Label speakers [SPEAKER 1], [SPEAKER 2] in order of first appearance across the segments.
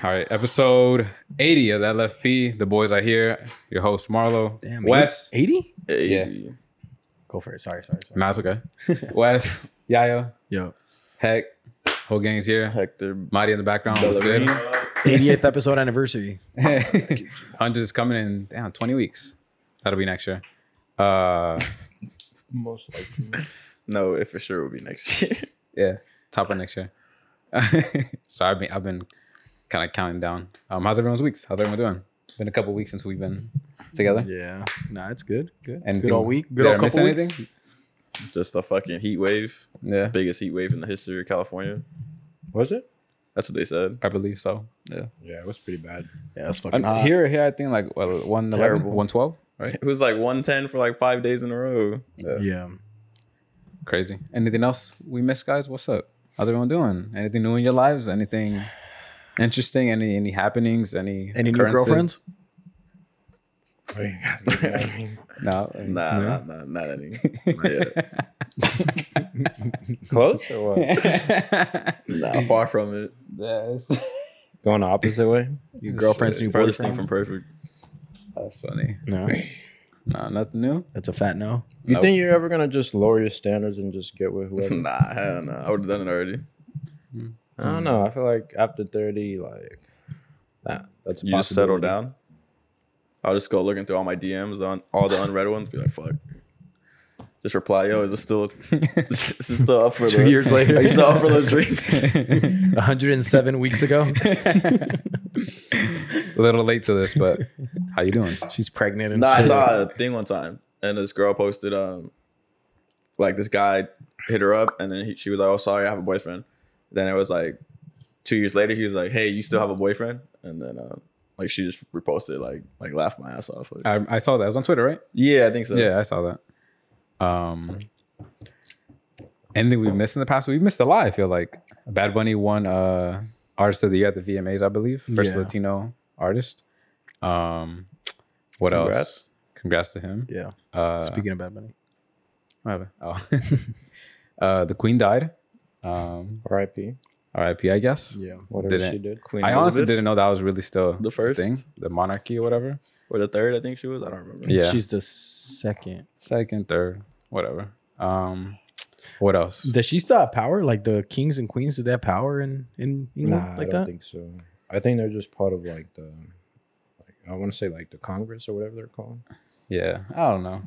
[SPEAKER 1] All right, episode 80 of that left P. The boys are here. Your host Marlo.
[SPEAKER 2] Damn,
[SPEAKER 1] Wes.
[SPEAKER 2] 80?
[SPEAKER 1] Yeah.
[SPEAKER 2] Go for it. Sorry, sorry, sorry.
[SPEAKER 1] Nah, it's okay. Wes, Yaya,
[SPEAKER 2] Yo.
[SPEAKER 1] Heck, whole gang's here.
[SPEAKER 3] Hector.
[SPEAKER 1] Mighty in the background. What's good?
[SPEAKER 3] Bellarmine.
[SPEAKER 2] 88th episode anniversary.
[SPEAKER 1] Hundred is coming in damn 20 weeks. That'll be next year. Uh
[SPEAKER 3] Most likely. no, it for sure will be next year.
[SPEAKER 1] yeah, top of next year. so I've been I've been kind of counting down. Um, how's everyone's weeks? How's everyone doing? It's been a couple weeks since we've been together.
[SPEAKER 2] Yeah. Nah, it's good. Good.
[SPEAKER 1] Anything-
[SPEAKER 2] good all week. Good
[SPEAKER 1] Did
[SPEAKER 2] all
[SPEAKER 1] I miss
[SPEAKER 2] couple weeks.
[SPEAKER 1] anything?
[SPEAKER 3] Just a fucking heat wave.
[SPEAKER 1] Yeah,
[SPEAKER 3] Biggest heat wave in the history of California.
[SPEAKER 2] Was it?
[SPEAKER 3] That's what they said.
[SPEAKER 1] I believe so. Yeah.
[SPEAKER 2] Yeah, it was pretty bad. Yeah, it's fucking
[SPEAKER 1] And
[SPEAKER 2] hot.
[SPEAKER 1] here, here, I think like well, 111,
[SPEAKER 3] terrible.
[SPEAKER 1] 112, right?
[SPEAKER 3] It was like 110 for like five days in a row.
[SPEAKER 2] Yeah.
[SPEAKER 1] Crazy. Anything else we missed, guys? What's up? How's everyone doing? Anything new in your lives? Anything interesting? Any any happenings? Any
[SPEAKER 2] Any new
[SPEAKER 1] occurrences?
[SPEAKER 2] girlfriends?
[SPEAKER 1] No.
[SPEAKER 3] Nah,
[SPEAKER 2] No.
[SPEAKER 3] nah, nah, not any. Not yet.
[SPEAKER 4] Close or what?
[SPEAKER 3] nah, far from it.
[SPEAKER 1] Yes.
[SPEAKER 4] Going the opposite way?
[SPEAKER 2] Your girlfriend's new
[SPEAKER 3] Furthest thing
[SPEAKER 2] boyfriend?
[SPEAKER 3] from perfect.
[SPEAKER 1] That's funny.
[SPEAKER 4] No.
[SPEAKER 1] No, nothing new.
[SPEAKER 2] That's a fat no.
[SPEAKER 4] You
[SPEAKER 1] Nope.
[SPEAKER 4] think you're ever gonna just lower your standards and just get with whoever?
[SPEAKER 3] Nah, hell no. I would have done it already.
[SPEAKER 4] I don't know. I feel like after thirty, like that that's a
[SPEAKER 3] You just settle
[SPEAKER 4] possibility.
[SPEAKER 3] down. I'll just go looking through all my DMs on all the unread ones. Be like, fuck. Just reply, yo, is it still, is it still up for
[SPEAKER 4] Two
[SPEAKER 3] the,
[SPEAKER 4] years later.
[SPEAKER 3] Are you still up for those drinks?
[SPEAKER 2] 107 weeks ago.
[SPEAKER 1] A little late to this, but how you doing?
[SPEAKER 2] She's pregnant and
[SPEAKER 3] No, I
[SPEAKER 2] shit.
[SPEAKER 3] saw a thing one time, and this girl posted, um, like this guy hit her up, and then he, she was like, "Oh, sorry, I have a boyfriend." Then it was like two years later, he was like, "Hey, you still have a boyfriend?" And then, um, like, she just reposted, like, like laughed my ass off. Like,
[SPEAKER 1] I, I saw that. It was on Twitter, right?
[SPEAKER 3] yeah, I think so.
[SPEAKER 1] Yeah, I saw that. Um, anything we've missed in the past? We've missed a lot. I feel like Bad Bunny won uh, Artist of the Year at the VMAs, I believe, first
[SPEAKER 2] Yeah.
[SPEAKER 1] Latino artist. Um, what else?
[SPEAKER 3] Congrats.
[SPEAKER 1] Congrats to him.
[SPEAKER 2] Yeah.
[SPEAKER 1] Uh,
[SPEAKER 2] Speaking of bad money.
[SPEAKER 1] what happened? Oh. uh, the Queen died. Um,
[SPEAKER 4] R.I.P.
[SPEAKER 1] R.I.P. I guess.
[SPEAKER 2] Yeah.
[SPEAKER 4] Whatever
[SPEAKER 1] Didn't-
[SPEAKER 4] she did.
[SPEAKER 3] Queen
[SPEAKER 1] I honestly
[SPEAKER 3] Elizabeth,
[SPEAKER 1] didn't know that was really still
[SPEAKER 3] The
[SPEAKER 1] the
[SPEAKER 3] first?
[SPEAKER 1] first thing, the monarchy or whatever.
[SPEAKER 3] or the third, I think she was. I don't remember.
[SPEAKER 1] Yeah,
[SPEAKER 4] She's the second.
[SPEAKER 1] second, third, whatever. Um, what else?
[SPEAKER 2] Does she still have power? Like the kings and queens, do they have power in, in England
[SPEAKER 4] Nah,
[SPEAKER 2] like
[SPEAKER 4] I don't
[SPEAKER 2] that?
[SPEAKER 4] think so. I think they're just part of like the like I wanna say like the Congress or whatever they're called.
[SPEAKER 1] yeah, I don't know.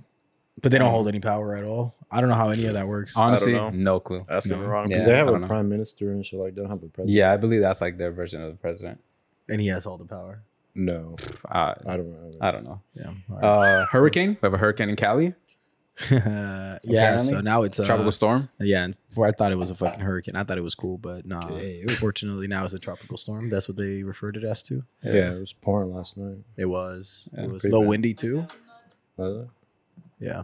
[SPEAKER 2] but they don't hold any power at all. I don't know how any of that works.
[SPEAKER 1] Honestly,
[SPEAKER 3] know.
[SPEAKER 1] no clue.
[SPEAKER 3] Asking the wrong
[SPEAKER 1] Yeah.
[SPEAKER 4] Because they have
[SPEAKER 1] I
[SPEAKER 4] a
[SPEAKER 1] don't know.
[SPEAKER 4] prime minister and shit like they don't have a president.
[SPEAKER 1] Yeah, I believe that's like their version of the president.
[SPEAKER 2] and he has all the power.
[SPEAKER 4] No.
[SPEAKER 1] I,
[SPEAKER 4] I don't remember.
[SPEAKER 1] I don't know.
[SPEAKER 2] Yeah.
[SPEAKER 1] Uh, hurricane. We have a hurricane in Cali.
[SPEAKER 2] yeah. So
[SPEAKER 1] Apparently.
[SPEAKER 2] now it's a
[SPEAKER 1] tropical
[SPEAKER 2] tropical.
[SPEAKER 1] storm.
[SPEAKER 2] Yeah. And before I thought it was a fucking hurricane. I thought it was cool, but nah. Fortunately, now it's a tropical storm. That's what they referred it as to.
[SPEAKER 4] yeah. it was pouring last night.
[SPEAKER 2] It was.
[SPEAKER 1] Yeah,
[SPEAKER 2] it was a
[SPEAKER 4] pretty
[SPEAKER 2] little
[SPEAKER 4] bad.
[SPEAKER 2] windy too.
[SPEAKER 4] Was it?
[SPEAKER 2] Yeah.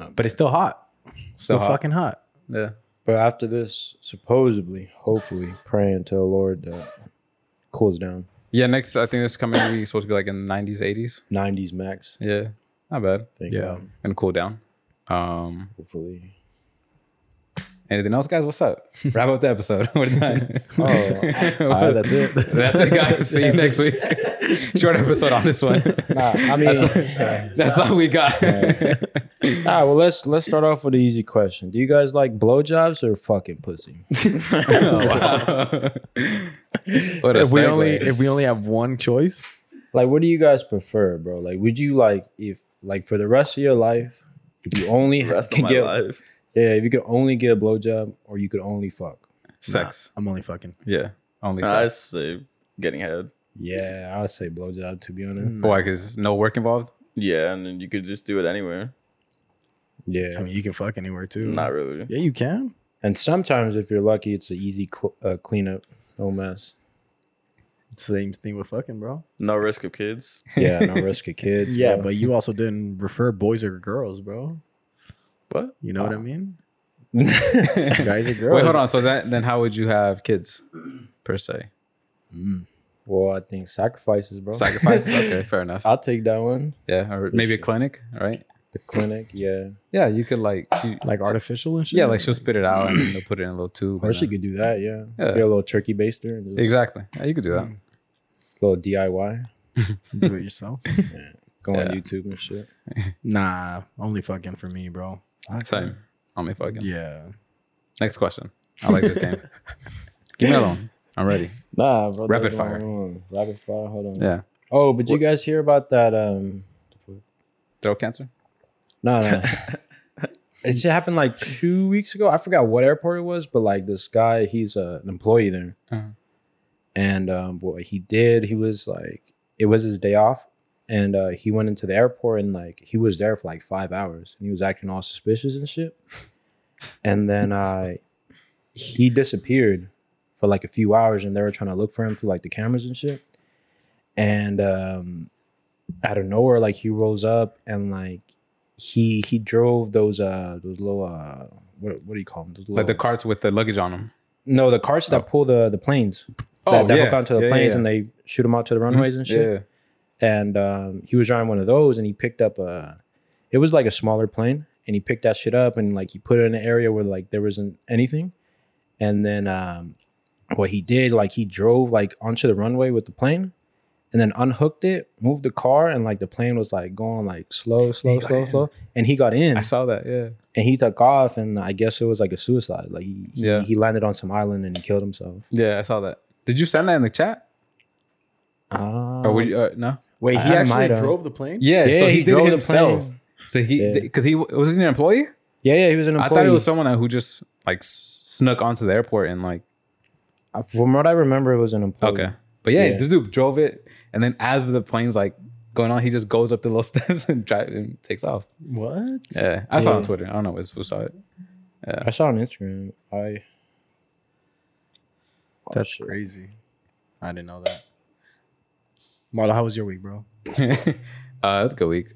[SPEAKER 4] Not
[SPEAKER 2] But it's still hot. Still,
[SPEAKER 1] hot.
[SPEAKER 2] fucking hot.
[SPEAKER 1] Yeah.
[SPEAKER 4] But after this, supposedly, hopefully, praying to the Lord that cools down.
[SPEAKER 1] Yeah. Next, I think this coming week is supposed to be like in the 90s, 80s.
[SPEAKER 4] 90s max.
[SPEAKER 1] Yeah. Not bad.
[SPEAKER 4] Thank
[SPEAKER 2] Yeah.
[SPEAKER 4] God,
[SPEAKER 1] And cool down. Um.
[SPEAKER 4] hopefully.
[SPEAKER 1] Anything else, guys? What's up? Wrap up the episode. We're done.
[SPEAKER 4] Oh, alright, that's it.
[SPEAKER 1] That's it, guys. See you next week. Short episode on this one.
[SPEAKER 4] Nah, I mean, alright,
[SPEAKER 1] That's all we got.
[SPEAKER 4] well, let's let's start off with an easy question. Do you guys like blowjobs or fucking pussy?
[SPEAKER 1] What a
[SPEAKER 2] If we only
[SPEAKER 1] segue.
[SPEAKER 2] if we only have one choice,
[SPEAKER 4] Like, what do you guys prefer, bro? Like, would you like if like for the rest of your life, if you only
[SPEAKER 3] The rest of
[SPEAKER 4] could
[SPEAKER 3] my
[SPEAKER 4] get,
[SPEAKER 3] life.
[SPEAKER 4] yeah, if you could only get a blowjob or you could only fuck.
[SPEAKER 1] sex.
[SPEAKER 2] I'm only fucking.
[SPEAKER 1] Yeah. Only
[SPEAKER 3] Nah, I
[SPEAKER 1] sex.
[SPEAKER 3] say getting head.
[SPEAKER 4] Yeah, I'd say blowjob to be honest.
[SPEAKER 1] Why? Because no work involved.
[SPEAKER 3] Yeah, and then you could just do it anywhere.
[SPEAKER 2] I
[SPEAKER 4] Yeah,
[SPEAKER 2] mean, you can fuck anywhere too.
[SPEAKER 3] Not really.
[SPEAKER 2] Yeah, you can.
[SPEAKER 4] and sometimes if you're lucky, it's an easy cl- uh, cleanup, no mess.
[SPEAKER 2] Same thing with fucking, bro.
[SPEAKER 3] No risk of kids.
[SPEAKER 4] Yeah, no risk of kids.
[SPEAKER 2] Yeah,
[SPEAKER 4] bro.
[SPEAKER 2] but you also didn't refer boys or girls, bro.
[SPEAKER 3] What?
[SPEAKER 2] You know what I mean?
[SPEAKER 4] yeah,
[SPEAKER 2] Guys or girls.
[SPEAKER 1] Oh. Wait, hold on. So that then, how would you have kids, per se?
[SPEAKER 4] well, I think sacrifices, bro.
[SPEAKER 1] Sacrifices. Okay, fair enough.
[SPEAKER 4] I'll take that one.
[SPEAKER 1] Yeah, or maybe a
[SPEAKER 4] sure.
[SPEAKER 1] clinic, right?
[SPEAKER 4] The clinic, yeah.
[SPEAKER 1] Yeah, you could like she
[SPEAKER 2] Like artificial and shit.
[SPEAKER 1] yeah, like she'll spit it out and then they'll put it in a little tube.
[SPEAKER 4] Or
[SPEAKER 1] and
[SPEAKER 4] she
[SPEAKER 1] then-
[SPEAKER 4] could do that, yeah.
[SPEAKER 1] Yeah.
[SPEAKER 4] Get a little turkey baster and just
[SPEAKER 1] exactly. Yeah, you could do that.
[SPEAKER 4] Mm. a little DIY.
[SPEAKER 2] Hmm. do it yourself.
[SPEAKER 4] Go on
[SPEAKER 1] Yeah.
[SPEAKER 4] YouTube and shit.
[SPEAKER 2] Nah, only fucking for me, bro.
[SPEAKER 1] Same. Only fucking.
[SPEAKER 2] Yeah.
[SPEAKER 1] Next question. I like this game. Give me another one. I'm ready.
[SPEAKER 4] Nah, bro.
[SPEAKER 1] Rapid
[SPEAKER 4] hold
[SPEAKER 1] fire.
[SPEAKER 4] on, Rapid fire, hold on.
[SPEAKER 1] Yeah.
[SPEAKER 4] Oh, but you guys hear about that um
[SPEAKER 1] Throat cancer.
[SPEAKER 4] No, no. it shit happened like two weeks ago. I forgot what airport it was, but like this guy, he's uh an employee there.
[SPEAKER 1] Uh-huh.
[SPEAKER 4] And um, what he did, he was like, it was his day off. And uh, he went into the airport and like he was there for like five hours and he was acting all suspicious and shit. And then uh, he disappeared for like a few hours and they were trying to look for him through like the cameras and shit. And um, out of nowhere, like he rolls up and like he he drove those uh those little uh what what do you call them? Those
[SPEAKER 1] Like the Oh.
[SPEAKER 4] little-
[SPEAKER 1] carts with the luggage on them.
[SPEAKER 4] no the carts that pull the the planes
[SPEAKER 1] Oh,
[SPEAKER 4] that, that hook onto the planes and they shoot them out to the runways and shit.
[SPEAKER 1] Mm-hmm. Yeah.
[SPEAKER 4] And um, he was driving one of those and he picked up a it was like a smaller plane and he picked that shit up and like he put it in an area where like there wasn't anything. And then um, what he did like he drove like onto the runway with the plane. And then unhooked it, moved the car, and like the plane was like going like slow, slow,
[SPEAKER 1] got
[SPEAKER 4] slow,
[SPEAKER 1] in.
[SPEAKER 4] slow. And he got in
[SPEAKER 1] I saw that. Yeah.
[SPEAKER 4] and he took off and i guess it was like a suicide like he, he,
[SPEAKER 1] Yeah.
[SPEAKER 4] he landed on some island and he killed himself
[SPEAKER 1] Yeah, I saw that. Did you send that in the chat?
[SPEAKER 4] oh
[SPEAKER 1] Or would you? Uh, no.
[SPEAKER 2] Wait,
[SPEAKER 4] he Um, I actually might've. drove
[SPEAKER 2] the plane?
[SPEAKER 1] Yeah.
[SPEAKER 4] yeah
[SPEAKER 1] so
[SPEAKER 4] he,
[SPEAKER 1] he, did
[SPEAKER 4] drove
[SPEAKER 1] it
[SPEAKER 4] the
[SPEAKER 1] himself.
[SPEAKER 4] plane
[SPEAKER 1] So he,
[SPEAKER 4] Yeah.
[SPEAKER 1] because he was he an employee?
[SPEAKER 4] yeah yeah he was an employee
[SPEAKER 1] I thought it was someone who just like s- snuck onto the airport and like
[SPEAKER 4] Uh, from what i remember it was an employee
[SPEAKER 1] okay, but yeah,
[SPEAKER 4] Oh, Yeah.
[SPEAKER 1] this dude drove it, and then as the plane's like going on, he just goes up the little steps and drive and takes off.
[SPEAKER 2] What?
[SPEAKER 1] Yeah, I saw it on
[SPEAKER 4] Yeah.
[SPEAKER 1] Twitter. I don't know who who saw it.
[SPEAKER 4] i saw it on instagram i Oh,
[SPEAKER 2] That's
[SPEAKER 4] shit.
[SPEAKER 2] crazy. I didn't know that. Marlo, how was your week, bro?
[SPEAKER 1] Uh, it was a good week.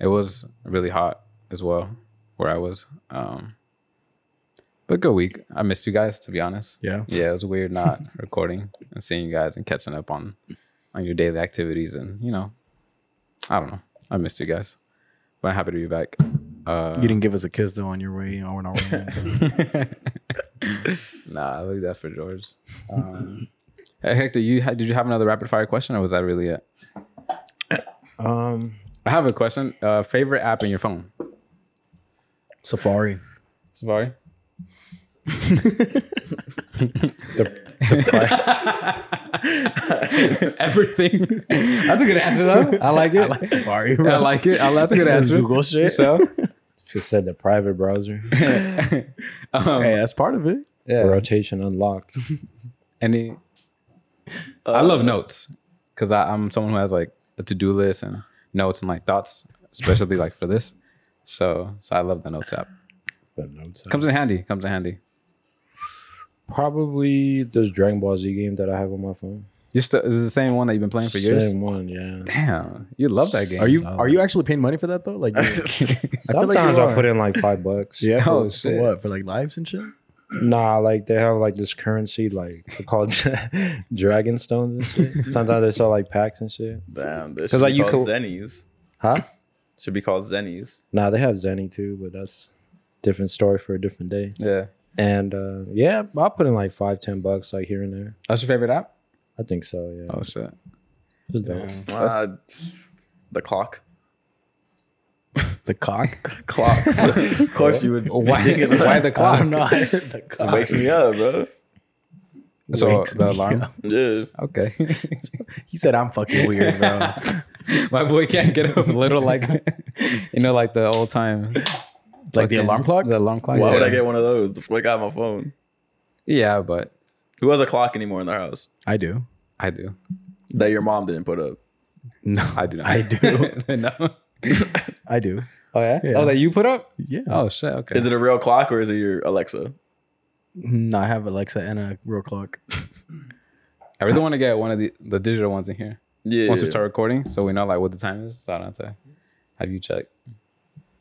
[SPEAKER 1] It was really hot as well where I was. Um, but good week. I missed you guys to be honest.
[SPEAKER 2] Yeah.
[SPEAKER 1] Yeah, it was weird not recording and seeing you guys and catching up on on your daily activities and you know, I don't know. I missed you guys, but I'm happy to be back. Uh,
[SPEAKER 2] You didn't give us a kiss though on your way on our way.
[SPEAKER 1] nah, I think that's for George. Um, hey, Hector, you had, did you have another rapid fire question or was that really it?
[SPEAKER 4] um
[SPEAKER 1] I have a question. Uh, favorite app in your phone?
[SPEAKER 2] Safari.
[SPEAKER 1] Safari. Everything. That's a good answer though. I like it. I like,
[SPEAKER 2] Safari.
[SPEAKER 1] it. I, that's a good answer.
[SPEAKER 2] Google shit.
[SPEAKER 1] So,
[SPEAKER 4] if you said the private browser
[SPEAKER 1] um,
[SPEAKER 2] Hey, that's part of it.
[SPEAKER 1] yeah.
[SPEAKER 4] rotation unlocked
[SPEAKER 1] Any. I love notes because I'm someone who has like a to do list and notes and like thoughts, especially like for this. So, so I love the notes app.
[SPEAKER 4] the notes
[SPEAKER 1] Comes in handy. Comes in handy.
[SPEAKER 4] probably this dragon ball z game that i have on my phone
[SPEAKER 1] Just the, is it the same one that you've been playing for years.
[SPEAKER 4] Same one yeah
[SPEAKER 1] Damn, you love that game.
[SPEAKER 2] Are you are you actually paying money for that though? Like, feel like
[SPEAKER 4] sometimes
[SPEAKER 2] you
[SPEAKER 4] i'll
[SPEAKER 2] are.
[SPEAKER 4] put in like five bucks
[SPEAKER 2] yeah. For,
[SPEAKER 1] Oh,
[SPEAKER 2] for
[SPEAKER 1] shit.
[SPEAKER 2] what? For like lives and shit.
[SPEAKER 4] Nah, like they have like this currency, like they're called dragon stones and shit. Sometimes they sell like packs and shit.
[SPEAKER 3] Damn, this
[SPEAKER 4] 'Cause,
[SPEAKER 3] should
[SPEAKER 4] like,
[SPEAKER 3] be
[SPEAKER 4] you
[SPEAKER 3] called
[SPEAKER 4] could-
[SPEAKER 3] Zennies.
[SPEAKER 4] Huh?
[SPEAKER 3] Should be called Zennies.
[SPEAKER 4] Nah, they have Zenny too, but that's different story for a different day.
[SPEAKER 1] Yeah.
[SPEAKER 4] And uh, yeah, I'll put in like five, ten bucks like here and there.
[SPEAKER 1] That's your favorite app?
[SPEAKER 4] I think so. Yeah.
[SPEAKER 1] Oh shit.
[SPEAKER 4] It's dope.
[SPEAKER 3] Uh, t- the clock.
[SPEAKER 2] The cock.
[SPEAKER 3] Clock. of course you would.
[SPEAKER 1] Why, why the
[SPEAKER 2] I
[SPEAKER 1] clock?
[SPEAKER 2] don't know. the
[SPEAKER 3] It
[SPEAKER 2] cock.
[SPEAKER 3] wakes me up, bro.
[SPEAKER 1] So
[SPEAKER 2] Wakes me
[SPEAKER 1] the alarm.
[SPEAKER 2] up.
[SPEAKER 3] Yeah.
[SPEAKER 1] Okay.
[SPEAKER 2] He said, "I'm fucking weird, bro."
[SPEAKER 1] My boy can't get up little like you know, like the old time
[SPEAKER 2] like the
[SPEAKER 1] fucking-
[SPEAKER 2] alarm clock.
[SPEAKER 1] The alarm clock.
[SPEAKER 3] Why
[SPEAKER 1] yeah.
[SPEAKER 3] would I get one of those? The fuck out of my phone.
[SPEAKER 1] yeah, but
[SPEAKER 3] Who has a clock anymore in their house
[SPEAKER 2] I do.
[SPEAKER 1] I do.
[SPEAKER 3] that your mom didn't put up?
[SPEAKER 2] No,
[SPEAKER 1] I do not.
[SPEAKER 2] I do.
[SPEAKER 1] no.
[SPEAKER 2] I do. Uh,
[SPEAKER 1] Oh yeah?
[SPEAKER 2] Yeah.
[SPEAKER 1] Oh that you put up?
[SPEAKER 2] Yeah.
[SPEAKER 1] Oh shit, okay.
[SPEAKER 3] Is it a real clock or is it your Alexa?
[SPEAKER 2] No, hmm, I have Alexa and a real clock.
[SPEAKER 1] I really want to get one of the, the digital ones in here.
[SPEAKER 3] Yeah.
[SPEAKER 1] Once we start recording, so we know like what the time is. So I don't have to have you check.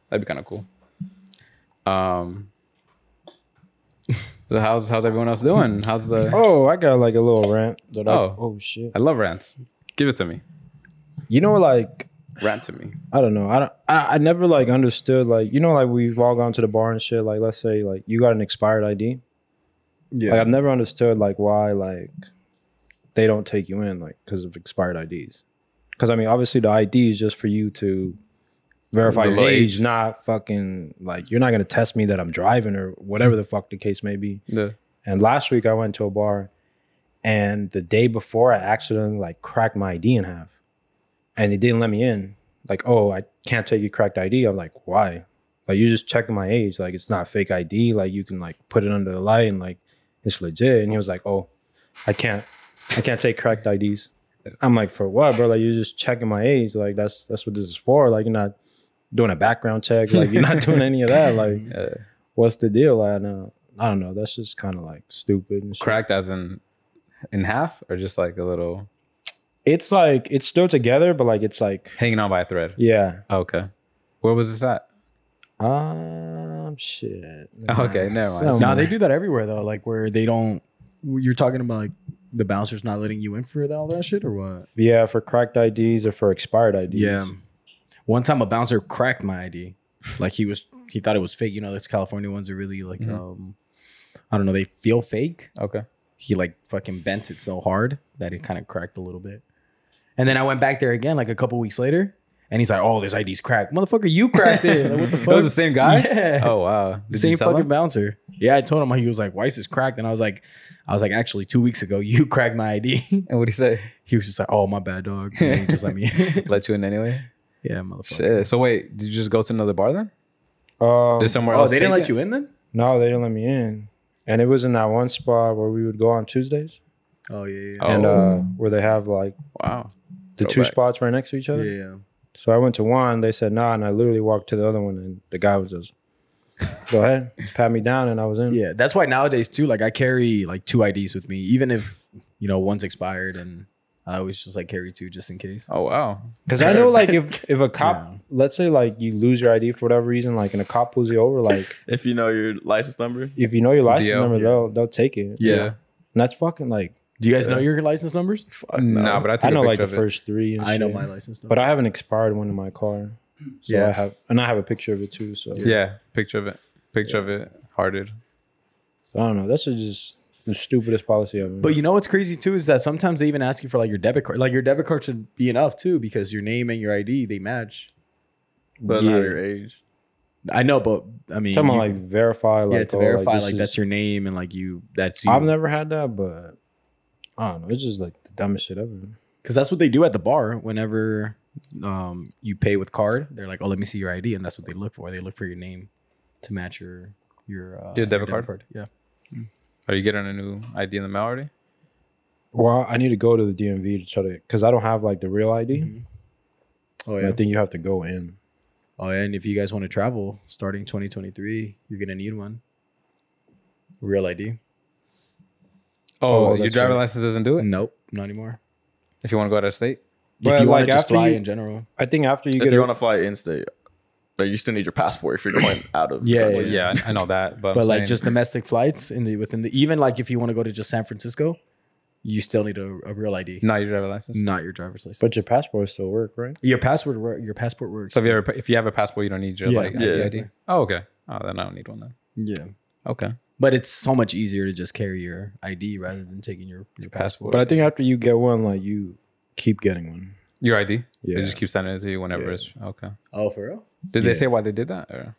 [SPEAKER 1] That'd be kind of cool. Um so how's how's everyone else doing? How's the
[SPEAKER 4] Oh, I got like a little rant. That I,
[SPEAKER 1] Oh.
[SPEAKER 4] oh shit.
[SPEAKER 1] I love rants. Give it to me.
[SPEAKER 4] You know, like
[SPEAKER 1] Rant to me.
[SPEAKER 4] I don't know. I don't. I, I never like understood like you know like we've all gone to the bar and shit. Like let's say like you got an expired ID.
[SPEAKER 1] Yeah.
[SPEAKER 4] Like I've never understood like why like they don't take you in like because of expired IDs. Because I mean obviously the ID is just for you to verify
[SPEAKER 1] The
[SPEAKER 4] your
[SPEAKER 1] low
[SPEAKER 4] age,
[SPEAKER 1] age.
[SPEAKER 4] not fucking like you're not gonna test me that I'm driving or whatever the fuck the case may be.
[SPEAKER 1] The-
[SPEAKER 4] And last week I went to a bar, and the day before I accidentally like cracked my ID in half, and they didn't let me in. Like, oh, I can't take your cracked ID. I'm like, why? Like, you just checking my age. Like, it's not fake ID. Like, you can like put it under the light and like it's legit. And he was like, oh, I can't, I can't take cracked IDs. I'm like, for what, bro? Like, you're just checking my age. Like, that's that's what this is for. Like, you're not doing a background check. Like, you're not doing any of that. Like,
[SPEAKER 1] uh,
[SPEAKER 4] what's the deal? Like, I know. I don't know. That's just kind of like stupid. And shit.
[SPEAKER 1] cracked as in in half or just like a little
[SPEAKER 4] It's like it's still together, but like it's like
[SPEAKER 1] hanging on by a thread.
[SPEAKER 4] yeah.
[SPEAKER 1] Okay. Where was this at?
[SPEAKER 4] Um, shit.
[SPEAKER 1] Okay, never mind.
[SPEAKER 2] No,
[SPEAKER 4] Somewhere.
[SPEAKER 2] they do that everywhere though. Like where they don't. You're talking about like the bouncers not letting you in for all that shit or what?
[SPEAKER 4] Yeah, for cracked IDs or for expired IDs.
[SPEAKER 2] Yeah. One time a bouncer cracked my ID. Like he was, he thought it was fake. You know, those California ones are really like,
[SPEAKER 1] Mhm.
[SPEAKER 2] um, I don't know, they feel fake.
[SPEAKER 1] Okay.
[SPEAKER 2] He like fucking bent it so hard that it kind of cracked a little bit. And then I went back there again like a couple weeks later, and he's like, "Oh, this ID's cracked, motherfucker! You cracked it. Like, what the
[SPEAKER 1] It
[SPEAKER 2] fuck?
[SPEAKER 1] was the same guy?
[SPEAKER 2] Yeah.
[SPEAKER 1] Oh wow. Did
[SPEAKER 2] Same
[SPEAKER 1] you tell
[SPEAKER 2] fucking
[SPEAKER 1] him?
[SPEAKER 2] bouncer. Yeah, I told him he was like, "Why is this cracked?" And I was like, "I was like, actually, two weeks ago, you cracked my ID."
[SPEAKER 1] And what'd he say?
[SPEAKER 2] he was just like, "Oh, my bad, dog." And he just let me. in.
[SPEAKER 1] Let you in anyway?
[SPEAKER 2] yeah, motherfucker.
[SPEAKER 1] Shit. So wait, did you just go to another bar then?
[SPEAKER 4] Um,
[SPEAKER 1] Did somewhere
[SPEAKER 2] Oh,
[SPEAKER 1] else?
[SPEAKER 2] they
[SPEAKER 1] take
[SPEAKER 2] didn't let
[SPEAKER 1] it?
[SPEAKER 2] you in then?
[SPEAKER 4] no, they didn't let me in, and it was in that one spot where we would go on Tuesdays,
[SPEAKER 2] Oh yeah,
[SPEAKER 1] Oh.
[SPEAKER 4] and uh, where they have like
[SPEAKER 1] Wow.
[SPEAKER 4] the two
[SPEAKER 1] Throwback.
[SPEAKER 4] spots right next to each
[SPEAKER 1] Oh,
[SPEAKER 4] other.
[SPEAKER 2] yeah.
[SPEAKER 4] So I went to one, they said nah, and I literally walked to the other one, and the guy was just go ahead, pat me down, and I was in.
[SPEAKER 2] Yeah, that's why nowadays too. Like I carry like two IDs with me, even if you know one's expired, and I always just like carry two just in case.
[SPEAKER 1] Oh wow.
[SPEAKER 4] Because I know, like, if if a cop,
[SPEAKER 2] Yeah.
[SPEAKER 4] let's say, like, you lose your ID for whatever reason, like, and a cop pulls you over, like,
[SPEAKER 3] If you know your license number,
[SPEAKER 4] if you know your license
[SPEAKER 1] DL.
[SPEAKER 4] number,
[SPEAKER 2] Yeah.
[SPEAKER 4] they'll they'll take it.
[SPEAKER 1] Yeah.
[SPEAKER 4] and that's fucking like
[SPEAKER 2] Do you guys know your license numbers?
[SPEAKER 3] fuck
[SPEAKER 1] No,
[SPEAKER 3] no.
[SPEAKER 1] nah, but I
[SPEAKER 4] I
[SPEAKER 1] took
[SPEAKER 4] know
[SPEAKER 1] a
[SPEAKER 4] like
[SPEAKER 1] picture
[SPEAKER 4] the
[SPEAKER 1] of it.
[SPEAKER 4] first three. And
[SPEAKER 2] I know
[SPEAKER 4] shit.
[SPEAKER 2] my license number.
[SPEAKER 4] but I have an expired one in my car. So
[SPEAKER 2] Yeah.
[SPEAKER 4] I have, and I have a picture of it too. So
[SPEAKER 1] Yeah, picture of it. Picture of it. Hearted.
[SPEAKER 4] so I don't know. That's just the stupidest policy ever.
[SPEAKER 2] But you know what's crazy too is that sometimes they even ask you for like your debit card. Like your debit card should be enough too because your name and your ID they match.
[SPEAKER 3] doesn't have
[SPEAKER 4] Yeah.
[SPEAKER 3] your age.
[SPEAKER 2] I know, but I mean,
[SPEAKER 4] talking about
[SPEAKER 2] you
[SPEAKER 4] like
[SPEAKER 2] can-
[SPEAKER 4] verify, like
[SPEAKER 2] yeah, to
[SPEAKER 4] oh,
[SPEAKER 2] verify like,
[SPEAKER 4] this is-
[SPEAKER 2] that's your name and like you that's you.
[SPEAKER 4] I've never had that, but I don't know. It's just like the dumbest shit ever.
[SPEAKER 2] Because that's what they do at the bar. Whenever um, you pay with card, they're like, "Oh, let me see your ID," and that's what they look for. They look for your name to match your your, uh,
[SPEAKER 1] Your debit card? Mm.
[SPEAKER 2] Yeah.
[SPEAKER 1] Are you getting a new ID in the mail already?
[SPEAKER 4] Well, I need to go to the DMV to try to because I don't have like the real ID.
[SPEAKER 2] Oh
[SPEAKER 4] And
[SPEAKER 2] yeah.
[SPEAKER 4] I think you have to go in.
[SPEAKER 2] Oh, yeah, and if you guys want to travel starting 2023, you're gonna need one. Real ID?
[SPEAKER 1] Oh,
[SPEAKER 4] Oh,
[SPEAKER 1] your
[SPEAKER 4] that's
[SPEAKER 1] driver
[SPEAKER 4] right.
[SPEAKER 1] license doesn't do it.
[SPEAKER 2] Nope, not anymore.
[SPEAKER 1] If you want to go out of state,
[SPEAKER 4] But,
[SPEAKER 2] if you want
[SPEAKER 4] like,
[SPEAKER 2] to just
[SPEAKER 4] after
[SPEAKER 2] fly
[SPEAKER 4] you-
[SPEAKER 2] in general,
[SPEAKER 4] I think after you
[SPEAKER 3] if
[SPEAKER 4] get
[SPEAKER 3] you're
[SPEAKER 4] a-
[SPEAKER 3] on a flight in state, but you still need your passport if you're going out of. the
[SPEAKER 2] Yeah,
[SPEAKER 1] Well,
[SPEAKER 3] country.
[SPEAKER 1] yeah, I I know that, but,
[SPEAKER 2] but
[SPEAKER 1] I'm
[SPEAKER 2] like
[SPEAKER 1] saying-
[SPEAKER 2] just domestic flights in the within the even like if you want to go to just San Francisco, you still need a, a real ID,
[SPEAKER 1] not your driver license.
[SPEAKER 2] not your driver's license.
[SPEAKER 4] but your passport still work, right?
[SPEAKER 2] your password, wor- your passport works.
[SPEAKER 1] So if you ever if you have a passport, you don't need your
[SPEAKER 2] Yeah,
[SPEAKER 1] like
[SPEAKER 3] yeah.
[SPEAKER 1] ID, ID. Oh, okay. Oh, then I don't need one then.
[SPEAKER 2] Yeah.
[SPEAKER 1] Okay.
[SPEAKER 2] But it's so much easier to just carry your ID rather than taking your, your passport.
[SPEAKER 1] passport.
[SPEAKER 4] But I think after you get one, like you keep getting one.
[SPEAKER 1] Your ID.
[SPEAKER 4] Yeah.
[SPEAKER 1] They just keep sending it to you whenever
[SPEAKER 4] Yeah.
[SPEAKER 1] it's okay.
[SPEAKER 2] Oh, for real?
[SPEAKER 1] Did they say why they did that? Or?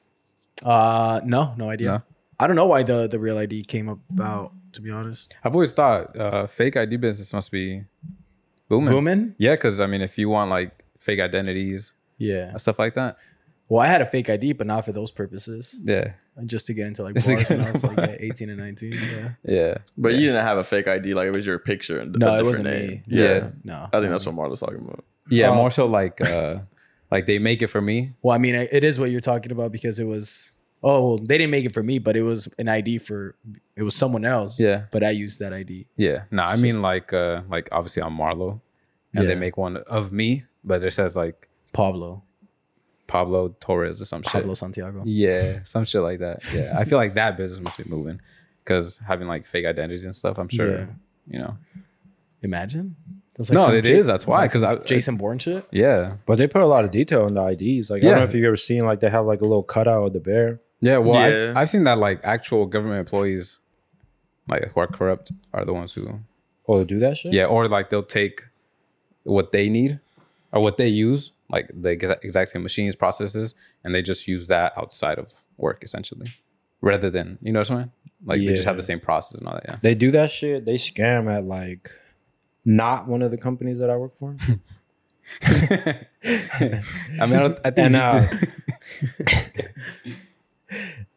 [SPEAKER 2] Uh, no, no idea.
[SPEAKER 1] No?
[SPEAKER 2] I don't know why the, the real ID came about, to be honest.
[SPEAKER 1] I've always thought uh, fake ID business must be booming.
[SPEAKER 2] Boomin?
[SPEAKER 1] Yeah, because I mean, if you want like fake identities
[SPEAKER 2] Yeah.
[SPEAKER 1] and stuff like that,
[SPEAKER 2] Well, I had a fake ID, but not for those purposes.
[SPEAKER 1] yeah,
[SPEAKER 2] And Just to get into like
[SPEAKER 1] Just to
[SPEAKER 2] bars
[SPEAKER 1] get
[SPEAKER 2] when I was
[SPEAKER 1] into
[SPEAKER 2] like yeah, 18 and 19. Yeah.
[SPEAKER 1] yeah,
[SPEAKER 3] But you didn't have a fake ID. Like it was your picture and
[SPEAKER 2] No,
[SPEAKER 3] a
[SPEAKER 2] it
[SPEAKER 3] different
[SPEAKER 2] wasn't
[SPEAKER 3] name.
[SPEAKER 2] me.
[SPEAKER 3] Yeah.
[SPEAKER 1] Yeah.
[SPEAKER 2] No.
[SPEAKER 3] I think that's what Marla's talking about.
[SPEAKER 1] yeah.
[SPEAKER 4] Um,
[SPEAKER 2] Oh.
[SPEAKER 1] more so like, uh, like they make it for me.
[SPEAKER 2] Well, I mean, I- it is what you're talking about because it was, oh, well, they didn't make it for me, but it was an ID for, it was someone else.
[SPEAKER 1] Yeah,
[SPEAKER 2] But I used that ID.
[SPEAKER 1] yeah. No, I mean like, uh, like obviously on Marlo, and they
[SPEAKER 2] Yeah.
[SPEAKER 1] make one of me, but it says like
[SPEAKER 2] Pablo.
[SPEAKER 1] Pablo Torres or some shit.
[SPEAKER 2] Pablo Santiago.
[SPEAKER 1] Yeah, some shit like that. Yeah, I feel like that business must be moving because having like fake identities and stuff, I'm sure
[SPEAKER 2] Yeah.
[SPEAKER 1] you know.
[SPEAKER 2] Imagine. That's
[SPEAKER 1] no,
[SPEAKER 2] some
[SPEAKER 1] it is.
[SPEAKER 2] Ja-
[SPEAKER 1] That's why. Because I,
[SPEAKER 2] Jason Bourne shit.
[SPEAKER 1] yeah,
[SPEAKER 4] But they put a lot of detail in the IDs. Like I
[SPEAKER 1] Yeah.
[SPEAKER 4] don't know if you've ever seen like they have like a little cutout of the bear.
[SPEAKER 1] yeah. Well,
[SPEAKER 3] Yeah.
[SPEAKER 1] I, I've seen that like actual government employees, like who are corrupt, are the ones who,
[SPEAKER 4] Oh, they do that shit.
[SPEAKER 1] yeah, or like they'll take what they need or what they use, like the exa- exact same machines, processes, and they just use that outside of work essentially, rather than you know what I'm saying? Like they just have
[SPEAKER 4] Yeah.
[SPEAKER 1] the same process and all that. Yeah.
[SPEAKER 4] They do that shit. They scam at like not one of the companies that I work for.
[SPEAKER 1] I mean, I, don't, I think
[SPEAKER 4] And,
[SPEAKER 1] you
[SPEAKER 4] uh,
[SPEAKER 1] just-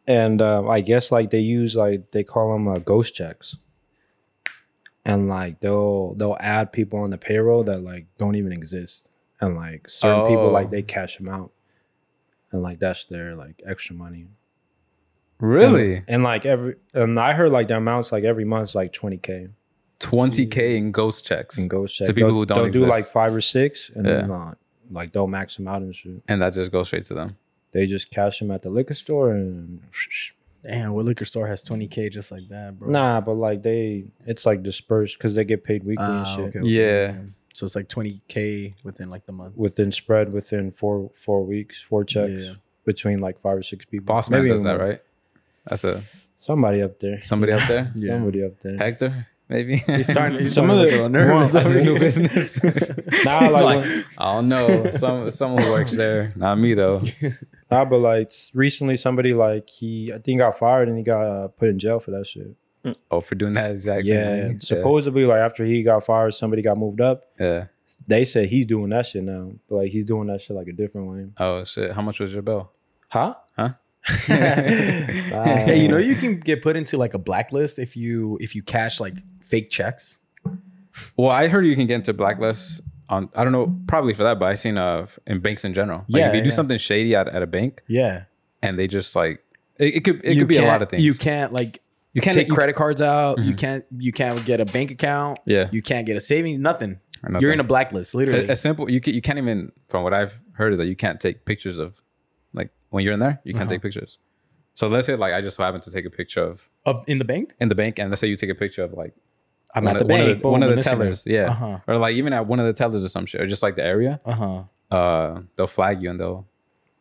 [SPEAKER 4] and um, I guess like they use like they call them uh, ghost checks, and like they'll they'll add people on the payroll that like don't even exist, and like certain people
[SPEAKER 1] Oh.
[SPEAKER 4] like they cash them out, and like that's their like extra money.
[SPEAKER 1] really
[SPEAKER 4] And like every and I heard like the amounts like every month's like twenty k
[SPEAKER 1] 20k in ghost checks,
[SPEAKER 4] in ghost checks.
[SPEAKER 1] people
[SPEAKER 4] They'll-
[SPEAKER 1] who don't
[SPEAKER 4] they'll do like
[SPEAKER 1] exist.
[SPEAKER 4] five or six, and then
[SPEAKER 1] Yeah.
[SPEAKER 4] not like they'll max them out and shit.
[SPEAKER 1] and that just goes straight to them.
[SPEAKER 4] They just cash them at the liquor store and
[SPEAKER 2] Damn, what liquor store has 20k just like that, bro?
[SPEAKER 4] Nah, but like they, it's like dispersed because they get paid weekly
[SPEAKER 1] Oh,
[SPEAKER 2] Ah,
[SPEAKER 4] and shit
[SPEAKER 2] okay, okay,
[SPEAKER 1] Yeah.
[SPEAKER 2] okay. So it's like 20k within like the month.
[SPEAKER 4] within spread within four four weeks, four checks
[SPEAKER 2] Yeah.
[SPEAKER 4] between like five or six people.
[SPEAKER 1] Boss man does that,
[SPEAKER 4] more.
[SPEAKER 1] right? That's a
[SPEAKER 4] Somebody up there,
[SPEAKER 1] somebody out there.
[SPEAKER 2] Yeah.
[SPEAKER 4] somebody up there.
[SPEAKER 1] Hector, maybe. He's
[SPEAKER 2] starting- he's
[SPEAKER 4] Some
[SPEAKER 2] starting
[SPEAKER 4] of
[SPEAKER 2] to
[SPEAKER 4] the-
[SPEAKER 2] look a little nervous.
[SPEAKER 4] well, I
[SPEAKER 1] That's his
[SPEAKER 4] think-
[SPEAKER 1] new business.
[SPEAKER 4] Nah,
[SPEAKER 1] He's
[SPEAKER 4] like,
[SPEAKER 1] like,
[SPEAKER 4] when-
[SPEAKER 1] I don't know. Some someone who works there, not me though.
[SPEAKER 4] nah, but like s- recently, somebody like he, I think got fired and he got uh, put in jail for that shit.
[SPEAKER 1] Oh, for doing that exact same
[SPEAKER 4] yeah,
[SPEAKER 1] thing.
[SPEAKER 4] supposedly like after he got fired, somebody got moved up.
[SPEAKER 1] Yeah. yeah.
[SPEAKER 4] They said he's doing that shit now, but like he's doing that shit like a different way.
[SPEAKER 1] Oh shit! How much was your bill?
[SPEAKER 4] Huh?
[SPEAKER 1] Huh?
[SPEAKER 2] Hey, you
[SPEAKER 4] Ah.
[SPEAKER 2] know you can get put into like a blacklist if you if you cash like fake checks.
[SPEAKER 1] Well, I heard you can get into blacklists on. I don't know, probably for that, but I seen uh in banks in general. Like
[SPEAKER 2] Yeah,
[SPEAKER 1] if you do
[SPEAKER 2] yeah.
[SPEAKER 1] something shady at, at a bank,
[SPEAKER 2] Yeah,
[SPEAKER 1] and they just like it, it could it could be a lot of things.
[SPEAKER 2] You can't like
[SPEAKER 1] you can't
[SPEAKER 2] take
[SPEAKER 1] you-
[SPEAKER 2] credit cards out. You can't you can't get a bank account.
[SPEAKER 1] Yeah.
[SPEAKER 2] you can't get a savings. Nothing.
[SPEAKER 1] Or nothing.
[SPEAKER 2] You're in a blacklist, literally.
[SPEAKER 1] A, a simple you can, you can't even from what I've heard is that you can't take pictures of like when you're in there you can't
[SPEAKER 2] Uh-huh.
[SPEAKER 1] take pictures. So let's say like I just so happened to take a picture of
[SPEAKER 2] of in the bank.
[SPEAKER 1] in the bank, and let's say you take a picture of like
[SPEAKER 2] I'm
[SPEAKER 1] one,
[SPEAKER 2] at
[SPEAKER 1] of,
[SPEAKER 2] the
[SPEAKER 1] one of
[SPEAKER 2] bank,
[SPEAKER 1] the, one
[SPEAKER 2] boom,
[SPEAKER 1] of
[SPEAKER 2] on
[SPEAKER 1] the
[SPEAKER 2] Instagram.
[SPEAKER 1] tellers, yeah,
[SPEAKER 2] Uh-huh.
[SPEAKER 1] or like even at one of the tellers or some shit, or just like the area,
[SPEAKER 2] Uh huh.
[SPEAKER 1] uh, they'll flag you and they'll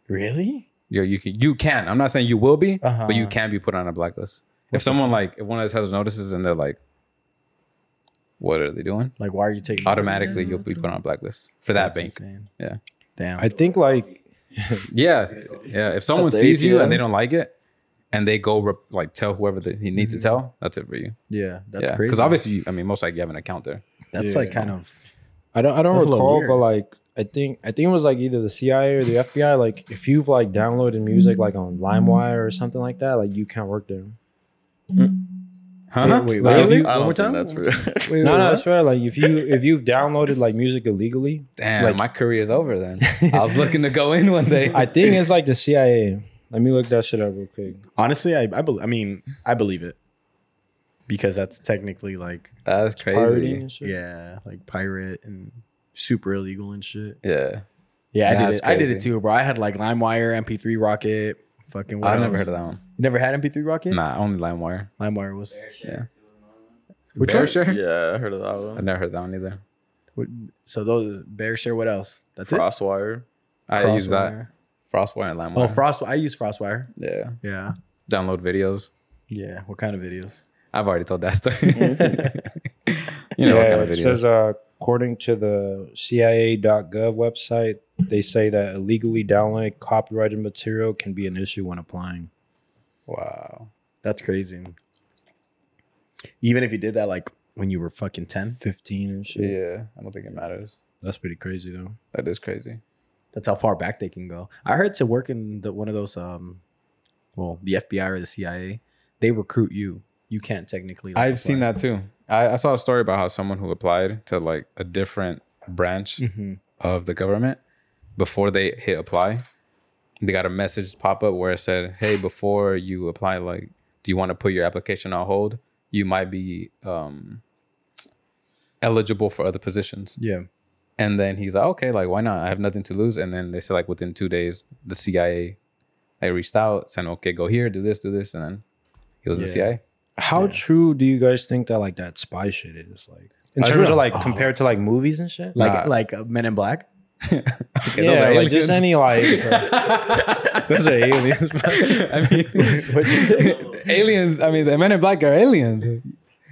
[SPEAKER 2] Really?
[SPEAKER 1] you you can you can. I'm not saying you will be,
[SPEAKER 2] Uh-huh.
[SPEAKER 1] but you can be put on a blacklist if someone like if one of the tellers notices and they're like, what are they doing?
[SPEAKER 2] Like, why are you taking
[SPEAKER 1] Automatically, you'll be put on a blacklist for that
[SPEAKER 2] That's
[SPEAKER 1] bank.
[SPEAKER 2] insane.
[SPEAKER 1] Yeah.
[SPEAKER 2] Damn.
[SPEAKER 4] I think like
[SPEAKER 1] Yeah, yeah. If someone
[SPEAKER 3] the
[SPEAKER 1] sees you
[SPEAKER 3] ATM.
[SPEAKER 1] and they don't like it, and they go rep- like tell whoever that he needs to tell, that's it for you.
[SPEAKER 2] yeah, that's
[SPEAKER 1] That's yeah,
[SPEAKER 2] crazy.
[SPEAKER 1] because obviously, you, I mean, most likely you have an account there.
[SPEAKER 2] that's
[SPEAKER 4] Yeah.
[SPEAKER 2] like kind of
[SPEAKER 4] I don't I don't
[SPEAKER 2] That's a little
[SPEAKER 4] recall,
[SPEAKER 2] weird.
[SPEAKER 4] but like I think I think it was like either the CIA or the FBI. Like if you've like downloaded music like on LimeWire or something like that, like you can't work there.
[SPEAKER 1] Huh?
[SPEAKER 2] Wait, wait,
[SPEAKER 1] Like,
[SPEAKER 4] really?
[SPEAKER 1] if you-
[SPEAKER 3] I don't
[SPEAKER 2] more time?
[SPEAKER 3] think that's real.
[SPEAKER 2] Wait,
[SPEAKER 4] No,
[SPEAKER 2] wait,
[SPEAKER 4] no,
[SPEAKER 2] what?
[SPEAKER 4] that's right. Like if you if you've downloaded like music illegally,
[SPEAKER 1] damn,
[SPEAKER 4] Like-
[SPEAKER 1] my career's over then. I was looking to go in one day.
[SPEAKER 4] I think it's like the CIA. Let me look that shit up real quick.
[SPEAKER 2] honestly, I I, bel I mean, I believe it because that's technically like
[SPEAKER 1] that's
[SPEAKER 4] Pirating
[SPEAKER 1] crazy.
[SPEAKER 4] and shit.
[SPEAKER 2] yeah, like pirate and super illegal and shit.
[SPEAKER 1] Yeah,
[SPEAKER 2] Yeah, I did
[SPEAKER 1] That's
[SPEAKER 2] it. I did it
[SPEAKER 1] crazy.
[SPEAKER 2] too, bro. I had like LimeWire, MP3 Rocket, fucking. What
[SPEAKER 1] I've
[SPEAKER 2] else?
[SPEAKER 1] never heard of that one.
[SPEAKER 2] You never had MP3 Rocket?
[SPEAKER 1] Nah, only LimeWire.
[SPEAKER 2] LimeWire was.
[SPEAKER 1] Yeah,
[SPEAKER 2] Which
[SPEAKER 1] Bear
[SPEAKER 2] one?
[SPEAKER 1] Share?
[SPEAKER 3] yeah, I heard of that
[SPEAKER 1] I've
[SPEAKER 3] one.
[SPEAKER 1] never heard that one either.
[SPEAKER 2] What- So those BearShare. What else? That's
[SPEAKER 3] Crosswire.
[SPEAKER 1] I use that
[SPEAKER 2] Crosswire.
[SPEAKER 1] FrostWire and LimeWire.
[SPEAKER 2] Oh, Frost. I use FrostWire.
[SPEAKER 1] yeah,
[SPEAKER 2] Yeah.
[SPEAKER 1] download videos.
[SPEAKER 2] Yeah. What kind of videos?
[SPEAKER 1] I've already told that story. you know what kind of
[SPEAKER 4] it
[SPEAKER 1] videos?
[SPEAKER 4] says uh, according to the CIA.gov website, they say that illegally downloaded copyrighted material can be an issue when applying.
[SPEAKER 1] wow,
[SPEAKER 2] That's crazy. Even if you did that, like when you were fucking ten,
[SPEAKER 4] Fifteen and shit.
[SPEAKER 1] yeah, I don't think it matters.
[SPEAKER 4] That's pretty crazy though.
[SPEAKER 1] That is crazy.
[SPEAKER 2] that's how far back they can go. I heard to work in the, one of those, um, well, the FBI or the CIA, they recruit you. You can't technically. like,
[SPEAKER 1] I've seen
[SPEAKER 2] apply.
[SPEAKER 1] that too. I, I saw a story about how someone who applied to like a different branch
[SPEAKER 2] Mhm.
[SPEAKER 1] of the government before they hit apply, they got a message pop up where it said, "Hey, before you apply, like, do you want to put your application on hold? You might be um, eligible for other positions."
[SPEAKER 2] Yeah.
[SPEAKER 1] And then he's like, "Okay, like, why not? I have nothing to lose." And then they said, like, within two days, the CIA, I reached out, saying, "Okay, go here, do this, do this," and then he was in the
[SPEAKER 2] Yeah.
[SPEAKER 1] CIA.
[SPEAKER 4] How
[SPEAKER 2] Yeah.
[SPEAKER 4] true do you guys think that like that spy shit is? Like in
[SPEAKER 1] I
[SPEAKER 4] terms
[SPEAKER 1] know.
[SPEAKER 4] of like
[SPEAKER 1] Oh.
[SPEAKER 4] compared to like movies and shit.
[SPEAKER 2] Like
[SPEAKER 1] Nah.
[SPEAKER 2] like uh, Men in Black.
[SPEAKER 3] Yeah, those
[SPEAKER 4] yeah,
[SPEAKER 3] are
[SPEAKER 4] like
[SPEAKER 3] aliens.
[SPEAKER 4] just any like uh, those are aliens.
[SPEAKER 1] I mean, aliens. I mean, the Men in Black are aliens.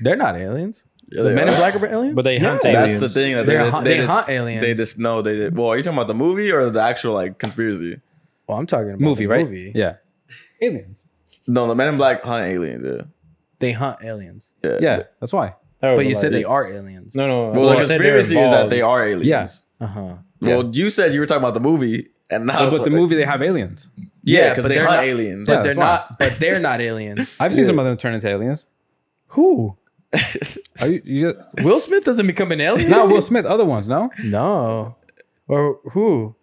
[SPEAKER 2] They're not aliens.
[SPEAKER 3] Yeah,
[SPEAKER 2] the
[SPEAKER 3] they
[SPEAKER 2] Men in
[SPEAKER 3] are.
[SPEAKER 2] Black are aliens.
[SPEAKER 4] But they hunt
[SPEAKER 3] That's
[SPEAKER 4] aliens.
[SPEAKER 3] the thing that they,
[SPEAKER 2] They're
[SPEAKER 3] they,
[SPEAKER 2] hu-
[SPEAKER 3] they
[SPEAKER 2] they
[SPEAKER 3] just
[SPEAKER 2] hunt aliens.
[SPEAKER 3] They just know they did. Well, are you talking about the movie or the actual like conspiracy?
[SPEAKER 2] well, I'm talking about
[SPEAKER 1] Movie,
[SPEAKER 2] the
[SPEAKER 1] right?
[SPEAKER 2] Movie.
[SPEAKER 1] Yeah. Aliens.
[SPEAKER 3] No, the Men in Black hunt aliens. Yeah,
[SPEAKER 2] They hunt aliens.
[SPEAKER 3] yeah.
[SPEAKER 1] Yeah, that's why.
[SPEAKER 4] Oh,
[SPEAKER 2] But you said
[SPEAKER 4] like-
[SPEAKER 2] they are aliens.
[SPEAKER 4] no, no.
[SPEAKER 3] Well,
[SPEAKER 4] I
[SPEAKER 3] the
[SPEAKER 4] said they're
[SPEAKER 3] conspiracy is that
[SPEAKER 4] involved.
[SPEAKER 3] they are aliens.
[SPEAKER 1] Yeah.
[SPEAKER 2] Uh huh.
[SPEAKER 3] Well, you said you were talking about the movie, and now
[SPEAKER 1] Uh,
[SPEAKER 3] it's
[SPEAKER 1] but the
[SPEAKER 3] like-
[SPEAKER 1] movie, they have aliens.
[SPEAKER 3] yeah,
[SPEAKER 2] Yeah,
[SPEAKER 3] because
[SPEAKER 2] but
[SPEAKER 3] they
[SPEAKER 2] they're
[SPEAKER 3] hunt
[SPEAKER 2] not-
[SPEAKER 3] aliens.
[SPEAKER 2] But
[SPEAKER 1] Yeah,
[SPEAKER 2] they're
[SPEAKER 1] that's why.
[SPEAKER 2] not. But they're not aliens.
[SPEAKER 1] I've seen some of them turn into aliens.
[SPEAKER 2] Who?
[SPEAKER 1] Are you, you just,
[SPEAKER 2] Will Smith doesn't become an alien.
[SPEAKER 1] not Will Smith? Other ones, no.
[SPEAKER 2] No. Or who?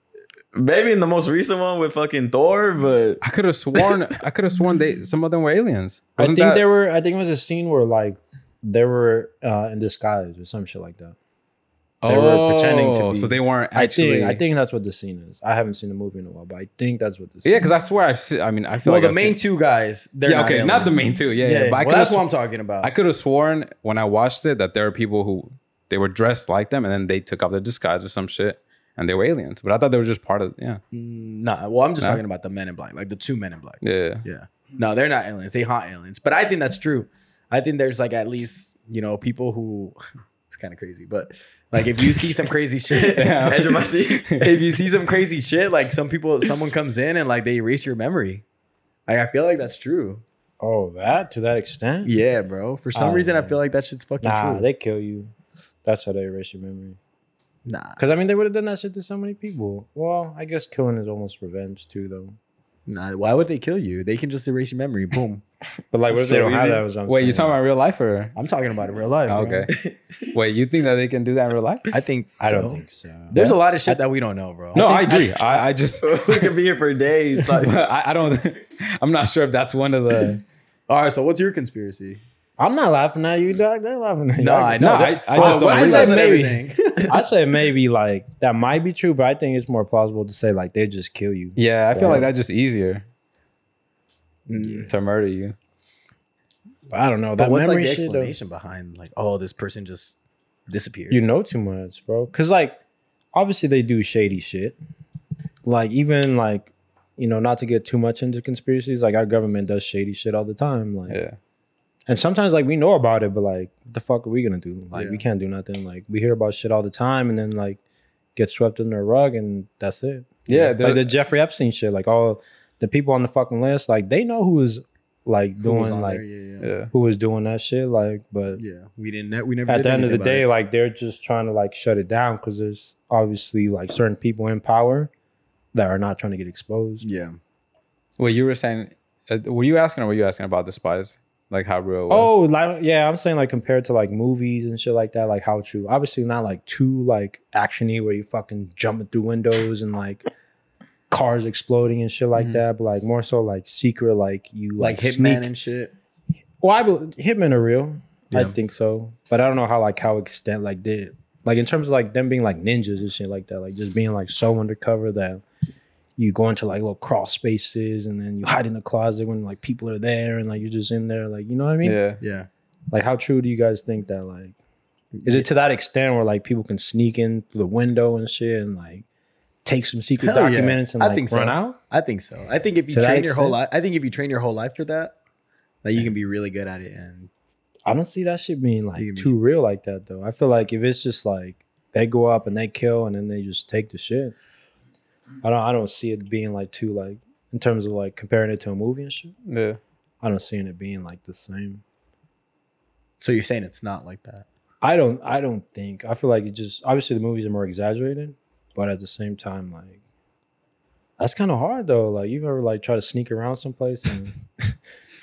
[SPEAKER 3] Maybe in the most recent one with fucking Thor, but
[SPEAKER 1] I could have sworn. I could have sworn they some of them were aliens.
[SPEAKER 4] I
[SPEAKER 1] Wasn't
[SPEAKER 4] think
[SPEAKER 1] that-
[SPEAKER 4] there were. I think it was a scene where like they were uh, in disguise or some shit like that. they were pretending to
[SPEAKER 1] Oh, So
[SPEAKER 4] be-
[SPEAKER 1] they weren't actually.
[SPEAKER 4] I think I think that's what the scene is. I haven't seen the movie in a while, but I think that's what the scene.
[SPEAKER 1] Yeah, because I swear I've seen. I mean, I feel
[SPEAKER 2] Well,
[SPEAKER 1] like
[SPEAKER 2] the
[SPEAKER 1] I've
[SPEAKER 2] main
[SPEAKER 1] seen-
[SPEAKER 2] two guys. They're
[SPEAKER 1] yeah, okay,
[SPEAKER 2] not,
[SPEAKER 1] not the
[SPEAKER 2] aliens.
[SPEAKER 1] main two. Yeah, yeah.
[SPEAKER 2] Yeah,
[SPEAKER 1] But I
[SPEAKER 2] well,
[SPEAKER 1] could
[SPEAKER 2] that's
[SPEAKER 1] have
[SPEAKER 2] what I'm talking about.
[SPEAKER 1] I could have sworn when I watched it that there were people who they were dressed like them and then they took off their disguise or some shit and they were aliens. But I thought they were just part of yeah.
[SPEAKER 2] mm, Nah, well, I'm just talking about the men in black, like the two men in black.
[SPEAKER 1] Yeah.
[SPEAKER 2] Yeah. No, they're not aliens. They haunt aliens. But I think that's true. I think there's like at least, you know, people who it's kind of crazy, but like if you see some crazy shit,
[SPEAKER 1] Yeah.
[SPEAKER 3] edge of my seat.
[SPEAKER 2] if you see some crazy shit, like some people, someone comes in and like they erase your memory. Like I feel like that's true.
[SPEAKER 4] Oh, that to that extent.
[SPEAKER 2] Yeah, bro. For some
[SPEAKER 4] Oh,
[SPEAKER 2] reason, I
[SPEAKER 4] man.
[SPEAKER 2] feel like that shit's fucking
[SPEAKER 4] Nah,
[SPEAKER 2] true.
[SPEAKER 4] they kill you. That's how they erase your memory.
[SPEAKER 2] nah,
[SPEAKER 4] Because I mean, they would have done that shit to so many people. Well, I guess killing is almost revenge too, though.
[SPEAKER 2] nah. Why would they kill you? They can just erase your memory. Boom.
[SPEAKER 4] But like, what if they
[SPEAKER 3] So
[SPEAKER 4] don't have
[SPEAKER 3] easy.
[SPEAKER 4] that? Was what I'm
[SPEAKER 1] Wait, you
[SPEAKER 4] saying.
[SPEAKER 1] talking about real life or
[SPEAKER 2] I'm talking about in real life.
[SPEAKER 1] Oh,
[SPEAKER 2] bro.
[SPEAKER 1] okay? Wait, you think that they can do that in real life?
[SPEAKER 2] I think
[SPEAKER 4] I don't
[SPEAKER 2] so.
[SPEAKER 4] think so.
[SPEAKER 2] There's a lot of shit that we don't know, bro.
[SPEAKER 1] No, I agree. I, I just
[SPEAKER 3] we could be here for days. Like,
[SPEAKER 1] I, I don't I'm not sure if that's one of the
[SPEAKER 2] All right. So what's your conspiracy?
[SPEAKER 4] I'm not laughing at you, dog. They're laughing at you.
[SPEAKER 2] No, I know.
[SPEAKER 1] No,
[SPEAKER 2] that-
[SPEAKER 1] I- I just
[SPEAKER 2] Oh,
[SPEAKER 1] don't
[SPEAKER 2] Wesley
[SPEAKER 1] believe
[SPEAKER 2] says
[SPEAKER 4] it.
[SPEAKER 2] everything.
[SPEAKER 4] I say maybe like that might be true, but I think it's more plausible to say like they just kill you.
[SPEAKER 1] Yeah, I feel like
[SPEAKER 4] Yeah.
[SPEAKER 1] that's just easier to murder you.
[SPEAKER 4] I don't know.
[SPEAKER 2] But
[SPEAKER 4] That
[SPEAKER 2] what's like
[SPEAKER 4] memory
[SPEAKER 2] the
[SPEAKER 4] shit, though,
[SPEAKER 2] explanation behind like, oh, this person just disappeared?
[SPEAKER 4] you know too much, bro. Because like, obviously they do shady shit. Like even like, you know, not to get too much into conspiracies. Like our government does shady shit all the time. Like,
[SPEAKER 1] Yeah.
[SPEAKER 4] and sometimes like we know about it, but like, what the fuck are we gonna do? Like, we
[SPEAKER 2] Yeah.
[SPEAKER 4] can't do nothing. Like we hear about shit all the time, and then like get swept under the rug, and that's it.
[SPEAKER 1] Yeah.
[SPEAKER 4] like the
[SPEAKER 1] they're-
[SPEAKER 4] Jeffrey Epstein shit. Like all the people on the fucking list, like they know who was like
[SPEAKER 2] Who was
[SPEAKER 4] doing
[SPEAKER 2] on
[SPEAKER 4] like
[SPEAKER 2] there? yeah, yeah.
[SPEAKER 1] yeah.
[SPEAKER 4] who was doing that shit. Like, but
[SPEAKER 2] Yeah, we didn't. know- We never.
[SPEAKER 4] at
[SPEAKER 2] did
[SPEAKER 4] the end of the
[SPEAKER 2] anything
[SPEAKER 4] day,
[SPEAKER 2] about
[SPEAKER 4] like they're just trying to like shut it down because there's obviously like certain people in power that are not trying to get exposed.
[SPEAKER 2] it. yeah,
[SPEAKER 1] Wait, you were saying uh, were you asking or were you asking about the spies? Like how real it
[SPEAKER 4] Oh,
[SPEAKER 1] was?
[SPEAKER 4] like, yeah, I'm saying like compared to like movies and shit like that, like how true. Obviously, not like too like actiony where you fucking jumping through windows and like cars exploding and shit like
[SPEAKER 1] Mhm.
[SPEAKER 4] that, but like more so like secret, like you
[SPEAKER 2] Mm-hmm. like
[SPEAKER 4] like,
[SPEAKER 2] Hitman
[SPEAKER 4] sneak
[SPEAKER 2] and shit.
[SPEAKER 4] Well, I bel Hitmen are real. I
[SPEAKER 2] Yeah.
[SPEAKER 4] think so, but I don't know how like how extent like did like in terms of like them being like ninjas and shit like that, like just being like so undercover that you go into like little crawl spaces and then you hide in the closet when like people are there and like you're just in there, like you know what I mean?
[SPEAKER 1] yeah.
[SPEAKER 2] Yeah,
[SPEAKER 4] Like how true do you guys think that like is it to that extent where like people can sneak in through the window and shit and like take some secret
[SPEAKER 2] Hell yeah.
[SPEAKER 4] documents and
[SPEAKER 2] I
[SPEAKER 4] like
[SPEAKER 2] think
[SPEAKER 4] run
[SPEAKER 2] so.
[SPEAKER 4] out?
[SPEAKER 2] I think so. I think if you
[SPEAKER 4] To that
[SPEAKER 2] train your whole life,
[SPEAKER 4] extent?
[SPEAKER 2] I think if you train your whole life for that, like you can be really good at it. And
[SPEAKER 4] I don't see that shit being like
[SPEAKER 2] You can be-
[SPEAKER 4] too real like that though. I feel like if it's just like they go up and they kill and then they just take the shit. I don't I don't see it being like too like in terms of like comparing it to a movie and shit.
[SPEAKER 1] Yeah.
[SPEAKER 4] I don't see it being like the same.
[SPEAKER 2] so you're saying it's not like that.
[SPEAKER 4] I don't I don't think I feel like it just obviously the movies are more exaggerated, but at the same time like that's kind of hard though. Like you've ever like try to sneak around someplace and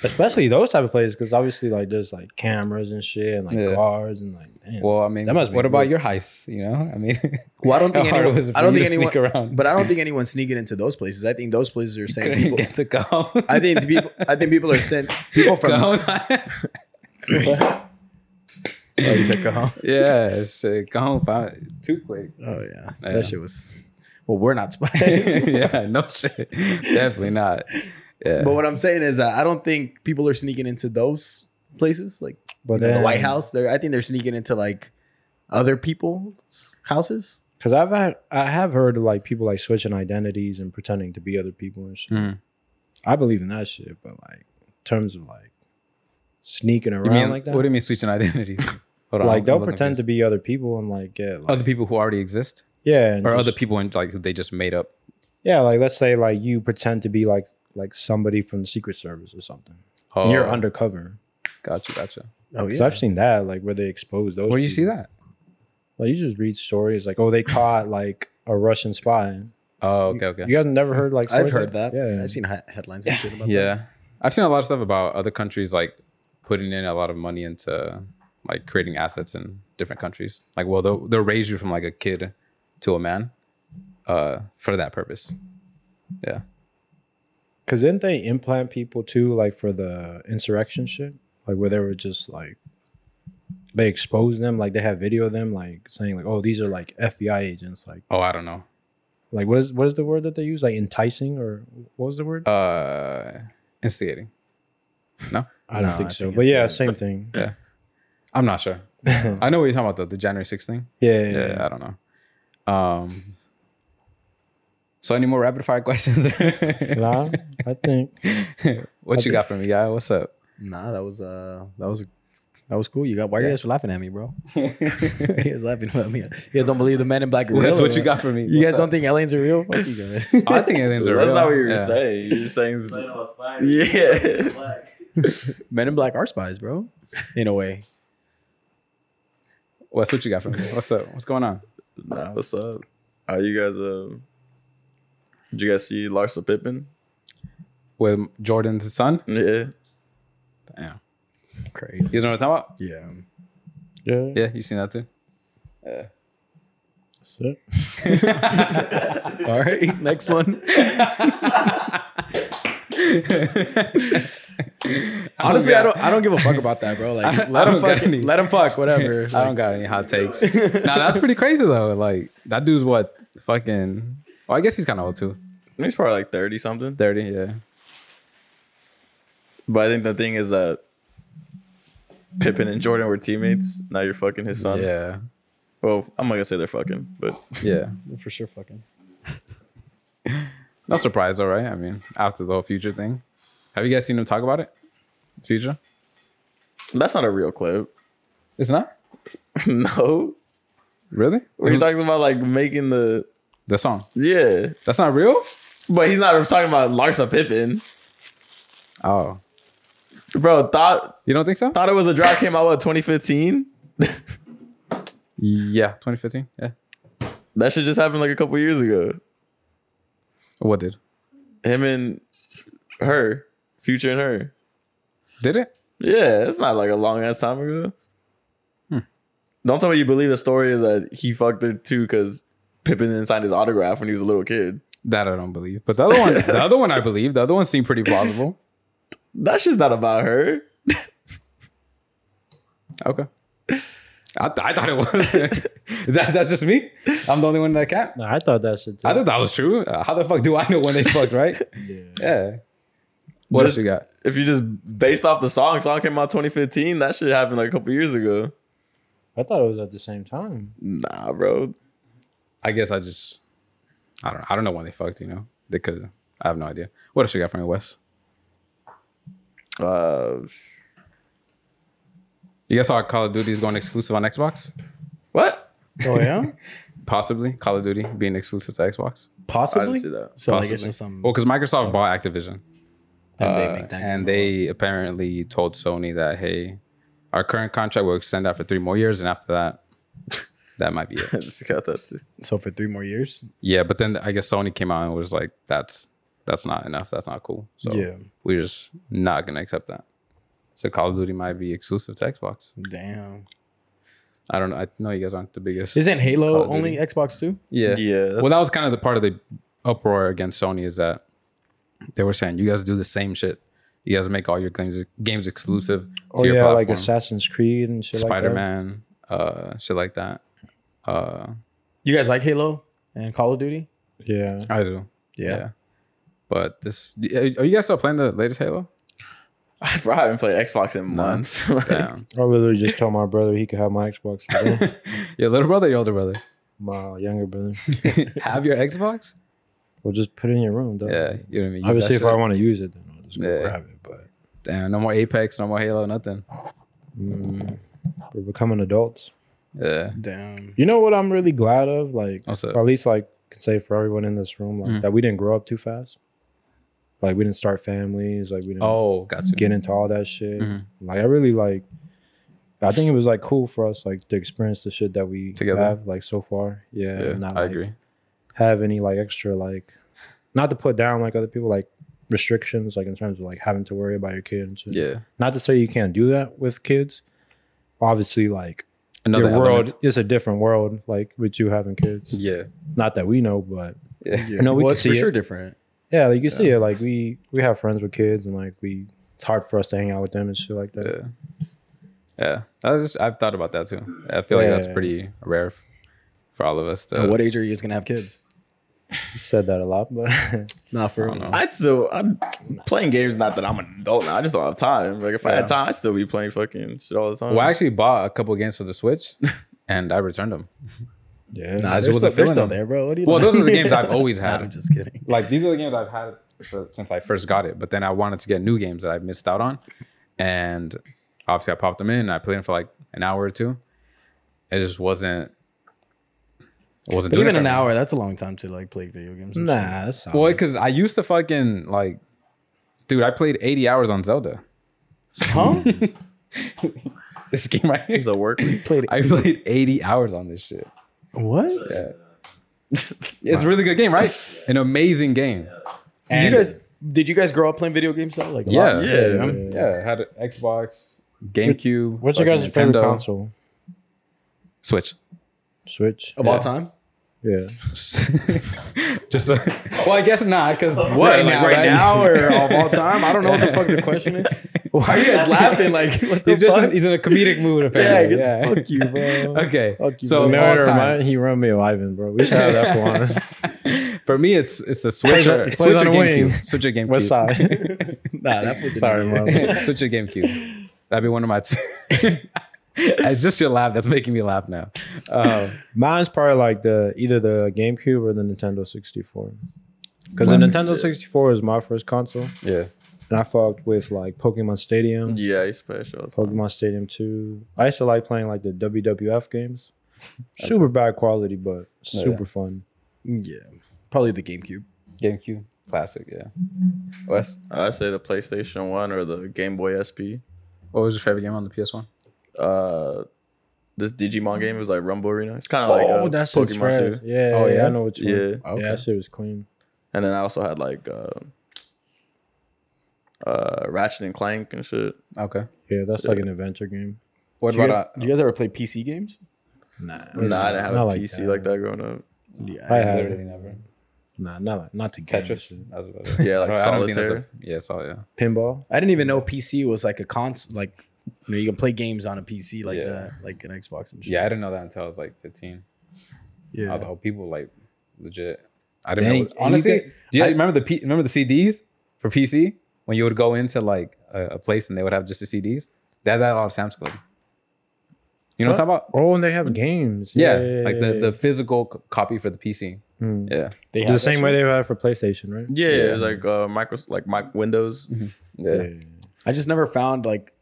[SPEAKER 4] especially those type of places because obviously like there's like cameras and shit and like
[SPEAKER 1] Yeah.
[SPEAKER 4] guards and like damn.
[SPEAKER 1] Well, I mean,
[SPEAKER 4] That must be
[SPEAKER 1] what about
[SPEAKER 4] weird.
[SPEAKER 1] your heist? You know, I mean,
[SPEAKER 2] Well, I don't think
[SPEAKER 1] how hard
[SPEAKER 2] anyone.
[SPEAKER 1] was it for
[SPEAKER 2] I don't
[SPEAKER 1] you
[SPEAKER 2] think
[SPEAKER 1] to
[SPEAKER 2] anyone.
[SPEAKER 1] sneak around.
[SPEAKER 2] But I don't think anyone's sneaking into those places. I think those places are saying
[SPEAKER 1] couldn't
[SPEAKER 2] people.
[SPEAKER 1] get to go.
[SPEAKER 2] I think people. I think people are sent people from.
[SPEAKER 1] Go.
[SPEAKER 2] Oh, you said go home?
[SPEAKER 1] yeah, shit, go home fine. too quick.
[SPEAKER 2] Oh yeah.
[SPEAKER 1] Yeah.
[SPEAKER 2] that shit was. Well, we're not spies.
[SPEAKER 1] yeah, no shit, definitely not. Yeah,
[SPEAKER 2] But what I'm saying is that I don't think people are sneaking into those places, like
[SPEAKER 4] But
[SPEAKER 2] you know, the
[SPEAKER 1] Oh,
[SPEAKER 4] then-
[SPEAKER 2] White House. They're, I think they're sneaking into like other people's houses?
[SPEAKER 4] Because I've had, I have heard of like people like switching identities and pretending to be other people and shit.
[SPEAKER 1] Mhm.
[SPEAKER 4] I believe in that shit, but like in terms of like sneaking
[SPEAKER 1] You
[SPEAKER 4] around
[SPEAKER 1] mean,
[SPEAKER 4] like that,
[SPEAKER 1] what do you mean switching identities? Hold
[SPEAKER 4] like
[SPEAKER 1] I'm-
[SPEAKER 4] they'll
[SPEAKER 1] I'm looking
[SPEAKER 4] pretend
[SPEAKER 1] for
[SPEAKER 4] to be other people and like get like,
[SPEAKER 1] other people who already exist
[SPEAKER 4] yeah, and
[SPEAKER 1] or
[SPEAKER 4] just-
[SPEAKER 1] other people in like who they just made up.
[SPEAKER 4] yeah, like let's say like you pretend to be like like somebody from the Secret Service or something.
[SPEAKER 1] Oh,
[SPEAKER 4] You're undercover.
[SPEAKER 1] Gotcha, gotcha.
[SPEAKER 2] Oh
[SPEAKER 4] Because I've seen that like where they expose those.
[SPEAKER 1] Where do you see
[SPEAKER 4] people.
[SPEAKER 1] that?
[SPEAKER 4] Like you just read stories like oh they caught like a Russian spy.
[SPEAKER 1] Oh, okay, okay.
[SPEAKER 4] You guys never heard like
[SPEAKER 2] I've
[SPEAKER 4] stories
[SPEAKER 2] heard that.
[SPEAKER 4] like- Yeah,
[SPEAKER 2] I've seen he- headlines and shit about that.
[SPEAKER 1] Yeah. I've seen a lot of stuff about other countries like putting in a lot of money into like creating assets in different countries. Like, well, they'll, they'll raise you from like a kid to a man uh, for that purpose. Yeah.
[SPEAKER 4] Cause didn't they implant people too, like for the insurrection shit? Like where they were just like they exposed them, like they have video of them like saying like, oh, these are like FBI agents, like
[SPEAKER 1] Oh, I don't know.
[SPEAKER 4] like what is what is the word that they use? Like enticing or what was the word?
[SPEAKER 1] Uh, instigating.
[SPEAKER 4] I don't
[SPEAKER 2] no,
[SPEAKER 4] think
[SPEAKER 2] I
[SPEAKER 4] so.
[SPEAKER 2] think
[SPEAKER 4] but
[SPEAKER 2] it's
[SPEAKER 4] yeah,
[SPEAKER 2] like-
[SPEAKER 4] same thing.
[SPEAKER 1] I'm not sure.
[SPEAKER 4] yeah,
[SPEAKER 1] I know what you're talking about though. The January 6th thing.
[SPEAKER 4] yeah,
[SPEAKER 1] Yeah,
[SPEAKER 4] yeah.
[SPEAKER 1] I don't know. Um, so any more rapid fire questions?
[SPEAKER 4] Nah, I think
[SPEAKER 1] what you got for me, guy? What's up?
[SPEAKER 2] Nah, that was uh that was that was cool. You got why are you guys laughing at me, bro? you guys laughing at me. You guys don't believe the men in black are real.
[SPEAKER 1] That's what you
[SPEAKER 2] or-
[SPEAKER 1] got for me.
[SPEAKER 2] You guys
[SPEAKER 1] What's
[SPEAKER 2] don't think aliens are real? Fuck you guys.
[SPEAKER 1] up? I think aliens are
[SPEAKER 3] That's
[SPEAKER 1] real.
[SPEAKER 3] not what you were
[SPEAKER 1] Yeah.
[SPEAKER 3] saying. You were saying
[SPEAKER 5] Playing on fire.
[SPEAKER 3] Yeah.
[SPEAKER 2] men in black are spies, bro. In a way.
[SPEAKER 1] Wes, what you got for me? What's up? What's going on?
[SPEAKER 3] Nah, what's up? Are you guys um did you guys see Larsa Pippen?
[SPEAKER 1] With Jordan's son?
[SPEAKER 3] Yeah.
[SPEAKER 1] Damn.
[SPEAKER 2] Crazy.
[SPEAKER 1] You guys know what I'm talking about?
[SPEAKER 2] Yeah.
[SPEAKER 4] yeah.
[SPEAKER 1] Yeah, you seen that too?
[SPEAKER 4] That's it.
[SPEAKER 2] All right. Next one. Honestly, I don't I don't give a fuck about that, bro. Like
[SPEAKER 1] I don't-
[SPEAKER 2] let
[SPEAKER 1] I
[SPEAKER 2] them
[SPEAKER 1] don't got
[SPEAKER 2] fuck
[SPEAKER 1] any. Uh,
[SPEAKER 2] let them fuck, whatever.
[SPEAKER 1] I don't got any hot takes. nah, that's pretty crazy though. Like that dude's what fucking Oh, I guess he's kinda old too.
[SPEAKER 3] I think he's probably like 30 something.
[SPEAKER 1] Thirty, yeah.
[SPEAKER 3] But I think the thing is that Pippen and Jordan were teammates. Now you're fucking his son.
[SPEAKER 1] Yeah.
[SPEAKER 3] Well, I'm not gonna say they're fucking, but
[SPEAKER 1] Yeah.
[SPEAKER 2] Like, for sure fucking.
[SPEAKER 1] No surprise, all right. I mean, after the whole future thing. Have you guys seen him talk about it? Future?
[SPEAKER 3] that's not a real clip.
[SPEAKER 1] It's not?
[SPEAKER 3] no.
[SPEAKER 1] Really?
[SPEAKER 3] Where he talks about like making the
[SPEAKER 1] the song.
[SPEAKER 3] Yeah.
[SPEAKER 1] That's not real?
[SPEAKER 3] But he's not talking about Larsa Pippen.
[SPEAKER 1] Oh.
[SPEAKER 3] Bro, thought
[SPEAKER 1] You don't think so?
[SPEAKER 3] thought it was a drop came out what 2015?
[SPEAKER 1] Yeah. Twenty fifteen? Yeah.
[SPEAKER 3] That shit just happened like a couple years ago.
[SPEAKER 1] What did?
[SPEAKER 3] Him and her. Future and her.
[SPEAKER 1] Did it?
[SPEAKER 3] Yeah, it's not like a long ass time ago. Don't tell me you believe the story that he fucked her too because Pippin didn't sign his autograph when he was a little kid.
[SPEAKER 1] That I don't believe. But the other one, the other one I believe. The other one seemed pretty plausible.
[SPEAKER 3] That shit's not about her.
[SPEAKER 1] Okay. I, th- I thought it was. that, that's just me. I'm the only one that can't.
[SPEAKER 4] No, I thought that's it. Too.
[SPEAKER 1] I thought that was true. Uh, how the fuck do I know when they fucked, right? Yeah. What
[SPEAKER 3] Just-
[SPEAKER 1] else you got?
[SPEAKER 3] If you just based off the song, song came out 2015, that shit happened like a couple years ago.
[SPEAKER 4] I thought it was at the same time.
[SPEAKER 3] Nah, bro.
[SPEAKER 1] I guess I just, I don't, I don't know when they fucked. You know, they could. I have no idea. What else you got for me, Wes?
[SPEAKER 3] Uh, sh-
[SPEAKER 1] You guys saw Call of Duty is going exclusive on Xbox?
[SPEAKER 3] what?
[SPEAKER 2] Oh yeah?
[SPEAKER 1] Possibly Call of Duty being exclusive to Xbox.
[SPEAKER 3] I didn't
[SPEAKER 2] Possibly.
[SPEAKER 3] see that.
[SPEAKER 2] So like it's
[SPEAKER 1] Possibly.
[SPEAKER 2] just some
[SPEAKER 1] Well, because Microsoft bought Activision.
[SPEAKER 2] and
[SPEAKER 1] Uh, and they apparently told Sony that hey, our current contract will extend out for three more years, and after that, that might be
[SPEAKER 3] I
[SPEAKER 1] it.
[SPEAKER 3] just got that too.
[SPEAKER 2] so for three more years.
[SPEAKER 1] yeah, but then I guess Sony came out and was like, "That's that's not enough. That's not cool." So
[SPEAKER 2] Yeah.
[SPEAKER 1] we're just not gonna accept that. So Call of Duty might be exclusive to Xbox.
[SPEAKER 2] Damn.
[SPEAKER 1] I don't know. I know you guys aren't the biggest.
[SPEAKER 2] Isn't
[SPEAKER 1] Call
[SPEAKER 2] Halo
[SPEAKER 1] of
[SPEAKER 2] only Xbox too?
[SPEAKER 1] yeah.
[SPEAKER 3] Yeah, that's-
[SPEAKER 1] Well, that was kind of the part of the uproar against Sony is that they were saying you guys do the same shit. You guys make all your games games exclusive to
[SPEAKER 4] Oh
[SPEAKER 1] your
[SPEAKER 4] yeah,
[SPEAKER 1] platform.
[SPEAKER 4] like Assassin's Creed and shit
[SPEAKER 1] Spider
[SPEAKER 4] like
[SPEAKER 1] Man, uh, shit like that. Uh,
[SPEAKER 2] You guys like Halo and Call of Duty?
[SPEAKER 4] that. Yeah.
[SPEAKER 1] I do.
[SPEAKER 2] Yeah.
[SPEAKER 1] But this, are you guys still playing the latest Halo?
[SPEAKER 3] I probably haven't played Xbox in
[SPEAKER 1] No.
[SPEAKER 3] months.
[SPEAKER 1] Damn.
[SPEAKER 4] I literally just told my brother he could have my Xbox. Today.
[SPEAKER 1] Your little brother, your older brother,
[SPEAKER 4] my younger brother.
[SPEAKER 1] have your Xbox.
[SPEAKER 4] Well, just put it in your room. Though.
[SPEAKER 1] Yeah, you know what I mean. Use
[SPEAKER 4] Obviously,
[SPEAKER 1] that
[SPEAKER 4] if I
[SPEAKER 1] shit.
[SPEAKER 4] want to use it, then I'll just go
[SPEAKER 1] Yeah.
[SPEAKER 4] grab it. But
[SPEAKER 1] Damn, no more Apex, no more Halo, nothing.
[SPEAKER 4] mm, we're becoming adults.
[SPEAKER 1] Yeah,
[SPEAKER 2] Damn.
[SPEAKER 4] You know what I'm really glad of? Like,
[SPEAKER 1] What's up?
[SPEAKER 4] or at least like can say for everyone in this room, like
[SPEAKER 1] Mm.
[SPEAKER 4] that we didn't grow up too fast. Like we didn't start families. Like we didn't
[SPEAKER 1] Oh, got you.
[SPEAKER 4] get into all that shit.
[SPEAKER 1] Mhm.
[SPEAKER 4] Like I really like. I think it was like cool for us, like to experience the shit that we
[SPEAKER 1] Together.
[SPEAKER 4] have, like so far. Yeah,
[SPEAKER 1] yeah,
[SPEAKER 4] and not,
[SPEAKER 1] I
[SPEAKER 4] like,
[SPEAKER 1] agree.
[SPEAKER 4] Have any like extra like, not to put down like other people like restrictions like in terms of like having to worry about your kid and shit.
[SPEAKER 1] Yeah,
[SPEAKER 4] Not to say you can't do that with kids. Obviously, like
[SPEAKER 1] another
[SPEAKER 4] your world
[SPEAKER 1] world.
[SPEAKER 4] is a different world, like with you having kids.
[SPEAKER 1] Yeah,
[SPEAKER 4] Not that we know, but
[SPEAKER 1] yeah,
[SPEAKER 4] I know we
[SPEAKER 2] well,
[SPEAKER 4] can
[SPEAKER 2] it's for
[SPEAKER 4] see it.
[SPEAKER 2] sure different.
[SPEAKER 4] yeah, like you see it. Like we we have friends with kids, and like we it's hard for us to hang out with them and shit like that.
[SPEAKER 1] yeah. yeah. I was just, I've thought about that too. I feel like that's
[SPEAKER 4] Yeah.
[SPEAKER 1] pretty rare f- for all of us. To,
[SPEAKER 2] At what age are you just gonna have kids?
[SPEAKER 4] You said that a lot, but
[SPEAKER 2] Not
[SPEAKER 1] I
[SPEAKER 2] for
[SPEAKER 1] don't know.
[SPEAKER 3] I'd still I'm playing games. Not that I'm an adult now. I just don't have time. Like if I
[SPEAKER 4] Yeah.
[SPEAKER 3] had time, I'd still be playing fucking shit all the time.
[SPEAKER 1] well, I actually bought a couple games for the Switch, and I returned them.
[SPEAKER 4] yeah,
[SPEAKER 1] I
[SPEAKER 2] they're
[SPEAKER 1] just
[SPEAKER 2] still,
[SPEAKER 1] wasn't
[SPEAKER 2] they're
[SPEAKER 1] feeling
[SPEAKER 2] still
[SPEAKER 1] them.
[SPEAKER 2] there, bro. What do you
[SPEAKER 1] Well, those are the games
[SPEAKER 2] I.
[SPEAKER 1] I've always
[SPEAKER 2] Nah, I'm
[SPEAKER 1] had.
[SPEAKER 2] just kidding.
[SPEAKER 1] Like these are the games I've had for, since I first got it. But then I wanted to get new games that I missed out on, and obviously I popped them in. and I played them for like an hour or two. It just wasn't. It wasn't
[SPEAKER 2] But
[SPEAKER 1] doing
[SPEAKER 2] even
[SPEAKER 1] it for me.
[SPEAKER 2] an hour, that's a long time to like play video games. and shit.
[SPEAKER 4] nah, that's
[SPEAKER 1] Well,
[SPEAKER 4] solid.
[SPEAKER 1] because I used to fucking like, dude, I played 80 hours on Zelda.
[SPEAKER 2] Huh?
[SPEAKER 1] This game right here.
[SPEAKER 3] it's a work. week.
[SPEAKER 2] Played
[SPEAKER 1] I played 80 hours on this shit.
[SPEAKER 2] what?
[SPEAKER 1] Yeah. It's a really good game, right? An amazing game.
[SPEAKER 2] you guys did you guys grow up playing video games though? Like a
[SPEAKER 1] Yeah.
[SPEAKER 2] lot?
[SPEAKER 3] Yeah, yeah.
[SPEAKER 1] Yeah. I had an Xbox, GameCube.
[SPEAKER 4] what's your
[SPEAKER 1] fucking
[SPEAKER 4] guys' favorite
[SPEAKER 1] Nintendo,
[SPEAKER 4] console?
[SPEAKER 1] Switch.
[SPEAKER 4] Switch.
[SPEAKER 2] of
[SPEAKER 1] Yeah.
[SPEAKER 2] all time.
[SPEAKER 4] Yeah,
[SPEAKER 1] Just uh, well, I guess not because what
[SPEAKER 2] Like, right now or of all time? I don't know what the fuck the question is. Why are you guys laughing? Like what the
[SPEAKER 1] he's just
[SPEAKER 2] fuck?
[SPEAKER 1] in, he's in a comedic mood. Apparently.
[SPEAKER 2] Yeah,
[SPEAKER 1] Yeah,
[SPEAKER 2] fuck you, bro.
[SPEAKER 1] Okay,
[SPEAKER 4] Fuck you,
[SPEAKER 1] so
[SPEAKER 4] bro.
[SPEAKER 1] of all
[SPEAKER 4] Murder,
[SPEAKER 1] time,
[SPEAKER 4] man, he run me a Ivan, bro. We should have that for honest.
[SPEAKER 1] for me, it's it's a Switch.
[SPEAKER 4] on-
[SPEAKER 1] or-
[SPEAKER 4] plays
[SPEAKER 1] Switch or
[SPEAKER 4] on a wing.
[SPEAKER 1] GameCube. Switch or GameCube.
[SPEAKER 4] West side.
[SPEAKER 2] nah, that was
[SPEAKER 4] Sorry, mom.
[SPEAKER 1] Switch your GameCube. That'd be one of my. Two. it's just your laugh that's making me laugh now. Um,
[SPEAKER 4] Mine's probably like the either the GameCube or the Nintendo 64. Because the Nintendo 64 is my first console,
[SPEAKER 1] yeah,
[SPEAKER 4] and I fucked with like Pokemon Stadium.
[SPEAKER 3] Yeah, I used to play shit all the time.
[SPEAKER 4] Pokemon Stadium 2. I used to like playing like the WWF games. Super bad quality, but super fun.
[SPEAKER 2] Yeah. Probably the GameCube.
[SPEAKER 1] GameCube classic. Yeah, Wes,
[SPEAKER 3] I say the PlayStation One or the Game Boy SP.
[SPEAKER 1] what was your favorite game on the PS One?
[SPEAKER 3] Uh, this Digimon game was like Rumble Arena. It's kind of like uh,
[SPEAKER 4] just
[SPEAKER 3] Pokemon too.
[SPEAKER 4] Yeah,
[SPEAKER 1] Oh,
[SPEAKER 4] yeah,
[SPEAKER 1] yeah?
[SPEAKER 4] I know what you mean.
[SPEAKER 3] Yeah.
[SPEAKER 4] Yeah, that shit was clean.
[SPEAKER 3] And then I also had like uh, uh, Ratchet and Clank and shit.
[SPEAKER 1] Okay.
[SPEAKER 4] Yeah, that's like an adventure game.
[SPEAKER 1] What
[SPEAKER 2] Do you, guys,
[SPEAKER 1] about uh,
[SPEAKER 2] do you guys ever play PC games?
[SPEAKER 4] Nah,
[SPEAKER 1] Oh,
[SPEAKER 3] Nah, I didn't have a
[SPEAKER 4] not
[SPEAKER 3] PC like that growing up.
[SPEAKER 2] Yeah.
[SPEAKER 4] I
[SPEAKER 1] uh,
[SPEAKER 4] had
[SPEAKER 1] literally
[SPEAKER 4] it.
[SPEAKER 1] never
[SPEAKER 4] Nah, not like, not to
[SPEAKER 1] Tetris?
[SPEAKER 4] Tetris.
[SPEAKER 1] That was about it.
[SPEAKER 3] Yeah, like
[SPEAKER 1] I don't think that's a-
[SPEAKER 3] solitaire.
[SPEAKER 1] yeah, so yeah.
[SPEAKER 4] Pinball.
[SPEAKER 2] I didn't even know PC was like a console like you know, you can play games on a PC like
[SPEAKER 1] Yeah.
[SPEAKER 2] that, like an Xbox and shit.
[SPEAKER 1] Yeah, I didn't know that until I was like 15. I was
[SPEAKER 2] Yeah.
[SPEAKER 1] like, oh, people like legit. I didn't know.
[SPEAKER 4] Dang,
[SPEAKER 1] what- honestly,
[SPEAKER 4] you
[SPEAKER 1] do you remember the P, remember the CDs for PC when you would go into like a, a place and they would have just the CDs? They had that a lot of Sam's Club. You know what I'm talking about?
[SPEAKER 4] Oh, and they have games.
[SPEAKER 1] Yeah, like the, the physical c- copy for the PC.
[SPEAKER 4] Hmm.
[SPEAKER 1] Yeah,
[SPEAKER 2] They have
[SPEAKER 4] the
[SPEAKER 2] that
[SPEAKER 4] same
[SPEAKER 2] shit.
[SPEAKER 4] way they had it for PlayStation, right?
[SPEAKER 3] Yeah,
[SPEAKER 1] Yeah. Mm-hmm.
[SPEAKER 3] it was like uh, micro, like my Windows.
[SPEAKER 1] yeah.
[SPEAKER 2] I just never found like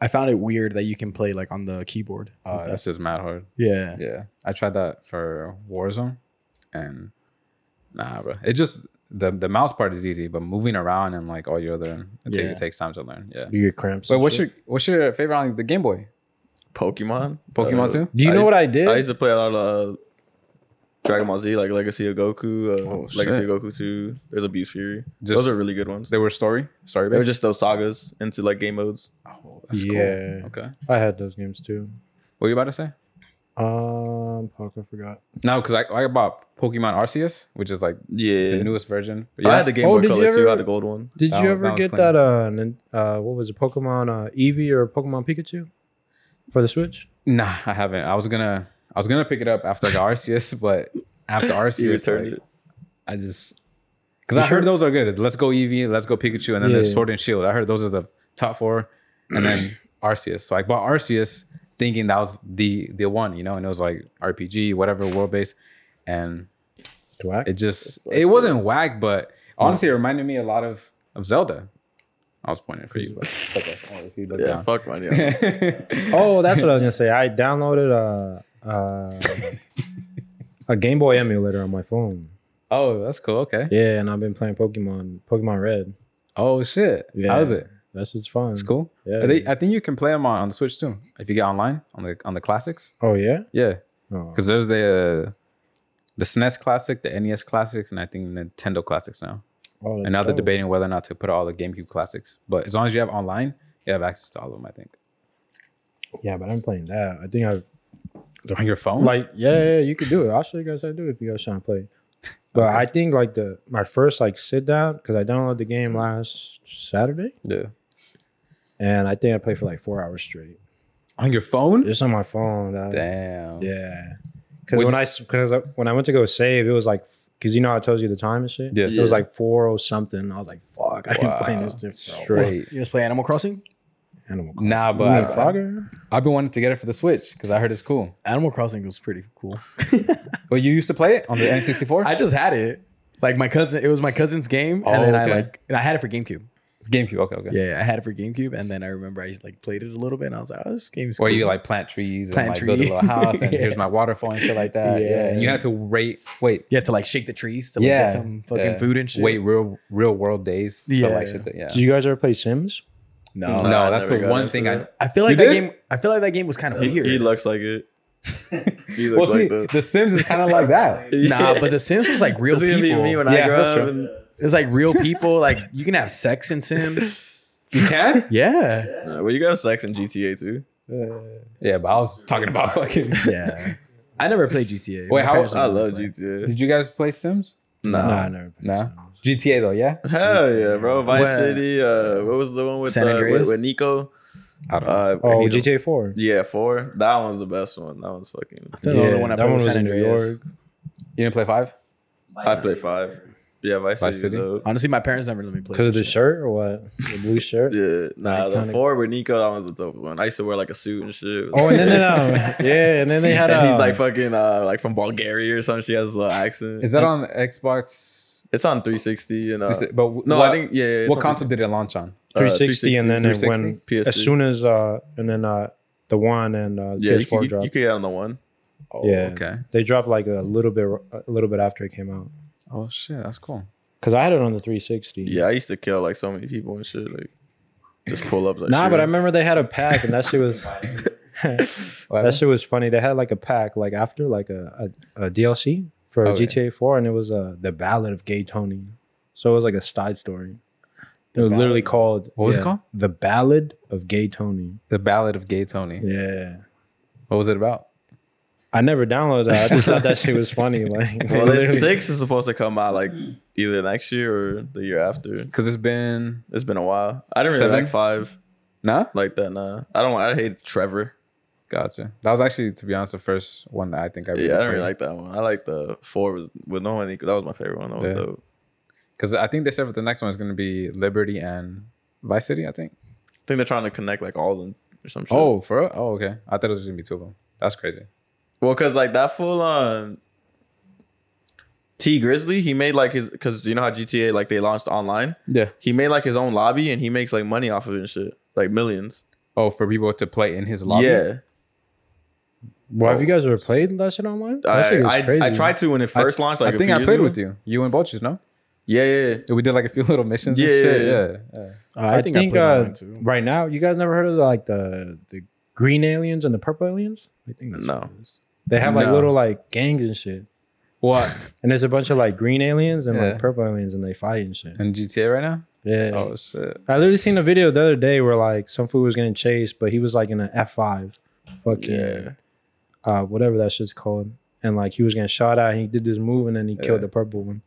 [SPEAKER 2] I found it weird that you can play like on the keyboard.
[SPEAKER 1] Uh, that's just mad hard.
[SPEAKER 2] yeah.
[SPEAKER 1] Yeah, I tried that for Warzone, and nah, bro. It just the the mouse part is easy, but moving around and like all your other it, take-
[SPEAKER 2] Yeah.
[SPEAKER 1] it takes time to learn. Yeah.
[SPEAKER 4] You get cramps.
[SPEAKER 1] Wait,
[SPEAKER 4] and
[SPEAKER 1] what's
[SPEAKER 4] shit.
[SPEAKER 1] your what's your favorite on the Game Boy?
[SPEAKER 3] Pokemon.
[SPEAKER 1] Pokemon
[SPEAKER 3] Uh,
[SPEAKER 1] too?
[SPEAKER 4] Do you know
[SPEAKER 3] used-
[SPEAKER 4] what I did?
[SPEAKER 3] I used to play a lot of uh, Dragon Ball Z, like Legacy of Goku, uh,
[SPEAKER 1] Oh, shit.
[SPEAKER 3] Legacy of Goku 2. There's Abuse Fury.
[SPEAKER 1] Just-
[SPEAKER 3] those are really good ones.
[SPEAKER 1] They were story story
[SPEAKER 3] They were
[SPEAKER 1] based.
[SPEAKER 3] just those sagas into like game modes.
[SPEAKER 1] oh, that's
[SPEAKER 4] Yeah.
[SPEAKER 1] cool. Okay.
[SPEAKER 4] I had those games too.
[SPEAKER 1] What were you about to say?
[SPEAKER 4] Um, fuck, I forgot.
[SPEAKER 1] No, because I, I bought Pokemon Arceus, which is like
[SPEAKER 3] Yeah.
[SPEAKER 1] the newest version. But
[SPEAKER 3] I had the Game
[SPEAKER 4] Oh,
[SPEAKER 3] Boy
[SPEAKER 4] did you
[SPEAKER 3] Color too.
[SPEAKER 4] ever-
[SPEAKER 3] I had the gold one.
[SPEAKER 4] Did
[SPEAKER 1] That
[SPEAKER 4] you
[SPEAKER 1] was-
[SPEAKER 4] ever
[SPEAKER 1] that was
[SPEAKER 4] get
[SPEAKER 1] clean.
[SPEAKER 4] that uh, nin- uh what was it Pokemon uh Eevee or Pokemon Pikachu for the Switch?
[SPEAKER 1] nah, I haven't. I was gonna I was gonna pick it up after I got Arceus, but after
[SPEAKER 3] You
[SPEAKER 1] Arceus,
[SPEAKER 3] returned
[SPEAKER 1] like,
[SPEAKER 3] it.
[SPEAKER 1] I just because I heard those are good. Let's go Eevee, let's go Pikachu, and then
[SPEAKER 4] Yeah.
[SPEAKER 1] there's Sword and Shield. I heard those are the top four, and then Arceus. So I bought Arceus thinking that was the the one, you know, and it was like RPG, whatever, world based, and
[SPEAKER 4] Dwack?
[SPEAKER 1] it just it wasn't whack, but honestly, it reminded me a lot of of Zelda. I was pointing for you, but it's okay.
[SPEAKER 3] Yeah,
[SPEAKER 1] yeah,
[SPEAKER 3] fuck money. Yeah.
[SPEAKER 4] Oh, that's what I was gonna say. I downloaded a uh, a Game Boy emulator on my phone.
[SPEAKER 1] oh, that's cool. Okay.
[SPEAKER 4] Yeah, and I've been playing Pokemon, Pokemon Red.
[SPEAKER 1] Oh shit.
[SPEAKER 4] Yeah.
[SPEAKER 1] How's it?
[SPEAKER 4] That's just fun.
[SPEAKER 1] It's cool.
[SPEAKER 4] Yeah.
[SPEAKER 1] I, think, I think you can play them on, on the Switch soon if you get online on the on the classics.
[SPEAKER 4] Oh yeah.
[SPEAKER 1] Yeah,
[SPEAKER 4] Oh.
[SPEAKER 1] because there's the uh, the SNES classic, the NES classics, and I think Nintendo classics now.
[SPEAKER 4] Oh, that's
[SPEAKER 1] and now they're
[SPEAKER 4] dope.
[SPEAKER 1] debating whether or not to put all the GameCube classics. But as long as you have online, you have access to all of them. I think
[SPEAKER 4] Yeah, but I'm playing that. I think I
[SPEAKER 1] on your phone.
[SPEAKER 4] like yeah, yeah, you could do it. I'll show you guys how to do it if you guys trying to play. But I think like the my first like sit down because I downloaded the game last Saturday
[SPEAKER 1] yeah,
[SPEAKER 4] and I think I played for like four hours straight.
[SPEAKER 1] on your phone.
[SPEAKER 4] Just on my phone. dog.
[SPEAKER 1] Damn.
[SPEAKER 4] Yeah. Because
[SPEAKER 1] Would
[SPEAKER 4] when I because when I went to go save, it was like because you know I told you the time and shit.
[SPEAKER 1] Yeah.
[SPEAKER 4] It was like four or something. I was like, fuck, I
[SPEAKER 1] Wow.
[SPEAKER 4] ain't playing this shit. bro.
[SPEAKER 1] Straight.
[SPEAKER 2] You just play Animal Crossing?
[SPEAKER 4] Animal Crossing.
[SPEAKER 1] Nah, but
[SPEAKER 4] You mean
[SPEAKER 1] I,
[SPEAKER 4] Frogger?
[SPEAKER 1] I've been wanting to get it for the Switch because I heard it's cool.
[SPEAKER 2] Animal Crossing was pretty cool.
[SPEAKER 1] But you used to play it on the N64,
[SPEAKER 2] I just had it. Like my cousin, it was my cousin's game, and
[SPEAKER 1] Oh,
[SPEAKER 2] then
[SPEAKER 1] okay.
[SPEAKER 2] I like, and I had it for GameCube.
[SPEAKER 1] GameCube. Okay, okay.
[SPEAKER 2] Yeah, I had it for GameCube, and then I remember I like played it a little bit, and I was like, oh, this game's
[SPEAKER 1] Where
[SPEAKER 2] cool.
[SPEAKER 1] you like plant trees and
[SPEAKER 2] Plant
[SPEAKER 1] like build a
[SPEAKER 2] tree.
[SPEAKER 1] little house and
[SPEAKER 2] Yeah.
[SPEAKER 1] here's my waterfall and shit like that. Yeah.
[SPEAKER 4] Yeah.
[SPEAKER 1] And you had to wait, wait,
[SPEAKER 2] you have to like shake the trees to like,
[SPEAKER 1] Yeah,
[SPEAKER 2] get some fucking
[SPEAKER 1] yeah.
[SPEAKER 2] food and shit.
[SPEAKER 1] wait real real world days. Yeah.
[SPEAKER 2] Yeah.
[SPEAKER 1] like shit that- yeah.
[SPEAKER 4] Did you guys ever play Sims?
[SPEAKER 2] no,
[SPEAKER 1] no,
[SPEAKER 3] Nah, I
[SPEAKER 1] that's
[SPEAKER 3] never
[SPEAKER 1] the
[SPEAKER 3] got
[SPEAKER 1] one
[SPEAKER 3] into
[SPEAKER 1] thing I
[SPEAKER 3] that.
[SPEAKER 2] I feel like
[SPEAKER 1] You
[SPEAKER 2] that
[SPEAKER 1] did?
[SPEAKER 2] game. I feel like that game was kind of
[SPEAKER 3] He,
[SPEAKER 2] weird.
[SPEAKER 3] he looks like it. He
[SPEAKER 1] Well
[SPEAKER 3] looks
[SPEAKER 1] see,
[SPEAKER 3] like that.
[SPEAKER 1] The Sims is kinda like that.
[SPEAKER 2] nah, but The Sims was like real
[SPEAKER 3] This is
[SPEAKER 2] people.
[SPEAKER 3] gonna be me when I
[SPEAKER 1] Yeah,
[SPEAKER 3] grow
[SPEAKER 1] that's
[SPEAKER 3] up.
[SPEAKER 1] true.
[SPEAKER 3] and-
[SPEAKER 2] It's like real people. Like you can have sex in Sims.
[SPEAKER 1] You can?
[SPEAKER 2] Yeah.
[SPEAKER 3] Nah, well, you got sex in GTA too.
[SPEAKER 1] yeah, but I was talking about fucking
[SPEAKER 2] Yeah. I never played GTA.
[SPEAKER 1] Wait,
[SPEAKER 2] My
[SPEAKER 1] how-
[SPEAKER 2] parents
[SPEAKER 3] I
[SPEAKER 2] don't let me
[SPEAKER 3] love
[SPEAKER 2] play.
[SPEAKER 3] GTA.
[SPEAKER 1] Did you guys play Sims?
[SPEAKER 4] No,
[SPEAKER 3] Nah.
[SPEAKER 4] I never played
[SPEAKER 1] No.
[SPEAKER 4] Sims.
[SPEAKER 1] GTA though, yeah?
[SPEAKER 3] Hell yeah, bro. Vice
[SPEAKER 2] Well-
[SPEAKER 3] City. Uh, what was the one with
[SPEAKER 2] San
[SPEAKER 3] uh, with-
[SPEAKER 2] Andreas?
[SPEAKER 3] with Nico?
[SPEAKER 1] I don't know.
[SPEAKER 3] Uh,
[SPEAKER 4] Oh,
[SPEAKER 3] he's a-
[SPEAKER 4] GTA 4.
[SPEAKER 3] yeah, four. That one's the best one. That one's fucking.
[SPEAKER 2] I think the only one I
[SPEAKER 4] that
[SPEAKER 2] played
[SPEAKER 4] one
[SPEAKER 2] was
[SPEAKER 4] was
[SPEAKER 2] San
[SPEAKER 4] in New
[SPEAKER 2] Andreas.
[SPEAKER 4] York.
[SPEAKER 1] you didn't play five?
[SPEAKER 3] I play five. Yeah, Vice,
[SPEAKER 1] Vice City?
[SPEAKER 3] City. though.
[SPEAKER 2] Honestly, my parents never let me play.
[SPEAKER 4] Because of
[SPEAKER 2] that
[SPEAKER 4] the
[SPEAKER 2] shit.
[SPEAKER 4] shirt or what? The blue shirt?
[SPEAKER 3] Yeah, nah, the
[SPEAKER 4] Iconic.
[SPEAKER 3] four with Nico. That one's the dopest one. I used to wear like a suit and shit.
[SPEAKER 4] Oh, and then, then um, yeah, and then they had
[SPEAKER 3] and
[SPEAKER 4] a.
[SPEAKER 3] he's like fucking uh, like from Bulgaria or something. She has a little accent.
[SPEAKER 1] Is that on the Xbox?
[SPEAKER 3] It's on 360 and uh,
[SPEAKER 1] But w-
[SPEAKER 3] no,
[SPEAKER 1] what,
[SPEAKER 3] I think yeah. yeah, it's
[SPEAKER 1] what
[SPEAKER 3] on
[SPEAKER 1] console did it launch on?
[SPEAKER 3] uh,
[SPEAKER 4] 360, and then
[SPEAKER 1] 360,
[SPEAKER 4] it went
[SPEAKER 3] 360,
[SPEAKER 4] as soon as uh, and then uh, the one and uh,
[SPEAKER 3] Yeah, you,
[SPEAKER 4] PS4
[SPEAKER 3] could- you,
[SPEAKER 4] dropped.
[SPEAKER 3] you could get on the one.
[SPEAKER 1] Oh,
[SPEAKER 4] Yeah.
[SPEAKER 1] Okay.
[SPEAKER 4] they dropped like a little bit, a little bit after it came out.
[SPEAKER 1] Oh shit, that's cool.
[SPEAKER 4] Cause I had it on the 360.
[SPEAKER 3] Yeah, I used to kill like so many people and shit. Like just pull up. Like,
[SPEAKER 4] Nah,
[SPEAKER 3] shit.
[SPEAKER 4] but I remember they had a pack, and that shit was that shit was funny. They had like a pack, like after like a a, a DLC for
[SPEAKER 1] Oh, yeah.
[SPEAKER 4] GTA 4, and it was uh the Ballad of Gay Tony. So it was like a side story. It was literally called
[SPEAKER 1] What was it called?
[SPEAKER 4] The Ballad of Gay Tony.
[SPEAKER 1] The Ballad of Gay Tony.
[SPEAKER 4] Yeah.
[SPEAKER 1] What was it about?
[SPEAKER 4] I never downloaded that. I just thought that shit was funny. Like,
[SPEAKER 3] Well,
[SPEAKER 4] they
[SPEAKER 3] the
[SPEAKER 4] literally-
[SPEAKER 3] six is supposed to come out like either next year or the year after.
[SPEAKER 1] Because it's been
[SPEAKER 3] It's been a while. I didn't really
[SPEAKER 1] Seven?
[SPEAKER 3] like five
[SPEAKER 1] nah.
[SPEAKER 3] like that. Nah, I don't. I hate Trevor.
[SPEAKER 1] Gotcha. That was actually, to be honest, the first one that I think I really
[SPEAKER 3] Yeah, I didn't really like that one. I like the four was with no one. That was my favorite one. That was
[SPEAKER 1] Yeah.
[SPEAKER 3] dope.
[SPEAKER 1] because I think they said that the next one is going to be Liberty and Vice City. I think.
[SPEAKER 3] I think they're trying to connect like all of them or some shit.
[SPEAKER 1] Oh, for real? oh, okay. I thought it was going to be two of them. That's crazy.
[SPEAKER 3] Well, cause like that full on T Grizzly, he made like his cause you know how GTA like they launched online.
[SPEAKER 1] Yeah.
[SPEAKER 3] He made like his own lobby and he makes like money off of it and shit, like millions.
[SPEAKER 1] Oh, for people to play in his lobby.
[SPEAKER 3] Yeah,
[SPEAKER 4] well, have you guys ever played that shit online? That
[SPEAKER 3] I,
[SPEAKER 4] shit is
[SPEAKER 3] I, I tried to when it first launched. Like
[SPEAKER 1] I think
[SPEAKER 3] a
[SPEAKER 1] I
[SPEAKER 3] few
[SPEAKER 1] played with you, you and Bolches, no?
[SPEAKER 3] Yeah, yeah, yeah.
[SPEAKER 1] We did like a few little missions
[SPEAKER 3] Yeah,
[SPEAKER 1] and shit.
[SPEAKER 3] yeah,
[SPEAKER 1] Yeah. yeah.
[SPEAKER 4] Uh, I,
[SPEAKER 2] I
[SPEAKER 4] think,
[SPEAKER 2] think I played
[SPEAKER 4] uh,
[SPEAKER 2] online too.
[SPEAKER 4] right now, you guys never heard of like the the green aliens and the purple aliens? I think that's
[SPEAKER 3] No.
[SPEAKER 4] what it is. They have like
[SPEAKER 1] No.
[SPEAKER 4] little like gangs and shit,
[SPEAKER 1] What?
[SPEAKER 4] and there's a bunch of like green aliens and
[SPEAKER 1] Yeah. Oh.
[SPEAKER 4] like purple aliens, and they fight and shit.
[SPEAKER 1] In GTA right now?
[SPEAKER 4] Yeah,
[SPEAKER 1] Oh shit.
[SPEAKER 4] I literally seen a video the other day where like some fool was getting chased, but he was like in an F five, fucking
[SPEAKER 3] Yeah.
[SPEAKER 4] uh, whatever that shit's called, and like he was getting shot at. And he did this move, and then he killed the purple one.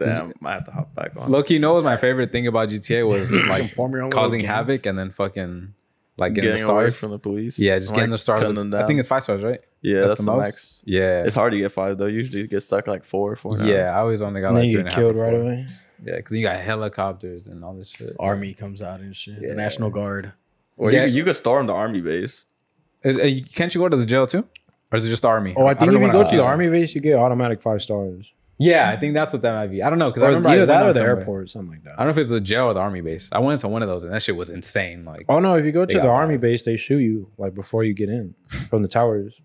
[SPEAKER 3] Damn, I have to hop back on.
[SPEAKER 1] Low key, you know what my favorite thing about GTA was like
[SPEAKER 2] Form your own little
[SPEAKER 1] causing
[SPEAKER 2] gangs.
[SPEAKER 1] havoc and then fucking like getting,
[SPEAKER 3] getting
[SPEAKER 1] the
[SPEAKER 3] away
[SPEAKER 1] stars.
[SPEAKER 3] from the police.
[SPEAKER 1] yeah, just
[SPEAKER 3] I'm,
[SPEAKER 1] getting
[SPEAKER 3] like,
[SPEAKER 1] the stars.
[SPEAKER 3] cutting them
[SPEAKER 1] I
[SPEAKER 3] down.
[SPEAKER 1] think it's five stars, right?
[SPEAKER 3] yeah, that's, the,
[SPEAKER 1] most?
[SPEAKER 3] max.
[SPEAKER 1] Yeah.
[SPEAKER 3] It's hard to get five though. Usually you get stuck at, like four, four. and a half.
[SPEAKER 1] Yeah, I always only got
[SPEAKER 4] And then
[SPEAKER 1] like three
[SPEAKER 4] you
[SPEAKER 1] and
[SPEAKER 4] get
[SPEAKER 1] a half
[SPEAKER 4] killed
[SPEAKER 1] or
[SPEAKER 4] right
[SPEAKER 1] four.
[SPEAKER 4] away.
[SPEAKER 1] Yeah, because you got helicopters and all this shit.
[SPEAKER 2] Army comes out and shit.
[SPEAKER 1] Yeah.
[SPEAKER 2] The National Guard.
[SPEAKER 3] Or
[SPEAKER 1] Yeah.
[SPEAKER 3] you, you could storm the army base.
[SPEAKER 1] Uh, uh, you- Can't you go to the jail too, or is it just the army?
[SPEAKER 4] Oh, I think
[SPEAKER 1] don't
[SPEAKER 4] if
[SPEAKER 1] know
[SPEAKER 4] you
[SPEAKER 1] when
[SPEAKER 4] go to the
[SPEAKER 1] was-
[SPEAKER 4] army base, you get automatic five stars.
[SPEAKER 1] Yeah, I think that's what that might be. I don't know because I
[SPEAKER 4] Or
[SPEAKER 1] remember I
[SPEAKER 4] either
[SPEAKER 1] went
[SPEAKER 4] that
[SPEAKER 1] on
[SPEAKER 4] or the
[SPEAKER 1] somewhere.
[SPEAKER 4] airport, something like
[SPEAKER 1] I
[SPEAKER 4] that.
[SPEAKER 1] don't know if it's the jail or the army base. I went to one of those and that shit was insane. Like,
[SPEAKER 4] Oh no, if you go to
[SPEAKER 1] got
[SPEAKER 4] the army
[SPEAKER 1] that.
[SPEAKER 4] base, they shoot you like before you get in from the towers.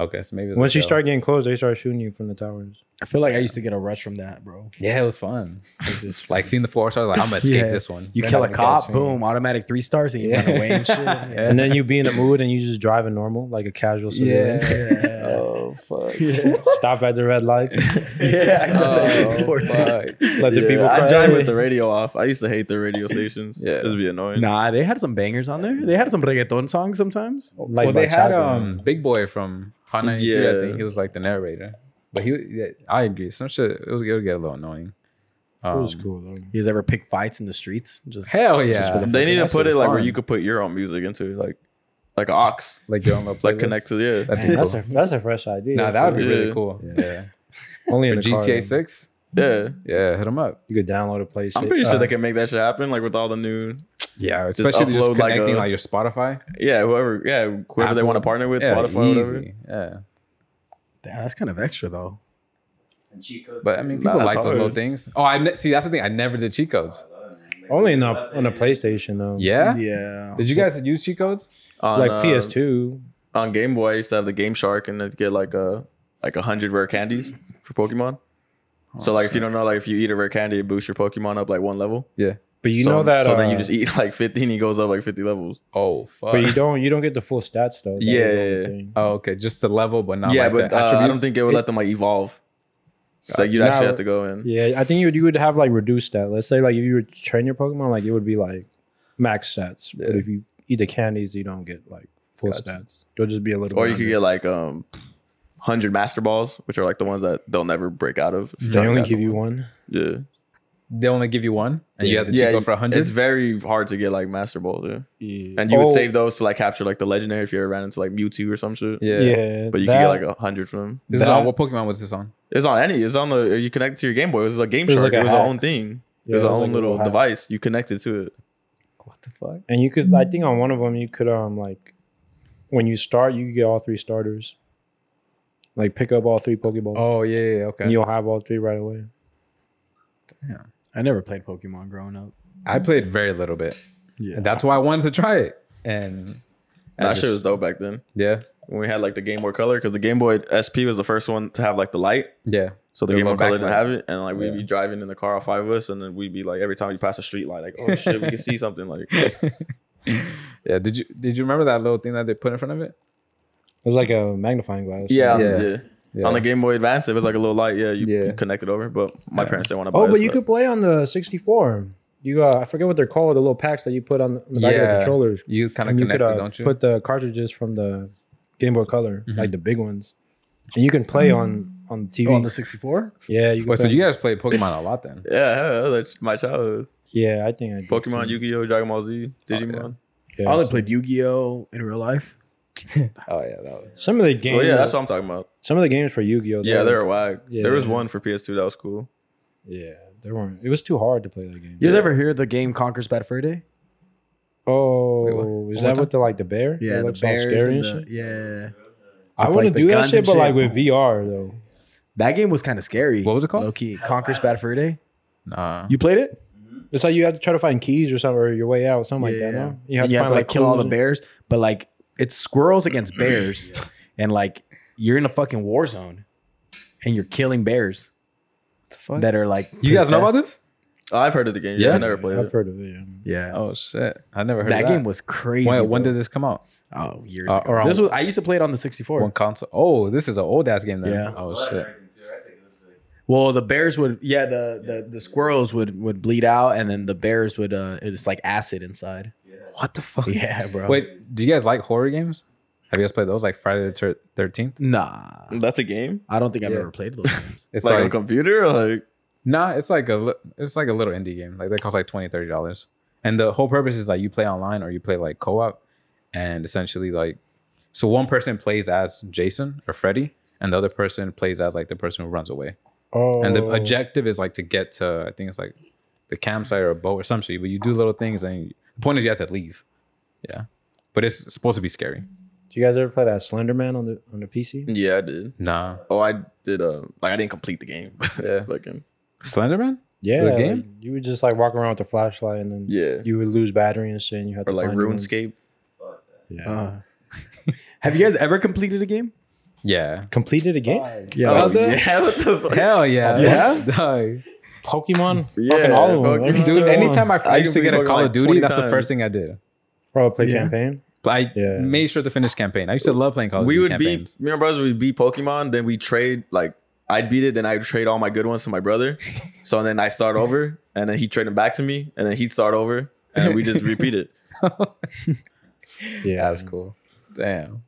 [SPEAKER 1] okay, so maybe it was
[SPEAKER 4] Once
[SPEAKER 1] the
[SPEAKER 4] you
[SPEAKER 1] jail.
[SPEAKER 4] start getting close, they start shooting you from the towers.
[SPEAKER 2] I feel like I used to get a rush from that, bro.
[SPEAKER 1] yeah, it was fun.
[SPEAKER 2] It's just
[SPEAKER 1] Like seeing the floor stars, like I'm gonna escape
[SPEAKER 2] Yeah.
[SPEAKER 1] this one.
[SPEAKER 2] you
[SPEAKER 1] They're
[SPEAKER 2] kill
[SPEAKER 1] not
[SPEAKER 2] a
[SPEAKER 1] gonna
[SPEAKER 2] cop,
[SPEAKER 1] catch me.
[SPEAKER 2] boom, automatic three stars, and you
[SPEAKER 1] Yeah.
[SPEAKER 2] run away and shit.
[SPEAKER 4] And then you be in the mood and you just drive a normal, like a casual civilian.
[SPEAKER 1] Yeah.
[SPEAKER 2] Yeah.
[SPEAKER 3] Oh fuck. Oh,
[SPEAKER 4] Stop at the red lights.
[SPEAKER 2] yeah, I know that's important.
[SPEAKER 4] Let the people
[SPEAKER 3] I
[SPEAKER 4] cry.
[SPEAKER 3] drive with the radio off. I used to hate the radio stations.
[SPEAKER 1] Yeah.
[SPEAKER 3] Yeah, this would be annoying.
[SPEAKER 2] Nah, they had some bangers on there. They had some reggaeton songs sometimes.
[SPEAKER 4] Like
[SPEAKER 1] well, they had
[SPEAKER 4] bachata.
[SPEAKER 1] um Big Boy from Hot 93. I
[SPEAKER 3] Yeah.
[SPEAKER 1] think he was like the narrator, but he, yeah, I agree. Some shit it was it'll get a little annoying.
[SPEAKER 4] It was
[SPEAKER 1] Um,
[SPEAKER 4] cool though.
[SPEAKER 2] You guys ever pick fights in the streets? Just
[SPEAKER 1] Hell yeah!
[SPEAKER 2] for the
[SPEAKER 3] They need to
[SPEAKER 1] That shit
[SPEAKER 3] put
[SPEAKER 1] was
[SPEAKER 3] it like where
[SPEAKER 1] fun.
[SPEAKER 3] you could put your own music into like like an ox.
[SPEAKER 1] like your own little
[SPEAKER 3] Like
[SPEAKER 1] playlist.
[SPEAKER 3] connect to yeah.
[SPEAKER 1] That'd be
[SPEAKER 4] Man,
[SPEAKER 1] cool.
[SPEAKER 4] that's a that's a fresh idea.
[SPEAKER 1] Nah, that would be really
[SPEAKER 3] Yeah.
[SPEAKER 1] cool. Yeah,
[SPEAKER 4] only
[SPEAKER 1] for
[SPEAKER 4] in the car,
[SPEAKER 1] GTA
[SPEAKER 4] though.
[SPEAKER 1] Six.
[SPEAKER 3] Yeah.
[SPEAKER 1] Yeah, hit them up.
[SPEAKER 4] You could download a place.
[SPEAKER 3] I'm pretty sure
[SPEAKER 1] Uh,
[SPEAKER 3] they can make that shit happen, like with all the new
[SPEAKER 1] Yeah,
[SPEAKER 3] Just
[SPEAKER 1] especially just,
[SPEAKER 3] upload, like,
[SPEAKER 1] connecting like,
[SPEAKER 3] a-
[SPEAKER 1] your Spotify.
[SPEAKER 3] yeah, whoever yeah, whoever they
[SPEAKER 1] Apple.
[SPEAKER 3] want to partner with,
[SPEAKER 1] yeah,
[SPEAKER 3] Spotify, whatever.
[SPEAKER 1] easy. Yeah,
[SPEAKER 2] Damn, that's kind of extra though.
[SPEAKER 1] but I
[SPEAKER 5] um,
[SPEAKER 1] mean,
[SPEAKER 3] Nah,
[SPEAKER 1] people
[SPEAKER 3] that's
[SPEAKER 1] like those
[SPEAKER 3] hard.
[SPEAKER 1] little things. Oh, I ne- see. That's the thing. I never did cheat codes.
[SPEAKER 4] only in a on a PlayStation though.
[SPEAKER 1] Yeah.
[SPEAKER 2] Yeah.
[SPEAKER 1] Did you guys use cheat codes?
[SPEAKER 3] On,
[SPEAKER 4] like
[SPEAKER 3] uh,
[SPEAKER 4] PS2.
[SPEAKER 3] on Game Boy, I used to have the Game Shark and it'd get like a like a hundred rare candies for Pokemon. so
[SPEAKER 4] Oh,
[SPEAKER 3] like if you don't know, like if you eat a rare candy, it boosts your Pokemon up like one level.
[SPEAKER 1] Yeah.
[SPEAKER 4] But you
[SPEAKER 3] so,
[SPEAKER 4] know that.
[SPEAKER 3] So
[SPEAKER 4] uh,
[SPEAKER 3] then you just eat like 15, he goes up like 50 levels.
[SPEAKER 1] Oh fuck.
[SPEAKER 4] But you don't you don't get the full stats though. That was the
[SPEAKER 3] Yeah,
[SPEAKER 4] only
[SPEAKER 3] yeah, yeah.
[SPEAKER 4] thing.
[SPEAKER 1] Oh, okay. Just the level, but not
[SPEAKER 3] yeah,
[SPEAKER 1] like
[SPEAKER 3] but
[SPEAKER 1] the
[SPEAKER 3] uh,
[SPEAKER 1] attributes.
[SPEAKER 3] I don't think it would let them like evolve. Like you'd
[SPEAKER 4] Now-
[SPEAKER 3] actually have to go in.
[SPEAKER 4] Yeah, I think you would, you would have like reduced that. Let's say like if you were to train your Pokemon, like it would be like max stats. But
[SPEAKER 1] Yeah.
[SPEAKER 4] if you eat the candies, you don't get like full
[SPEAKER 1] Gotcha.
[SPEAKER 4] stats. You'll just be a little.
[SPEAKER 3] Or
[SPEAKER 4] bit
[SPEAKER 3] you could
[SPEAKER 4] under.
[SPEAKER 3] get like um hundred master balls, which are like the ones that they'll never break out of. if you
[SPEAKER 4] They
[SPEAKER 3] try to
[SPEAKER 4] only
[SPEAKER 3] cast
[SPEAKER 4] give you
[SPEAKER 3] them.
[SPEAKER 4] one.
[SPEAKER 3] Yeah.
[SPEAKER 1] they only give you one, and you have to cheat
[SPEAKER 3] Yeah,
[SPEAKER 1] code for a hundred.
[SPEAKER 3] It's very hard to get like master balls, yeah.
[SPEAKER 4] Yeah.
[SPEAKER 3] And you
[SPEAKER 4] Oh,
[SPEAKER 3] would save those to like capture like the legendary if you ever ran into like Mewtwo or some shit.
[SPEAKER 1] Yeah.
[SPEAKER 4] Yeah,
[SPEAKER 3] But you
[SPEAKER 4] that,
[SPEAKER 3] could get like a hundred from them.
[SPEAKER 1] This is
[SPEAKER 4] That-
[SPEAKER 1] on what Pokemon was this on?
[SPEAKER 3] It's on any. It's on the. You connect it to your Game Boy. It was a Game
[SPEAKER 4] It was
[SPEAKER 3] Shark.
[SPEAKER 4] like a
[SPEAKER 3] it was our
[SPEAKER 4] hack.
[SPEAKER 3] own thing.
[SPEAKER 4] yeah,
[SPEAKER 3] it was
[SPEAKER 4] it
[SPEAKER 3] our
[SPEAKER 4] was
[SPEAKER 3] own
[SPEAKER 4] like a
[SPEAKER 3] little
[SPEAKER 4] hack.
[SPEAKER 3] device. You connected to it.
[SPEAKER 1] What the fuck?
[SPEAKER 4] And you could, I think, on one of them, you could um like when you start, you could get all three starters. Like pick up all three Pokeballs,
[SPEAKER 1] Oh yeah, yeah, yeah, okay.
[SPEAKER 4] and you'll have all three right away.
[SPEAKER 2] I never played Pokemon growing up.
[SPEAKER 1] I played very little bit.
[SPEAKER 2] Yeah.
[SPEAKER 1] And that's why I wanted to try it. And I
[SPEAKER 3] That
[SPEAKER 1] just-
[SPEAKER 3] shit was dope back then
[SPEAKER 1] yeah,
[SPEAKER 3] when we had like the Game Boy Color because the Game Boy SP was the first one to have like the light.
[SPEAKER 1] yeah.
[SPEAKER 3] So the
[SPEAKER 1] Your
[SPEAKER 3] Game Boy
[SPEAKER 1] little
[SPEAKER 3] Color didn't
[SPEAKER 1] backlight.
[SPEAKER 3] have it, and like we'd
[SPEAKER 1] Yeah.
[SPEAKER 3] be driving in the car, all five of us, and then we'd be like every time you pass a street light, like oh shit, we can see something. Like
[SPEAKER 1] yeah. Did you did you remember that little thing that they put in front of it?
[SPEAKER 4] It was like a magnifying glass.
[SPEAKER 3] yeah,
[SPEAKER 1] Yeah.
[SPEAKER 3] yeah.
[SPEAKER 1] Yeah.
[SPEAKER 3] On the Game Boy Advance, it was like a little light. Yeah, you,
[SPEAKER 1] Yeah.
[SPEAKER 3] you connect it over. But my
[SPEAKER 1] Yeah.
[SPEAKER 3] parents didn't want to buy.
[SPEAKER 4] Oh, but
[SPEAKER 3] us
[SPEAKER 4] you
[SPEAKER 3] that.
[SPEAKER 4] could play on the 64. You uh, I forget what they're called, the little packs that you put on the, on the back of
[SPEAKER 1] Yeah.
[SPEAKER 4] the controllers.
[SPEAKER 1] you kind of
[SPEAKER 4] And you
[SPEAKER 1] connected,
[SPEAKER 4] could uh,
[SPEAKER 1] don't you?
[SPEAKER 4] put the cartridges from the Game Boy Color, like the big ones, and you can play on on TV.
[SPEAKER 2] on Oh, the 64?
[SPEAKER 4] yeah, you can
[SPEAKER 1] Wait, so
[SPEAKER 4] play-
[SPEAKER 1] you guys played Pokemon a lot then?
[SPEAKER 3] Yeah, yeah, that's my childhood.
[SPEAKER 4] yeah, I think I did
[SPEAKER 3] Pokemon,
[SPEAKER 4] too.
[SPEAKER 3] Yu Gi Oh, Dragon Ball Z, Digimon.
[SPEAKER 4] Yeah,
[SPEAKER 2] I only
[SPEAKER 4] so-
[SPEAKER 2] played Yu Gi Oh in real life.
[SPEAKER 1] Oh yeah, that was.
[SPEAKER 4] some of the games.
[SPEAKER 3] Oh yeah, that's what I'm talking about.
[SPEAKER 4] some of the games for Yu-Gi-Oh.
[SPEAKER 3] Yeah,
[SPEAKER 4] were-
[SPEAKER 3] they're whack. There was
[SPEAKER 4] uh, Yeah.
[SPEAKER 3] one for PS2 that was cool.
[SPEAKER 4] Yeah, they weren't. It was too hard to play that game.
[SPEAKER 2] You guys ever hear the game Conquer's Bad Fur Day?
[SPEAKER 4] Oh,
[SPEAKER 1] Wait, what?
[SPEAKER 4] is
[SPEAKER 1] One more
[SPEAKER 4] that with the like the bear?
[SPEAKER 2] Yeah,
[SPEAKER 4] that
[SPEAKER 2] the
[SPEAKER 4] looks all
[SPEAKER 2] bears
[SPEAKER 4] scary
[SPEAKER 2] and
[SPEAKER 4] and
[SPEAKER 2] the-
[SPEAKER 4] shit.
[SPEAKER 2] Yeah.
[SPEAKER 4] I
[SPEAKER 2] With,
[SPEAKER 4] want to
[SPEAKER 2] like, the
[SPEAKER 4] do that
[SPEAKER 2] guns
[SPEAKER 4] shit,
[SPEAKER 2] and
[SPEAKER 4] but
[SPEAKER 2] shit.
[SPEAKER 4] like with VR though.
[SPEAKER 2] That game was kind of scary.
[SPEAKER 1] What was it called?
[SPEAKER 2] Low key. Conquer's Bad Fur Day.
[SPEAKER 1] Nah.
[SPEAKER 4] You played it? It's like you have to try to find keys or something, or your way out, something like
[SPEAKER 2] Yeah.
[SPEAKER 4] that. No?
[SPEAKER 2] You have, to,
[SPEAKER 4] find,
[SPEAKER 2] like kill all the
[SPEAKER 4] clues.
[SPEAKER 2] bears, but like it's squirrels against bears, and like you're in a fucking war zone, and you're killing bears
[SPEAKER 1] the fuck?
[SPEAKER 2] that are like.
[SPEAKER 1] you guys know about
[SPEAKER 2] possessed.
[SPEAKER 1] this?
[SPEAKER 3] Oh, I've heard of the game. Yeah,
[SPEAKER 1] Yeah.
[SPEAKER 3] I never played
[SPEAKER 4] I've
[SPEAKER 3] it.
[SPEAKER 4] heard of it. yeah.
[SPEAKER 2] Yeah,
[SPEAKER 1] Oh shit, I never
[SPEAKER 2] that,
[SPEAKER 1] heard of that
[SPEAKER 2] game was crazy.
[SPEAKER 1] When, when
[SPEAKER 2] bro.
[SPEAKER 1] did this come out?
[SPEAKER 2] oh years
[SPEAKER 1] Uh,
[SPEAKER 2] ago.
[SPEAKER 1] or on-
[SPEAKER 2] this was I used to play it on the 64.
[SPEAKER 1] One console. Oh, this is an old ass game then.
[SPEAKER 2] Yeah.
[SPEAKER 1] Oh shit.
[SPEAKER 2] Well, the bears would yeah the, the the squirrels would would bleed out, and then the bears would uh it's like acid inside.
[SPEAKER 1] What the fuck?
[SPEAKER 2] Yeah, bro.
[SPEAKER 1] Wait, do you guys like horror games? Have you guys played those like Friday the Thirteenth?
[SPEAKER 2] nah,
[SPEAKER 3] That's a game.
[SPEAKER 2] I don't think I've
[SPEAKER 1] Yeah.
[SPEAKER 2] ever played those games.
[SPEAKER 1] It's
[SPEAKER 3] like,
[SPEAKER 1] like,
[SPEAKER 3] on computer, or like
[SPEAKER 1] nah, it's like a li- it's like a little indie game. Like they cost like 20 30 dollars, and the whole purpose is like you play online or you play like co op, and essentially like so one person plays as Jason or Freddy, and the other person plays as like the person who runs away.
[SPEAKER 4] Oh.
[SPEAKER 1] And the objective is like to get to I think it's like the campsite or a boat or some shit. But you do little things, and the point is you have to leave. Yeah, but it's supposed to be scary.
[SPEAKER 4] Do you guys ever play that Slender Man on the on the PC?
[SPEAKER 3] Yeah, I did.
[SPEAKER 1] Nah,
[SPEAKER 3] Oh, I did. Uh, like I didn't complete the game.
[SPEAKER 1] Yeah.
[SPEAKER 3] Fucking
[SPEAKER 1] Slenderman.
[SPEAKER 4] Yeah,
[SPEAKER 1] The game?
[SPEAKER 4] like, you would just like walk around with the flashlight, and then
[SPEAKER 3] yeah.
[SPEAKER 4] you would lose battery and shit. And you had
[SPEAKER 3] Or
[SPEAKER 4] to
[SPEAKER 3] like
[SPEAKER 4] find a new-
[SPEAKER 3] RuneScape.
[SPEAKER 4] Yeah.
[SPEAKER 2] Uh, have you guys ever completed a game?
[SPEAKER 1] Yeah.
[SPEAKER 4] completed a game.
[SPEAKER 2] Yeah.
[SPEAKER 3] Oh,
[SPEAKER 2] like-
[SPEAKER 3] yeah. What the fuck?
[SPEAKER 1] Hell yeah.
[SPEAKER 2] Yeah?
[SPEAKER 1] Dog.
[SPEAKER 4] Pokemon,
[SPEAKER 3] Yeah,
[SPEAKER 4] fucking all of them.
[SPEAKER 3] Pokemon.
[SPEAKER 4] Let's
[SPEAKER 3] Dude,
[SPEAKER 4] do
[SPEAKER 1] Dude,
[SPEAKER 4] it.
[SPEAKER 1] anytime I, I
[SPEAKER 3] I
[SPEAKER 1] used to
[SPEAKER 3] completed
[SPEAKER 1] get a
[SPEAKER 3] Pokemon
[SPEAKER 1] Call of
[SPEAKER 3] like
[SPEAKER 1] Duty,
[SPEAKER 3] 20
[SPEAKER 1] that's the
[SPEAKER 3] times.
[SPEAKER 1] first thing I did.
[SPEAKER 4] oh, play
[SPEAKER 2] Yeah.
[SPEAKER 4] campaign.
[SPEAKER 1] But I
[SPEAKER 4] Yeah.
[SPEAKER 1] made sure to finish campaign. I used to love playing Call of
[SPEAKER 3] we
[SPEAKER 1] Duty
[SPEAKER 3] would
[SPEAKER 1] campaigns.
[SPEAKER 3] beat me and my brothers would beat Pokemon, then we trade like I'd beat it, then I'd trade all my good ones to my brother. so then I start over, and then he'd trade them back to me, and then he'd start over, and we just repeat it.
[SPEAKER 4] Yeah,
[SPEAKER 1] That's cool. Damn.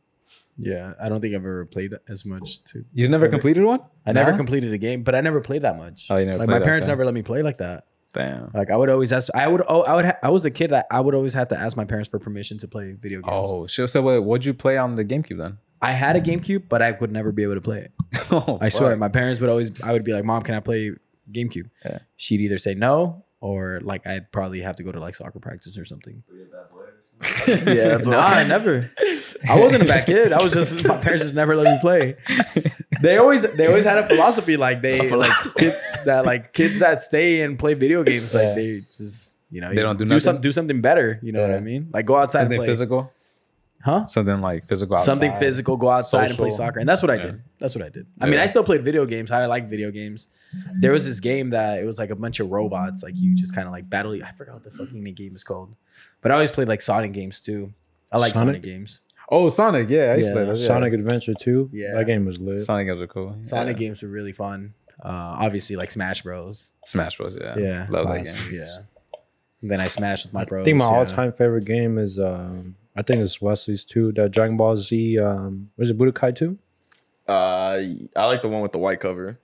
[SPEAKER 2] Yeah, I don't think I've ever played as much. To
[SPEAKER 1] You never completed one?
[SPEAKER 2] I never
[SPEAKER 1] Nah?
[SPEAKER 2] completed a game, but I never played that much.
[SPEAKER 1] Oh, you never
[SPEAKER 2] like
[SPEAKER 1] played,
[SPEAKER 2] my parents
[SPEAKER 1] okay.
[SPEAKER 2] never let me play like that.
[SPEAKER 1] Damn.
[SPEAKER 2] Like I would always ask. I would. Oh, I would. Ha- I was a kid that I would always have to ask my parents for permission to play video games.
[SPEAKER 1] Oh, so, so wait, what'd you play on the GameCube then?
[SPEAKER 2] I had a GameCube, but I would never be able to play it.
[SPEAKER 1] oh,
[SPEAKER 2] I swear,
[SPEAKER 1] fuck.
[SPEAKER 2] my parents would always. I would be like, "Mom, can I play GameCube?"
[SPEAKER 1] Yeah.
[SPEAKER 2] She'd either say no, or like I'd probably have to go to like soccer practice or something.
[SPEAKER 3] yeah, that's
[SPEAKER 2] Nah, I never. I wasn't a bad kid. I was just my parents just never let me play. They always they always had a philosophy like they like kid, that like kids that stay and play video games like
[SPEAKER 4] Yeah.
[SPEAKER 2] they just you know
[SPEAKER 1] They don't do
[SPEAKER 2] do
[SPEAKER 1] nothing?
[SPEAKER 2] something do something better. You know what
[SPEAKER 4] Yeah.
[SPEAKER 2] I mean? Like go outside
[SPEAKER 1] Something
[SPEAKER 2] and play,
[SPEAKER 1] physical?
[SPEAKER 2] huh?
[SPEAKER 1] Something like physical outside.
[SPEAKER 2] Something physical. Go outside and play
[SPEAKER 4] social.
[SPEAKER 2] soccer, and that's what I
[SPEAKER 1] Yeah.
[SPEAKER 2] did. That's what I did. I mean,
[SPEAKER 1] Yeah.
[SPEAKER 2] I still played video games. I like video games. There was this game that it was like a bunch of robots, like you just kind of like battle. I forgot what the fucking game is called, but I always played like Sonic games too. I like Sonic,
[SPEAKER 4] Sonic?
[SPEAKER 2] games.
[SPEAKER 1] Oh, Sonic. Yeah. I used to play
[SPEAKER 2] Yeah,
[SPEAKER 1] those, yeah.
[SPEAKER 4] Sonic Adventure 2.
[SPEAKER 2] Yeah.
[SPEAKER 4] That game was lit.
[SPEAKER 1] Sonic games are cool.
[SPEAKER 2] Sonic
[SPEAKER 1] yeah.
[SPEAKER 2] games were really fun. Uh, obviously, like Smash Bros.
[SPEAKER 1] Smash Bros. Yeah.
[SPEAKER 4] Yeah,
[SPEAKER 1] Love that
[SPEAKER 4] classic.
[SPEAKER 1] game.
[SPEAKER 2] Yeah. And then I smashed with my bros.
[SPEAKER 4] I think my
[SPEAKER 2] yeah.
[SPEAKER 4] all-time favorite game is um, I think it's Wesley's too. That Dragon Ball Z. Um, was it Budokai 2?
[SPEAKER 3] Uh, I like the one with the white cover.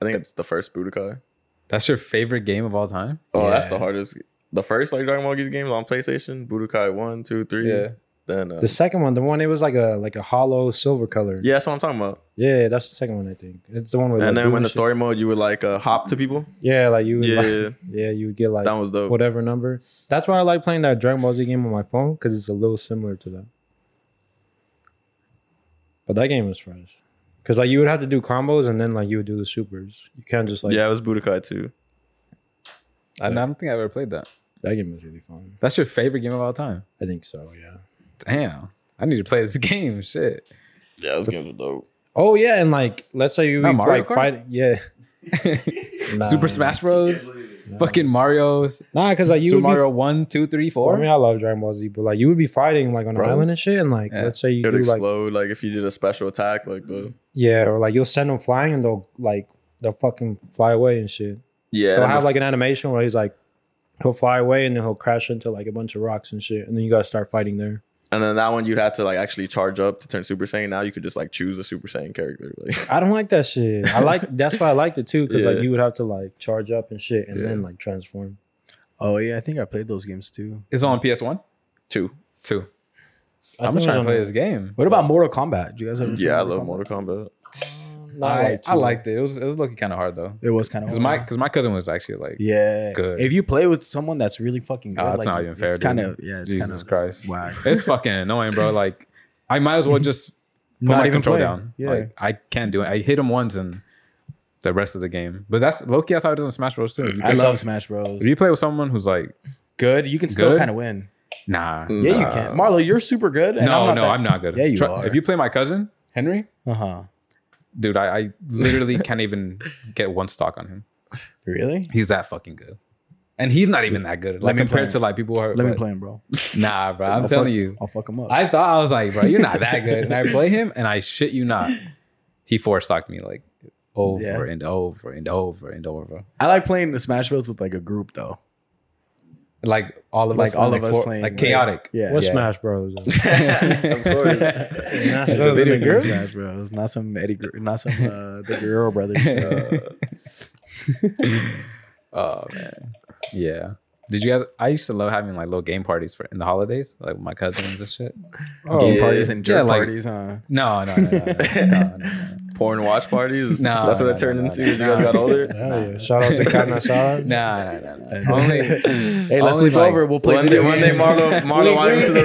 [SPEAKER 3] I think it's the first Budokai.
[SPEAKER 1] That's your favorite game of all time?
[SPEAKER 3] Oh, that's
[SPEAKER 2] Yeah.
[SPEAKER 3] the hardest. The first like Dragon Ball Z games on PlayStation, Budokai one, two, three.
[SPEAKER 1] Yeah.
[SPEAKER 3] Then uh,
[SPEAKER 4] The second one, the one it was like a like a hollow silver color.
[SPEAKER 3] yeah, that's what I'm talking about.
[SPEAKER 4] yeah, that's the second one I think. It's the one with.
[SPEAKER 3] And
[SPEAKER 4] like,
[SPEAKER 3] then when
[SPEAKER 4] Budokai-
[SPEAKER 3] the story mode, you would like uh, hop to people.
[SPEAKER 4] Yeah, like you. Would
[SPEAKER 3] Yeah,
[SPEAKER 4] like-
[SPEAKER 3] yeah, yeah.
[SPEAKER 4] yeah, you would get like
[SPEAKER 3] that was dope.
[SPEAKER 4] whatever number. That's why I like playing that Dragon Ball Z game on my phone because it's a little similar to that. But that game was fresh. Cause like you would have to do combos and then like you would do the supers. You can't just like
[SPEAKER 3] yeah, it was Budokai too.
[SPEAKER 1] I, I don't think I ever played that.
[SPEAKER 4] that game was really fun.
[SPEAKER 1] That's your favorite game of all time.
[SPEAKER 4] I think so, yeah.
[SPEAKER 1] Damn. I need to play this game. Shit.
[SPEAKER 3] Yeah, those games were dope.
[SPEAKER 4] Oh yeah, and like let's say you
[SPEAKER 1] Not
[SPEAKER 4] like
[SPEAKER 1] Mario Kart?
[SPEAKER 4] fight yeah. Nah.
[SPEAKER 1] Super Smash Bros. Fucking Mario's.
[SPEAKER 4] Nah, cause like you
[SPEAKER 1] Super
[SPEAKER 4] would
[SPEAKER 1] Mario 1, 2, 3,
[SPEAKER 4] be,
[SPEAKER 1] 4.
[SPEAKER 4] I mean I love Dragon Ball Z, but like you would be fighting like on an
[SPEAKER 1] Bros?
[SPEAKER 4] island and shit and like
[SPEAKER 1] Yeah.
[SPEAKER 4] let's say you
[SPEAKER 3] It would
[SPEAKER 4] do like
[SPEAKER 3] explode like if you did a special attack, like the
[SPEAKER 4] Yeah, or like you'll send them flying and they'll like they'll fucking fly away and shit.
[SPEAKER 3] yeah.
[SPEAKER 4] They'll
[SPEAKER 3] that
[SPEAKER 4] have
[SPEAKER 3] must-
[SPEAKER 4] like an animation where he's like he'll fly away and then he'll crash into like a bunch of rocks and shit, and then you gotta start fighting there.
[SPEAKER 3] And then that one you'd have to like actually charge up to turn Super Saiyan. Now you could just like choose a Super Saiyan character. Like,
[SPEAKER 4] I don't like that shit. I like that's why I liked it too, because
[SPEAKER 3] Yeah.
[SPEAKER 4] like you would have to like charge up and shit and then like transform.
[SPEAKER 2] Oh yeah, I think I played those games too.
[SPEAKER 1] It's on PS1?
[SPEAKER 3] two.
[SPEAKER 1] 2.
[SPEAKER 4] I
[SPEAKER 1] I'm
[SPEAKER 4] think it was
[SPEAKER 1] trying to
[SPEAKER 4] on-
[SPEAKER 1] play this game.
[SPEAKER 2] What about Mortal Kombat? Do you guys ever? play
[SPEAKER 3] Yeah, I love Mortal Kombat.
[SPEAKER 4] Not
[SPEAKER 1] I, I
[SPEAKER 4] two.
[SPEAKER 1] liked it. It was it was looking kind of hard though,
[SPEAKER 2] It was kind of
[SPEAKER 1] because my because my cousin was actually like,
[SPEAKER 2] yeah.
[SPEAKER 1] Good.
[SPEAKER 2] If you play with someone that's really fucking good,
[SPEAKER 1] Oh, that's not even fair,
[SPEAKER 2] It's
[SPEAKER 1] dude.
[SPEAKER 2] kind of yeah. It's
[SPEAKER 1] Jesus
[SPEAKER 2] kind of
[SPEAKER 1] Christ,
[SPEAKER 2] whack.
[SPEAKER 1] it's fucking annoying, bro. Like, I might as well just put
[SPEAKER 4] Not
[SPEAKER 1] my
[SPEAKER 4] even
[SPEAKER 1] control
[SPEAKER 4] play.
[SPEAKER 1] down.
[SPEAKER 4] Yeah.
[SPEAKER 1] Like, I can't do it. I hit him once and the rest of the game. But that's Loki. That's how it is on Smash Bros. Too. If you,
[SPEAKER 2] I
[SPEAKER 1] play,
[SPEAKER 2] love Smash Bros.
[SPEAKER 1] if you play with someone who's like,
[SPEAKER 2] good, you can still
[SPEAKER 1] Good?
[SPEAKER 2] kind of win.
[SPEAKER 1] nah,
[SPEAKER 3] Mm,
[SPEAKER 2] Yeah, you can. Marlo, you're super good. and
[SPEAKER 1] no,
[SPEAKER 2] I'm not
[SPEAKER 1] no,
[SPEAKER 2] that-
[SPEAKER 1] I'm not good.
[SPEAKER 2] Yeah, you
[SPEAKER 1] Try-
[SPEAKER 2] are.
[SPEAKER 1] If you play my cousin Henry,
[SPEAKER 2] Uh huh.
[SPEAKER 1] dude, I, I literally can't even get one stock on him.
[SPEAKER 2] Really?
[SPEAKER 1] He's that fucking good. And he's not even that good. Like
[SPEAKER 2] me play
[SPEAKER 1] compared
[SPEAKER 2] him.
[SPEAKER 1] to like people who are
[SPEAKER 2] Let me
[SPEAKER 1] but-
[SPEAKER 2] play him, bro.
[SPEAKER 1] Nah, bro.
[SPEAKER 2] I'll
[SPEAKER 1] I'm
[SPEAKER 2] fuck-
[SPEAKER 1] telling you.
[SPEAKER 2] I'll fuck him up.
[SPEAKER 1] I thought I was like, bro, you're not that good. And I play him, and I shit you not, he four stocked me like over
[SPEAKER 2] Yeah.
[SPEAKER 1] and over and over and over.
[SPEAKER 2] I like playing the Smash Bros with like a group though.
[SPEAKER 1] Like all of
[SPEAKER 2] Like
[SPEAKER 1] us,
[SPEAKER 2] all
[SPEAKER 1] like
[SPEAKER 2] of us
[SPEAKER 1] four-
[SPEAKER 2] playing,
[SPEAKER 1] like
[SPEAKER 2] right?
[SPEAKER 1] chaotic.
[SPEAKER 2] Yeah.
[SPEAKER 4] What
[SPEAKER 1] Yeah.
[SPEAKER 4] Smash Bros?
[SPEAKER 1] I'm sorry.
[SPEAKER 4] Smash
[SPEAKER 2] The
[SPEAKER 4] Bros.
[SPEAKER 2] video game
[SPEAKER 4] niggas.
[SPEAKER 2] Smash Bros. Not some Eddie, Guer- not some uh, the Guerrero brothers. Uh,
[SPEAKER 1] Oh man, yeah. Did you guys? I used to love having like little game parties for in the holidays, like with my cousins and shit.
[SPEAKER 4] Oh,
[SPEAKER 2] game
[SPEAKER 3] yeah.
[SPEAKER 2] parties and jerk
[SPEAKER 1] Yeah, like-
[SPEAKER 2] parties. Huh?
[SPEAKER 1] No, no, no, no, no, no, no, no.
[SPEAKER 3] porn watch parties.
[SPEAKER 1] No,
[SPEAKER 3] that's what
[SPEAKER 1] no,
[SPEAKER 3] it turned
[SPEAKER 4] no, no,
[SPEAKER 3] into
[SPEAKER 4] no,
[SPEAKER 3] as you guys got older.
[SPEAKER 4] Hell yeah. Shout out to Kat Nassar.
[SPEAKER 1] Nah, nah, nah, nah. Only
[SPEAKER 2] Hey, let's
[SPEAKER 1] Only
[SPEAKER 2] sleep
[SPEAKER 1] like-
[SPEAKER 2] over. We'll play
[SPEAKER 3] One day,
[SPEAKER 2] video
[SPEAKER 3] one day,
[SPEAKER 2] games.
[SPEAKER 3] Marlo, Marlo walked into the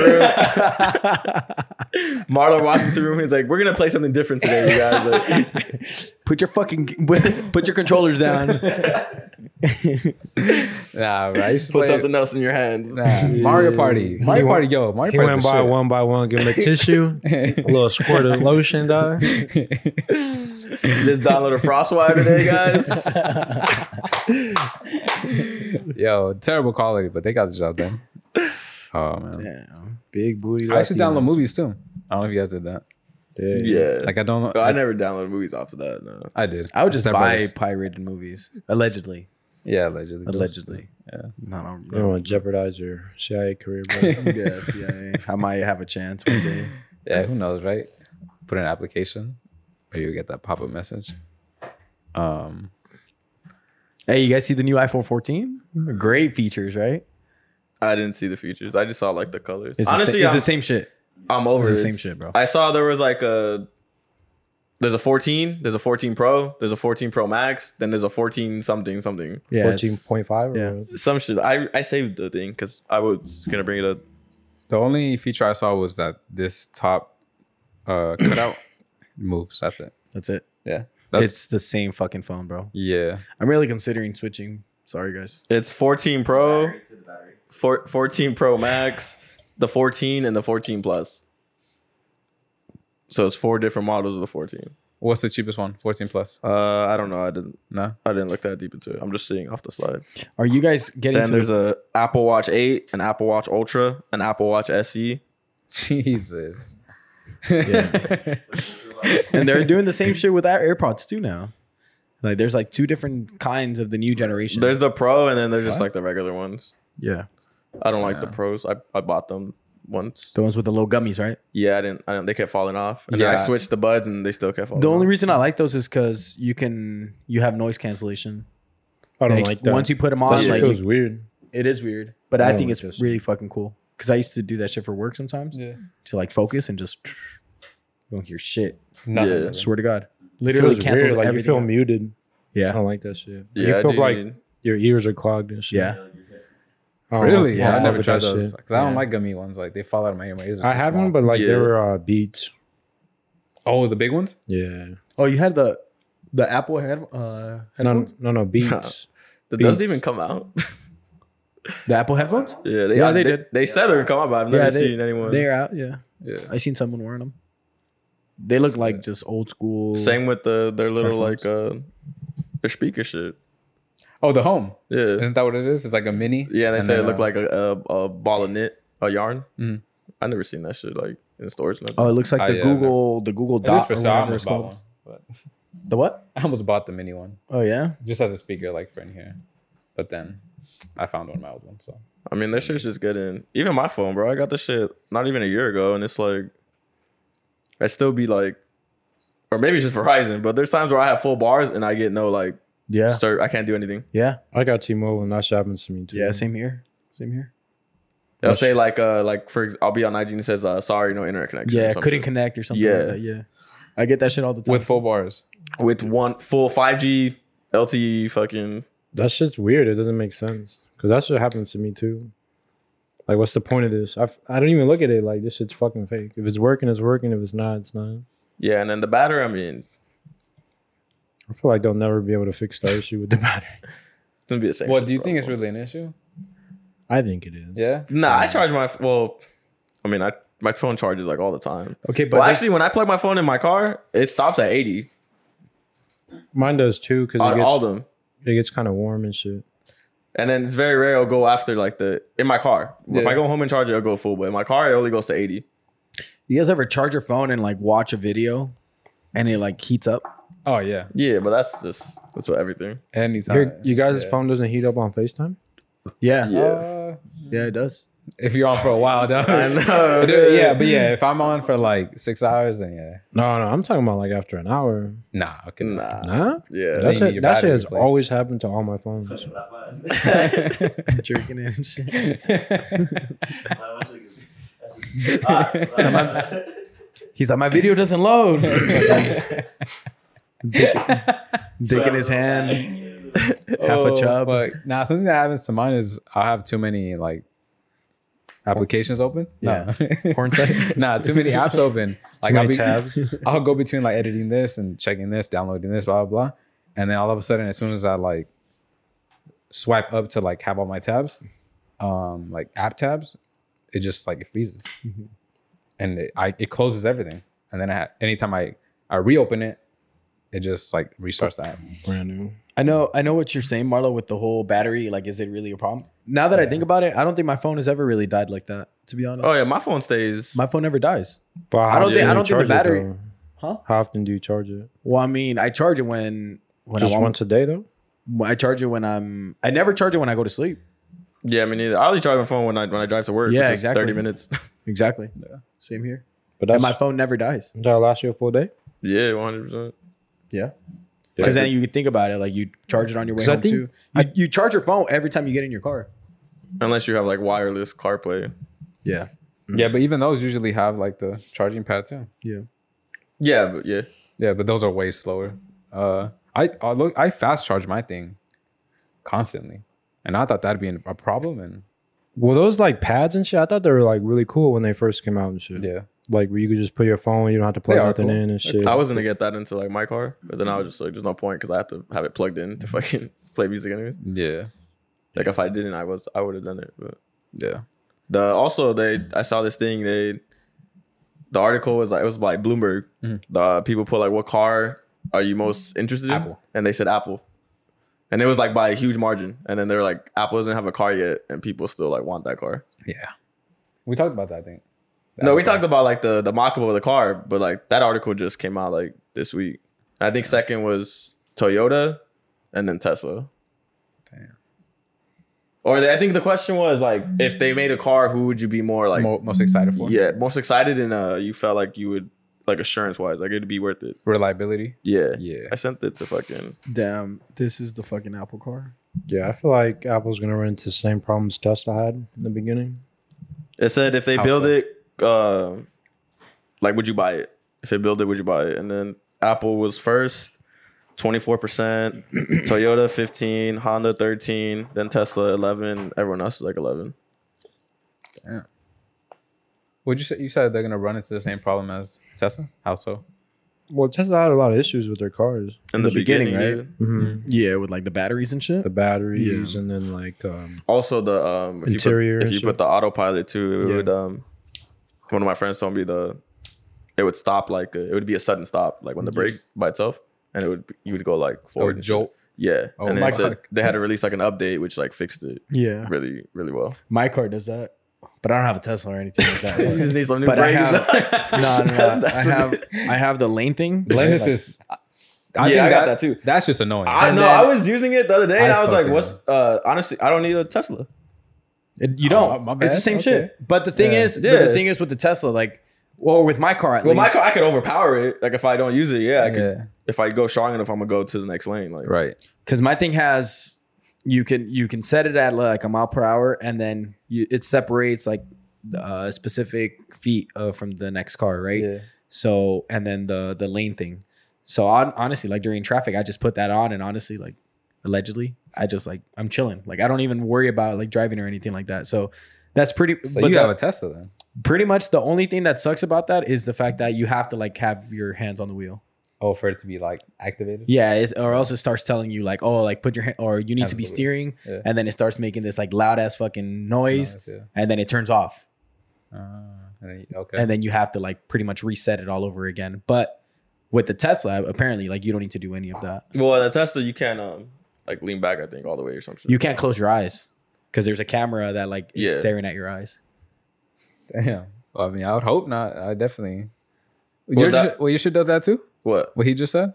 [SPEAKER 3] room. Marlo walked into the room. He's like, "We're gonna play something different today, you guys." Like,
[SPEAKER 2] Put your fucking put your controllers down.
[SPEAKER 1] nah, bro. I used to
[SPEAKER 3] put
[SPEAKER 1] play-
[SPEAKER 3] something else in your hands.
[SPEAKER 1] Nah, Mario Party. Mario Party, yo. Mario
[SPEAKER 4] He
[SPEAKER 1] Party.
[SPEAKER 4] went by one by one, give him a tissue, a little squirt of lotion, dog.
[SPEAKER 3] Just download a Frostwire today, guys.
[SPEAKER 1] Yo, terrible quality, but they got the job done. Oh man.
[SPEAKER 4] Big booty.
[SPEAKER 1] I used to download
[SPEAKER 4] Latinos.
[SPEAKER 1] movies too. I don't know if you guys did that.
[SPEAKER 4] Yeah.
[SPEAKER 3] yeah,
[SPEAKER 1] Like I don't.
[SPEAKER 3] No,
[SPEAKER 1] I,
[SPEAKER 3] I never downloaded movies off of that. No,
[SPEAKER 1] I did.
[SPEAKER 2] I would just
[SPEAKER 1] Step
[SPEAKER 2] buy
[SPEAKER 1] Brothers.
[SPEAKER 2] pirated movies, allegedly.
[SPEAKER 1] Yeah, allegedly.
[SPEAKER 2] Allegedly.
[SPEAKER 1] Yeah.
[SPEAKER 2] No, no,
[SPEAKER 4] You
[SPEAKER 2] no.
[SPEAKER 4] don't want to jeopardize your CIA career, bro.
[SPEAKER 2] Yes, yeah, I might have a chance one day.
[SPEAKER 1] Yeah, who knows, right? Put in an application, or you get that pop up message. Um,
[SPEAKER 2] Hey, you guys see the new iPhone 14? Great features, right?
[SPEAKER 3] I didn't see the features. I just saw like the colors.
[SPEAKER 2] It's
[SPEAKER 3] Honestly,
[SPEAKER 2] the, sa- it's
[SPEAKER 3] I'm,
[SPEAKER 2] the same shit.
[SPEAKER 3] I'm over
[SPEAKER 2] it's the
[SPEAKER 3] it.
[SPEAKER 2] same shit, bro.
[SPEAKER 3] I saw there was like a there's a 14, there's a 14 Pro, there's a 14 Pro Max, then there's a 14 something something.
[SPEAKER 2] Yeah, it's-
[SPEAKER 4] 14.5
[SPEAKER 2] yeah.
[SPEAKER 4] or
[SPEAKER 3] Some shit. I I saved the thing because I was gonna bring it up.
[SPEAKER 1] the only feature I saw was that this top uh cutout moves. That's it.
[SPEAKER 2] That's it.
[SPEAKER 1] Yeah, that's
[SPEAKER 2] it's the same fucking phone, bro.
[SPEAKER 1] yeah.
[SPEAKER 2] I'm really considering switching. Sorry, guys.
[SPEAKER 3] It's 14 Pro, four, 14 Pro Max, the 14, and the 14 Plus. So it's four different models of the 14.
[SPEAKER 1] What's the cheapest one? Fourteen plus.
[SPEAKER 3] Uh, I don't know. I didn't.
[SPEAKER 1] No.
[SPEAKER 3] I didn't look that deep into it. I'm just seeing off the slide.
[SPEAKER 2] Are you guys getting
[SPEAKER 3] Then
[SPEAKER 2] to
[SPEAKER 3] there's
[SPEAKER 2] the,
[SPEAKER 3] a Apple Watch 8, an Apple Watch Ultra, an Apple Watch E. SE.
[SPEAKER 1] Jesus.
[SPEAKER 2] and they're doing the same shit with our AirPods too now. Like there's like two different kinds of the new generation.
[SPEAKER 3] There's the Pro, and then there's just
[SPEAKER 2] What?
[SPEAKER 3] like the regular ones.
[SPEAKER 2] yeah.
[SPEAKER 3] I don't like the Pros. I, I bought them once.
[SPEAKER 2] The ones with the little gummies, right?
[SPEAKER 3] Yeah, I didn't. I didn't. They kept falling off. And then I
[SPEAKER 1] Yeah.
[SPEAKER 3] switched the buds, and they still kept falling.
[SPEAKER 2] The only
[SPEAKER 3] off.
[SPEAKER 2] reason I like those is because you can you have noise cancellation.
[SPEAKER 4] I don't
[SPEAKER 2] Like,
[SPEAKER 4] like that.
[SPEAKER 2] Once you put them
[SPEAKER 4] that
[SPEAKER 2] on,
[SPEAKER 4] shit
[SPEAKER 2] like,
[SPEAKER 4] feels weird.
[SPEAKER 2] it is weird, but
[SPEAKER 4] I
[SPEAKER 2] I,
[SPEAKER 4] don't
[SPEAKER 2] think
[SPEAKER 4] like
[SPEAKER 2] it's
[SPEAKER 4] this.
[SPEAKER 2] really fucking cool. Because I used to do that shit for work sometimes
[SPEAKER 1] Yeah.
[SPEAKER 2] to like focus and just you don't hear shit.
[SPEAKER 1] No.
[SPEAKER 3] Yeah.
[SPEAKER 1] Yeah.
[SPEAKER 2] Swear to God,
[SPEAKER 4] Literally
[SPEAKER 2] literally
[SPEAKER 4] feels
[SPEAKER 2] cancels
[SPEAKER 4] weird. Like you
[SPEAKER 2] everything.
[SPEAKER 4] feel
[SPEAKER 2] out.
[SPEAKER 4] muted. I
[SPEAKER 2] yeah,
[SPEAKER 4] don't like that shit.
[SPEAKER 3] Yeah,
[SPEAKER 4] you feel
[SPEAKER 3] dude.
[SPEAKER 4] like your ears are clogged and shit.
[SPEAKER 2] yeah.
[SPEAKER 4] I don't
[SPEAKER 1] Really? Yeah,
[SPEAKER 4] know. I
[SPEAKER 1] I
[SPEAKER 4] fuck
[SPEAKER 1] never
[SPEAKER 4] with
[SPEAKER 1] tried
[SPEAKER 4] that
[SPEAKER 1] those.
[SPEAKER 4] shit.
[SPEAKER 1] 'Cause I don't like gummy ones. Like they fall out of my ears.
[SPEAKER 4] I have one, but like
[SPEAKER 3] Yeah.
[SPEAKER 4] they were uh, beats.
[SPEAKER 1] oh, the big ones.
[SPEAKER 4] Yeah.
[SPEAKER 2] Oh, you had the the Apple head uh
[SPEAKER 4] No,
[SPEAKER 2] headphones.
[SPEAKER 4] no, no, beats.
[SPEAKER 3] Did
[SPEAKER 4] Beats.
[SPEAKER 3] those even come out?
[SPEAKER 2] The Apple headphones.
[SPEAKER 3] yeah, they,
[SPEAKER 2] Yeah,
[SPEAKER 3] I-
[SPEAKER 2] they
[SPEAKER 3] they,
[SPEAKER 2] did.
[SPEAKER 3] They said they were coming out, but I've never
[SPEAKER 2] Yeah, they-
[SPEAKER 3] seen anyone.
[SPEAKER 2] They're out. Yeah,
[SPEAKER 1] Yeah.
[SPEAKER 2] I seen someone wearing them. They look like just old school.
[SPEAKER 3] Same with the their little like uh, their speaker shit.
[SPEAKER 1] Oh, the home.
[SPEAKER 3] Yeah,
[SPEAKER 1] Isn't that what it is? It's like a mini.
[SPEAKER 3] yeah. They
[SPEAKER 1] And
[SPEAKER 3] said it
[SPEAKER 1] then,
[SPEAKER 3] looked
[SPEAKER 1] uh,
[SPEAKER 3] like a, a, a ball of knit, a yarn.
[SPEAKER 2] Mm-hmm.
[SPEAKER 1] Mhm.
[SPEAKER 3] I never seen that shit like in stores. nothing.
[SPEAKER 2] Oh, it looks like
[SPEAKER 1] Ah,
[SPEAKER 2] the
[SPEAKER 1] yeah,
[SPEAKER 2] Google the Google
[SPEAKER 1] At least
[SPEAKER 2] Dot
[SPEAKER 1] for
[SPEAKER 2] or
[SPEAKER 1] sale, I
[SPEAKER 2] whatever it's
[SPEAKER 1] almost bought
[SPEAKER 2] called.
[SPEAKER 1] one. But
[SPEAKER 2] The what?
[SPEAKER 1] I almost bought the mini one
[SPEAKER 2] Oh yeah.
[SPEAKER 1] just as a speaker, like for in here. But then I found one of my old ones. So
[SPEAKER 3] I mean, that shit's just getting. Even my phone, bro. I got this shit not even a year ago, and it's like, I still be like, or maybe it's just Verizon. But there's times where I have full bars and I get no like,
[SPEAKER 2] Yeah.
[SPEAKER 3] stir. I can't do anything.
[SPEAKER 2] Yeah.
[SPEAKER 4] I got T Mobile and that shit happens to me too.
[SPEAKER 2] Yeah. Same here. Same here.
[SPEAKER 3] They'll
[SPEAKER 4] That's-
[SPEAKER 3] say like, uh, like for ex- I'll be on IG and it says, uh, sorry, no internet connection. or
[SPEAKER 2] Yeah,
[SPEAKER 3] some
[SPEAKER 2] couldn't
[SPEAKER 3] shit.
[SPEAKER 2] connect or something
[SPEAKER 3] Yeah.
[SPEAKER 2] like that. Yeah. I get that shit all the time.
[SPEAKER 1] with full bars.
[SPEAKER 3] with one full 5G LTE E, fucking
[SPEAKER 4] That shit's weird. It doesn't make sense. Because that shit happens to me too. Like, what's the point of this? I, I don't even look at it like this shit's fucking fake. If it's working, it's working. If it's not, it's not.
[SPEAKER 3] yeah, and then the battery. I mean, it's
[SPEAKER 4] I feel like they'll never be able to fix that issue with the battery.
[SPEAKER 3] gonna be the same.
[SPEAKER 1] Well,
[SPEAKER 3] shit
[SPEAKER 1] do you
[SPEAKER 3] for
[SPEAKER 1] think it's
[SPEAKER 3] all of
[SPEAKER 1] really an issue?
[SPEAKER 4] I think it is.
[SPEAKER 1] Yeah.
[SPEAKER 3] us. Nah, I charge my well. I mean, I my phone charges like all the time.
[SPEAKER 2] okay, but
[SPEAKER 3] But well,
[SPEAKER 2] they-
[SPEAKER 3] actually, when I plug my phone in my car, it stops at eighty
[SPEAKER 4] Mine does too, because it
[SPEAKER 3] on
[SPEAKER 4] gets
[SPEAKER 3] all of them.
[SPEAKER 4] it gets kind of warm and shit.
[SPEAKER 3] And then it's very rare it'll go after like the in my car. If
[SPEAKER 1] Yeah.
[SPEAKER 3] I go home and charge it, it'll go full. But in my car, it only goes to eighty.
[SPEAKER 2] you guys ever charge your phone and like watch a video and it like heats up?
[SPEAKER 1] Oh yeah.
[SPEAKER 3] Yeah, but that's just that's what everything.
[SPEAKER 1] Anytime.
[SPEAKER 4] Your, you guys'
[SPEAKER 1] yeah.
[SPEAKER 4] phone doesn't heat up on FaceTime?
[SPEAKER 2] Yeah. Yeah,
[SPEAKER 1] Uh,
[SPEAKER 2] it does.
[SPEAKER 1] if you're on for a while, though.
[SPEAKER 3] I know.
[SPEAKER 1] Dude, yeah, but yeah, if I'm on for like six hours, then yeah.
[SPEAKER 4] No, no, I'm talking about like after an hour.
[SPEAKER 1] Nah, okay.
[SPEAKER 3] nah.
[SPEAKER 4] Nah,
[SPEAKER 3] Yeah,
[SPEAKER 4] that
[SPEAKER 1] That's- need your
[SPEAKER 4] shit, that shit
[SPEAKER 1] battery
[SPEAKER 4] has
[SPEAKER 1] replaced.
[SPEAKER 4] always happened to all my phones.
[SPEAKER 2] Jerking it and shit.
[SPEAKER 5] Ah, uh,
[SPEAKER 2] He's like, my video doesn't load. dick, dick in his hand. Half a chub.
[SPEAKER 1] Oh, But now something that happens to mine is I have too many like applications open.
[SPEAKER 2] Yeah.
[SPEAKER 1] No.
[SPEAKER 2] Porn site?
[SPEAKER 1] nah, too many apps open. Like I'll
[SPEAKER 4] many
[SPEAKER 1] be,
[SPEAKER 4] tabs.
[SPEAKER 1] I'll go between like editing this and checking this, downloading this, blah blah blah. And then all of a sudden, as soon as I like swipe up to like have all my tabs, um, like app tabs, it just like it freezes. And it, I it closes everything. And then I ha- anytime I I reopen it, it just like restarts the app.
[SPEAKER 4] Brand new.
[SPEAKER 2] I know I know what you're saying, Marlo, with the whole battery. Like, is it really a problem? Now that I think about it, I don't think my phone has ever really died like that, to be honest.
[SPEAKER 3] Oh yeah, my phone stays.
[SPEAKER 2] My phone never dies.
[SPEAKER 4] But how
[SPEAKER 2] I don't
[SPEAKER 4] often
[SPEAKER 2] think-
[SPEAKER 4] do
[SPEAKER 2] I
[SPEAKER 4] you
[SPEAKER 2] don't think the
[SPEAKER 4] charge it,
[SPEAKER 2] battery-
[SPEAKER 4] though?
[SPEAKER 2] Huh?
[SPEAKER 4] How often do you charge it?
[SPEAKER 2] Well, I mean, I charge it when when I
[SPEAKER 4] Just
[SPEAKER 2] want
[SPEAKER 4] once a day though.
[SPEAKER 2] I charge it when I'm I never charge it when I go to sleep.
[SPEAKER 3] Yeah, me neither. I only charge my phone when I when I drive to work.
[SPEAKER 2] Yeah,
[SPEAKER 3] Yeah,
[SPEAKER 2] exactly.
[SPEAKER 3] Thirty minutes.
[SPEAKER 2] Exactly. Yeah. Same here.
[SPEAKER 4] But
[SPEAKER 2] And
[SPEAKER 4] that's
[SPEAKER 2] my phone never dies.
[SPEAKER 4] that'll last you a full day.
[SPEAKER 3] yeah, one hundred percent.
[SPEAKER 2] Yeah. Because then you can think about it, like you charge it on your way
[SPEAKER 4] 'Cause I
[SPEAKER 2] home
[SPEAKER 4] think-
[SPEAKER 2] too. You, you charge your phone every time you get in your car.
[SPEAKER 3] Unless you have like wireless CarPlay.
[SPEAKER 2] Yeah.
[SPEAKER 1] Yeah, but even those usually have like the charging pad too.
[SPEAKER 2] Yeah.
[SPEAKER 3] Yeah, but yeah.
[SPEAKER 1] Yeah, but those are way slower. Uh, I I, look, I fast charge my thing constantly, and I thought that'd be an- a problem. And
[SPEAKER 4] Well, those like pads and shit. I thought they were like really cool when they first came out and shit.
[SPEAKER 1] yeah,
[SPEAKER 4] Like where you could just put your phone, you don't have to plug
[SPEAKER 1] are
[SPEAKER 4] nothing
[SPEAKER 1] cool.
[SPEAKER 4] in and shit.
[SPEAKER 3] I was gonna get that into like my car, but then I was just like, there's no point because I have to have it plugged in to fucking play music anyways.
[SPEAKER 1] yeah,
[SPEAKER 3] Like if I didn't, I was I would have done it. But
[SPEAKER 1] yeah.
[SPEAKER 3] the also they I saw this thing they the article was like it was by Bloomberg.
[SPEAKER 1] Mm-hmm.
[SPEAKER 3] The people put like what car are you most interested in?
[SPEAKER 1] Apple.
[SPEAKER 3] And they said Apple. And it was like by a huge margin. And then they were like, Apple doesn't have a car yet, and people still like want that car.
[SPEAKER 1] We talked about that. I think.
[SPEAKER 3] No, we talked about like the the mock of the car, but like that article just came out like this week. I think second was Toyota, and then Tesla.
[SPEAKER 1] Damn.
[SPEAKER 3] Or they, I think the question was like, if they made a car, who would you be more like?
[SPEAKER 1] Mo- most excited for
[SPEAKER 3] yeah, most excited, and uh, you felt like you would like assurance wise, like it'd be worth it.
[SPEAKER 1] reliability.
[SPEAKER 3] Yeah,
[SPEAKER 1] Yeah.
[SPEAKER 3] I sent it to fucking.
[SPEAKER 2] Damn, this is the fucking Apple car.
[SPEAKER 4] yeah, I feel like Apple's gonna run into the same problems Tesla had in the beginning.
[SPEAKER 3] It said if they
[SPEAKER 1] How
[SPEAKER 3] build
[SPEAKER 1] so?
[SPEAKER 3] it, uh, like would you buy it? If they build it, would you buy it? And then Apple was first, twenty four percent. Toyota fifteen, Honda thirteen, then Tesla eleven. Everyone else is like eleven.
[SPEAKER 1] Would you say you said they're gonna run into the same problem as Tesla? How so?
[SPEAKER 4] Well, Tesla had a lot of issues with their cars,
[SPEAKER 3] In the, beginning, right?
[SPEAKER 2] Yeah, with like the batteries and shit.
[SPEAKER 4] the batteries, and then like um,
[SPEAKER 3] Also the um, if
[SPEAKER 4] Interior
[SPEAKER 3] You put,
[SPEAKER 4] and
[SPEAKER 3] if you
[SPEAKER 4] shit.
[SPEAKER 3] put the autopilot too, it
[SPEAKER 4] Yeah.
[SPEAKER 3] would um. One of my friends told me the, it would stop like uh it would be a sudden stop like when the brake by itself, and it would you would go
[SPEAKER 4] Oh,
[SPEAKER 3] like
[SPEAKER 1] Or
[SPEAKER 3] forward. and shit.
[SPEAKER 1] jolt?
[SPEAKER 3] Yeah,
[SPEAKER 1] Oh
[SPEAKER 3] and
[SPEAKER 1] my
[SPEAKER 3] then said
[SPEAKER 1] God.
[SPEAKER 3] they had to release like an update which like fixed it.
[SPEAKER 2] Yeah.
[SPEAKER 3] really, really well.
[SPEAKER 2] My car does that. But I don't have a Tesla or anything like that.
[SPEAKER 3] You just need some new
[SPEAKER 2] But I
[SPEAKER 3] brakes.
[SPEAKER 2] have- no, no, no.
[SPEAKER 3] That's- that's
[SPEAKER 2] I
[SPEAKER 3] what
[SPEAKER 2] have
[SPEAKER 3] it-
[SPEAKER 2] I have the lane thing.
[SPEAKER 1] Lane assist. I
[SPEAKER 3] Yeah, I got that too.
[SPEAKER 1] That's just annoying.
[SPEAKER 3] I
[SPEAKER 2] And
[SPEAKER 3] know.
[SPEAKER 2] then-
[SPEAKER 3] I was using it the other day, and
[SPEAKER 1] I
[SPEAKER 3] I, was like,
[SPEAKER 1] fucking-
[SPEAKER 3] "What's uh, honestly? I don't need a Tesla."
[SPEAKER 2] It- you don't.
[SPEAKER 1] Oh, my
[SPEAKER 2] It's the
[SPEAKER 1] bad.
[SPEAKER 2] same
[SPEAKER 1] Okay.
[SPEAKER 2] shit. But the thing
[SPEAKER 1] Yeah.
[SPEAKER 2] is, but the
[SPEAKER 3] Yeah.
[SPEAKER 2] thing is with the Tesla, like, well, with my car at
[SPEAKER 3] Well, my
[SPEAKER 2] least.
[SPEAKER 3] car, I could overpower it. Like if I don't use it, yeah, I could.
[SPEAKER 1] Yeah.
[SPEAKER 3] If I go strong enough, I'm gonna go to the next lane. Like
[SPEAKER 1] Right.
[SPEAKER 2] because my thing has you can you can set it at like a mile per hour and then you it separates like uh, a specific feet uh, from the next car right so and then the the lane thing so on honestly like during traffic i just put that on and honestly like allegedly i just like i'm chilling like i don't even worry about like driving or anything like that so that's pretty
[SPEAKER 1] So
[SPEAKER 2] but
[SPEAKER 1] you
[SPEAKER 2] the-
[SPEAKER 1] have a Tesla then?
[SPEAKER 2] pretty much the only thing that sucks about that is the fact that you have to like have your hands on the wheel
[SPEAKER 1] Oh, for it to be like activated.
[SPEAKER 2] yeah, it's, or else it starts telling you like, oh, like put your hand, or you need
[SPEAKER 1] Absolutely.
[SPEAKER 2] to be steering,
[SPEAKER 1] Yeah.
[SPEAKER 2] and then it starts making this like loud ass fucking noise,
[SPEAKER 1] Nice, yeah.
[SPEAKER 2] and then it turns off,
[SPEAKER 1] Ah, and then, okay.
[SPEAKER 2] and then you have to like pretty much reset it all over again. But with the Tesla, apparently, like you don't need to do any of that.
[SPEAKER 3] well, the Tesla, you can um like lean back. I think all the way or some shit.
[SPEAKER 2] You can't close your eyes because there's a camera that like is
[SPEAKER 3] Yeah.
[SPEAKER 2] staring at your eyes.
[SPEAKER 1] Damn. Well, I mean, I would hope not. I definitely.
[SPEAKER 3] Well,
[SPEAKER 1] your,
[SPEAKER 3] that-
[SPEAKER 1] well, your shit does that too.
[SPEAKER 3] what?
[SPEAKER 1] What he just said.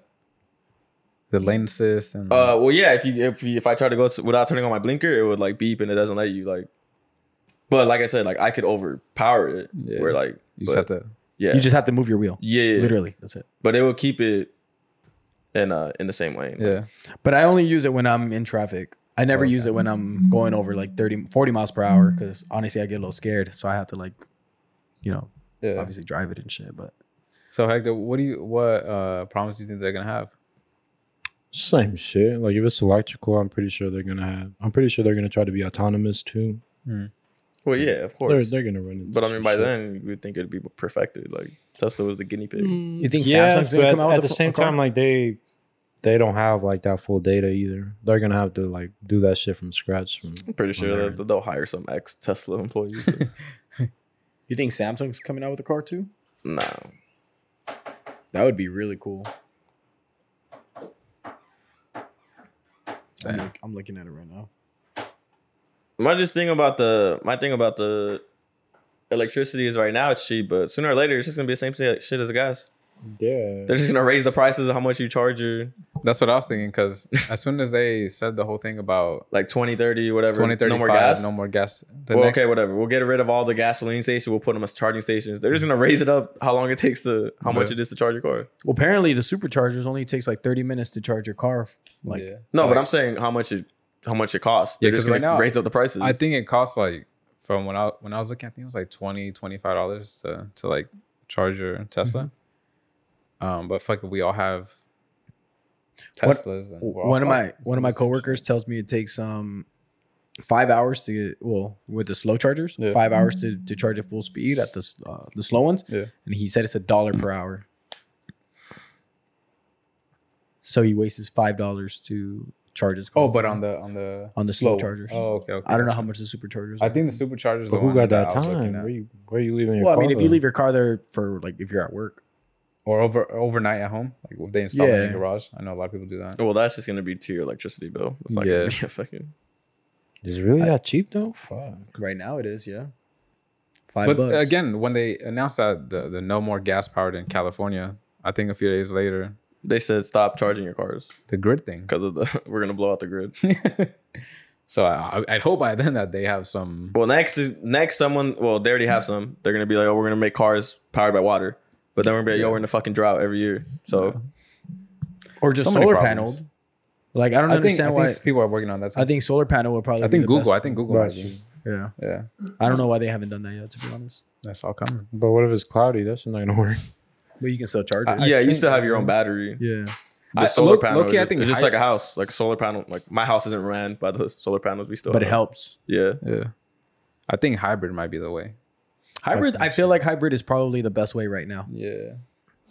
[SPEAKER 1] The lane assist and
[SPEAKER 3] Uh, well, yeah. If you if you, if I try to go to, without turning on my blinker, it would like beep and it doesn't let you like. But like I said, like I could overpower it.
[SPEAKER 1] Yeah.
[SPEAKER 3] Where like
[SPEAKER 1] you
[SPEAKER 3] but,
[SPEAKER 1] just have to.
[SPEAKER 3] yeah
[SPEAKER 2] You just have to move your wheel.
[SPEAKER 3] yeah yeah.
[SPEAKER 2] Literally, that's it.
[SPEAKER 3] but it will keep it in uh in the same lane.
[SPEAKER 1] Yeah.
[SPEAKER 2] But I only use it when I'm in traffic. I never
[SPEAKER 1] Okay.
[SPEAKER 2] use it when I'm going over like 30, 40 miles per hour because honestly, I get a little scared. So I have to like, you know,
[SPEAKER 1] Yeah.
[SPEAKER 2] obviously drive it and shit. But
[SPEAKER 1] So Hector, what do you what uh problems do you think they're gonna have?
[SPEAKER 4] Same shit. Like if it's electrical, I'm pretty sure they're gonna have. I'm pretty sure they're gonna try to be autonomous too.
[SPEAKER 3] Well, yeah, of
[SPEAKER 4] They're
[SPEAKER 3] course.
[SPEAKER 4] they're gonna run into.
[SPEAKER 3] but I
[SPEAKER 4] some
[SPEAKER 3] mean, by
[SPEAKER 4] shit.
[SPEAKER 3] then you would think it'd be perfected. Like Tesla was the guinea pig.
[SPEAKER 2] You think Samsung's
[SPEAKER 4] but
[SPEAKER 2] gonna
[SPEAKER 4] at,
[SPEAKER 2] come out
[SPEAKER 4] at
[SPEAKER 2] with a fu-
[SPEAKER 4] the same
[SPEAKER 2] a car?
[SPEAKER 4] time, like they they don't have like that full data either. They're gonna have to like do that shit from scratch. From,
[SPEAKER 3] I'm pretty sure
[SPEAKER 4] Wonder-
[SPEAKER 3] that they'll hire some ex Tesla employees.
[SPEAKER 2] You think Samsung's coming out with a car too?
[SPEAKER 3] no,
[SPEAKER 2] That would be really cool. I'm,
[SPEAKER 1] Damn.
[SPEAKER 2] look- I'm looking at it right now.
[SPEAKER 3] my just thing about the my thing about the electricity is right now it's cheap, but sooner or later it's just gonna be the same shit shit as gas.
[SPEAKER 4] yeah,
[SPEAKER 3] They're just gonna raise the prices of how much you charge your
[SPEAKER 1] That's what I was thinking. Because as soon as they said the whole thing about
[SPEAKER 3] like 20, 30, whatever.
[SPEAKER 1] 2035,
[SPEAKER 3] no more gas.
[SPEAKER 1] no more gas. The
[SPEAKER 3] well,
[SPEAKER 1] next-
[SPEAKER 3] okay, whatever. We'll get rid of all the gasoline stations. We'll put them as charging stations. They're just gonna raise it up. How long it takes to how much
[SPEAKER 1] The-
[SPEAKER 3] it is to charge your car?
[SPEAKER 2] Well, apparently the superchargers only takes like 30 minutes to charge your car. Like
[SPEAKER 1] Yeah.
[SPEAKER 3] No,
[SPEAKER 1] Like,
[SPEAKER 3] but I'm saying how much it how much it costs. They're
[SPEAKER 1] Yeah, 'cause
[SPEAKER 3] just gonna
[SPEAKER 1] right now-
[SPEAKER 3] raise up the prices.
[SPEAKER 1] I think it costs like from when I when I was looking, I think it was like 20 dollars to to like charge your Tesla. Um, but fuck, it, we all have
[SPEAKER 2] Mm-hmm. What-
[SPEAKER 1] Teslas. and we're all
[SPEAKER 2] one of my
[SPEAKER 1] fucked.
[SPEAKER 2] one of my coworkers tells me it takes um five hours to get well with the slow chargers
[SPEAKER 1] Yeah.
[SPEAKER 2] five hours to, to charge at full speed at the s- uh, the slow ones
[SPEAKER 1] Yeah.
[SPEAKER 2] and he said it's a dollar per hour so he wastes his five dollars to charge his car
[SPEAKER 1] Oh, but on the on the
[SPEAKER 2] On the slow
[SPEAKER 1] one.
[SPEAKER 2] chargers.
[SPEAKER 1] Oh, okay, okay.
[SPEAKER 2] I don't know how much the superchargers
[SPEAKER 1] I
[SPEAKER 2] are.
[SPEAKER 1] think the superchargers.
[SPEAKER 4] but
[SPEAKER 1] the
[SPEAKER 4] who
[SPEAKER 1] one
[SPEAKER 4] got that
[SPEAKER 1] I was looking
[SPEAKER 4] time?
[SPEAKER 1] at.
[SPEAKER 4] Where you where you leaving your
[SPEAKER 2] well I
[SPEAKER 4] car?
[SPEAKER 2] mean if you
[SPEAKER 4] though?
[SPEAKER 2] leave your car there for like if you're at work
[SPEAKER 1] Or over overnight at home, like if they install it in
[SPEAKER 2] Yeah.
[SPEAKER 1] the garage. I know a lot of people do that.
[SPEAKER 3] well, that's just gonna be to your electricity bill. It's not
[SPEAKER 1] Yeah.
[SPEAKER 3] gonna be a fucking
[SPEAKER 4] is it really that cheap though? Fuck.
[SPEAKER 2] right now it is yeah five
[SPEAKER 1] But
[SPEAKER 2] bucks
[SPEAKER 1] again, when they announced that the, the no more gas powered in California, I think a few days later,
[SPEAKER 3] they said stop charging your cars
[SPEAKER 1] the grid thing.
[SPEAKER 3] because of the we're gonna blow out the grid.
[SPEAKER 1] so I, I- I'd hope by then that they have some.
[SPEAKER 3] Well, next is next someone. Well, they already have some. They're gonna be like, oh, we're gonna make cars powered by water. But then we're gonna be like, yo,
[SPEAKER 1] Yeah.
[SPEAKER 3] we're in a fucking drought every year. So
[SPEAKER 2] or just
[SPEAKER 1] so many
[SPEAKER 2] solar
[SPEAKER 1] problems.
[SPEAKER 2] paneled like I don't
[SPEAKER 1] I think,
[SPEAKER 2] understand
[SPEAKER 1] I
[SPEAKER 2] why
[SPEAKER 1] think people are working on that. Too.
[SPEAKER 2] I think solar panel would probably
[SPEAKER 1] I
[SPEAKER 2] be
[SPEAKER 1] think
[SPEAKER 2] the
[SPEAKER 1] Google.
[SPEAKER 2] best.
[SPEAKER 1] I think Google. might
[SPEAKER 4] Right.
[SPEAKER 1] be.
[SPEAKER 2] yeah
[SPEAKER 1] Yeah,
[SPEAKER 2] I don't know why they haven't done that yet, to be honest.
[SPEAKER 1] that's all coming.
[SPEAKER 4] But what if it's cloudy? That's not gonna work.
[SPEAKER 2] But you can still charge
[SPEAKER 1] I-
[SPEAKER 2] it.
[SPEAKER 1] I-
[SPEAKER 3] yeah, you
[SPEAKER 1] think-
[SPEAKER 3] still have your own battery.
[SPEAKER 2] yeah.
[SPEAKER 3] The
[SPEAKER 1] I-
[SPEAKER 3] solar
[SPEAKER 1] low-
[SPEAKER 3] panel.
[SPEAKER 1] low-key, I
[SPEAKER 3] I
[SPEAKER 1] think
[SPEAKER 3] think it's just
[SPEAKER 1] I-
[SPEAKER 3] like a house, like a solar panel. Like my house isn't ran by the solar panels. We still,
[SPEAKER 2] But it
[SPEAKER 3] have.
[SPEAKER 2] helps.
[SPEAKER 3] Yeah,
[SPEAKER 1] Yeah, I think hybrid might be the way.
[SPEAKER 2] Hybrid, I feel like hybrid is probably the best way right now.
[SPEAKER 1] Yeah,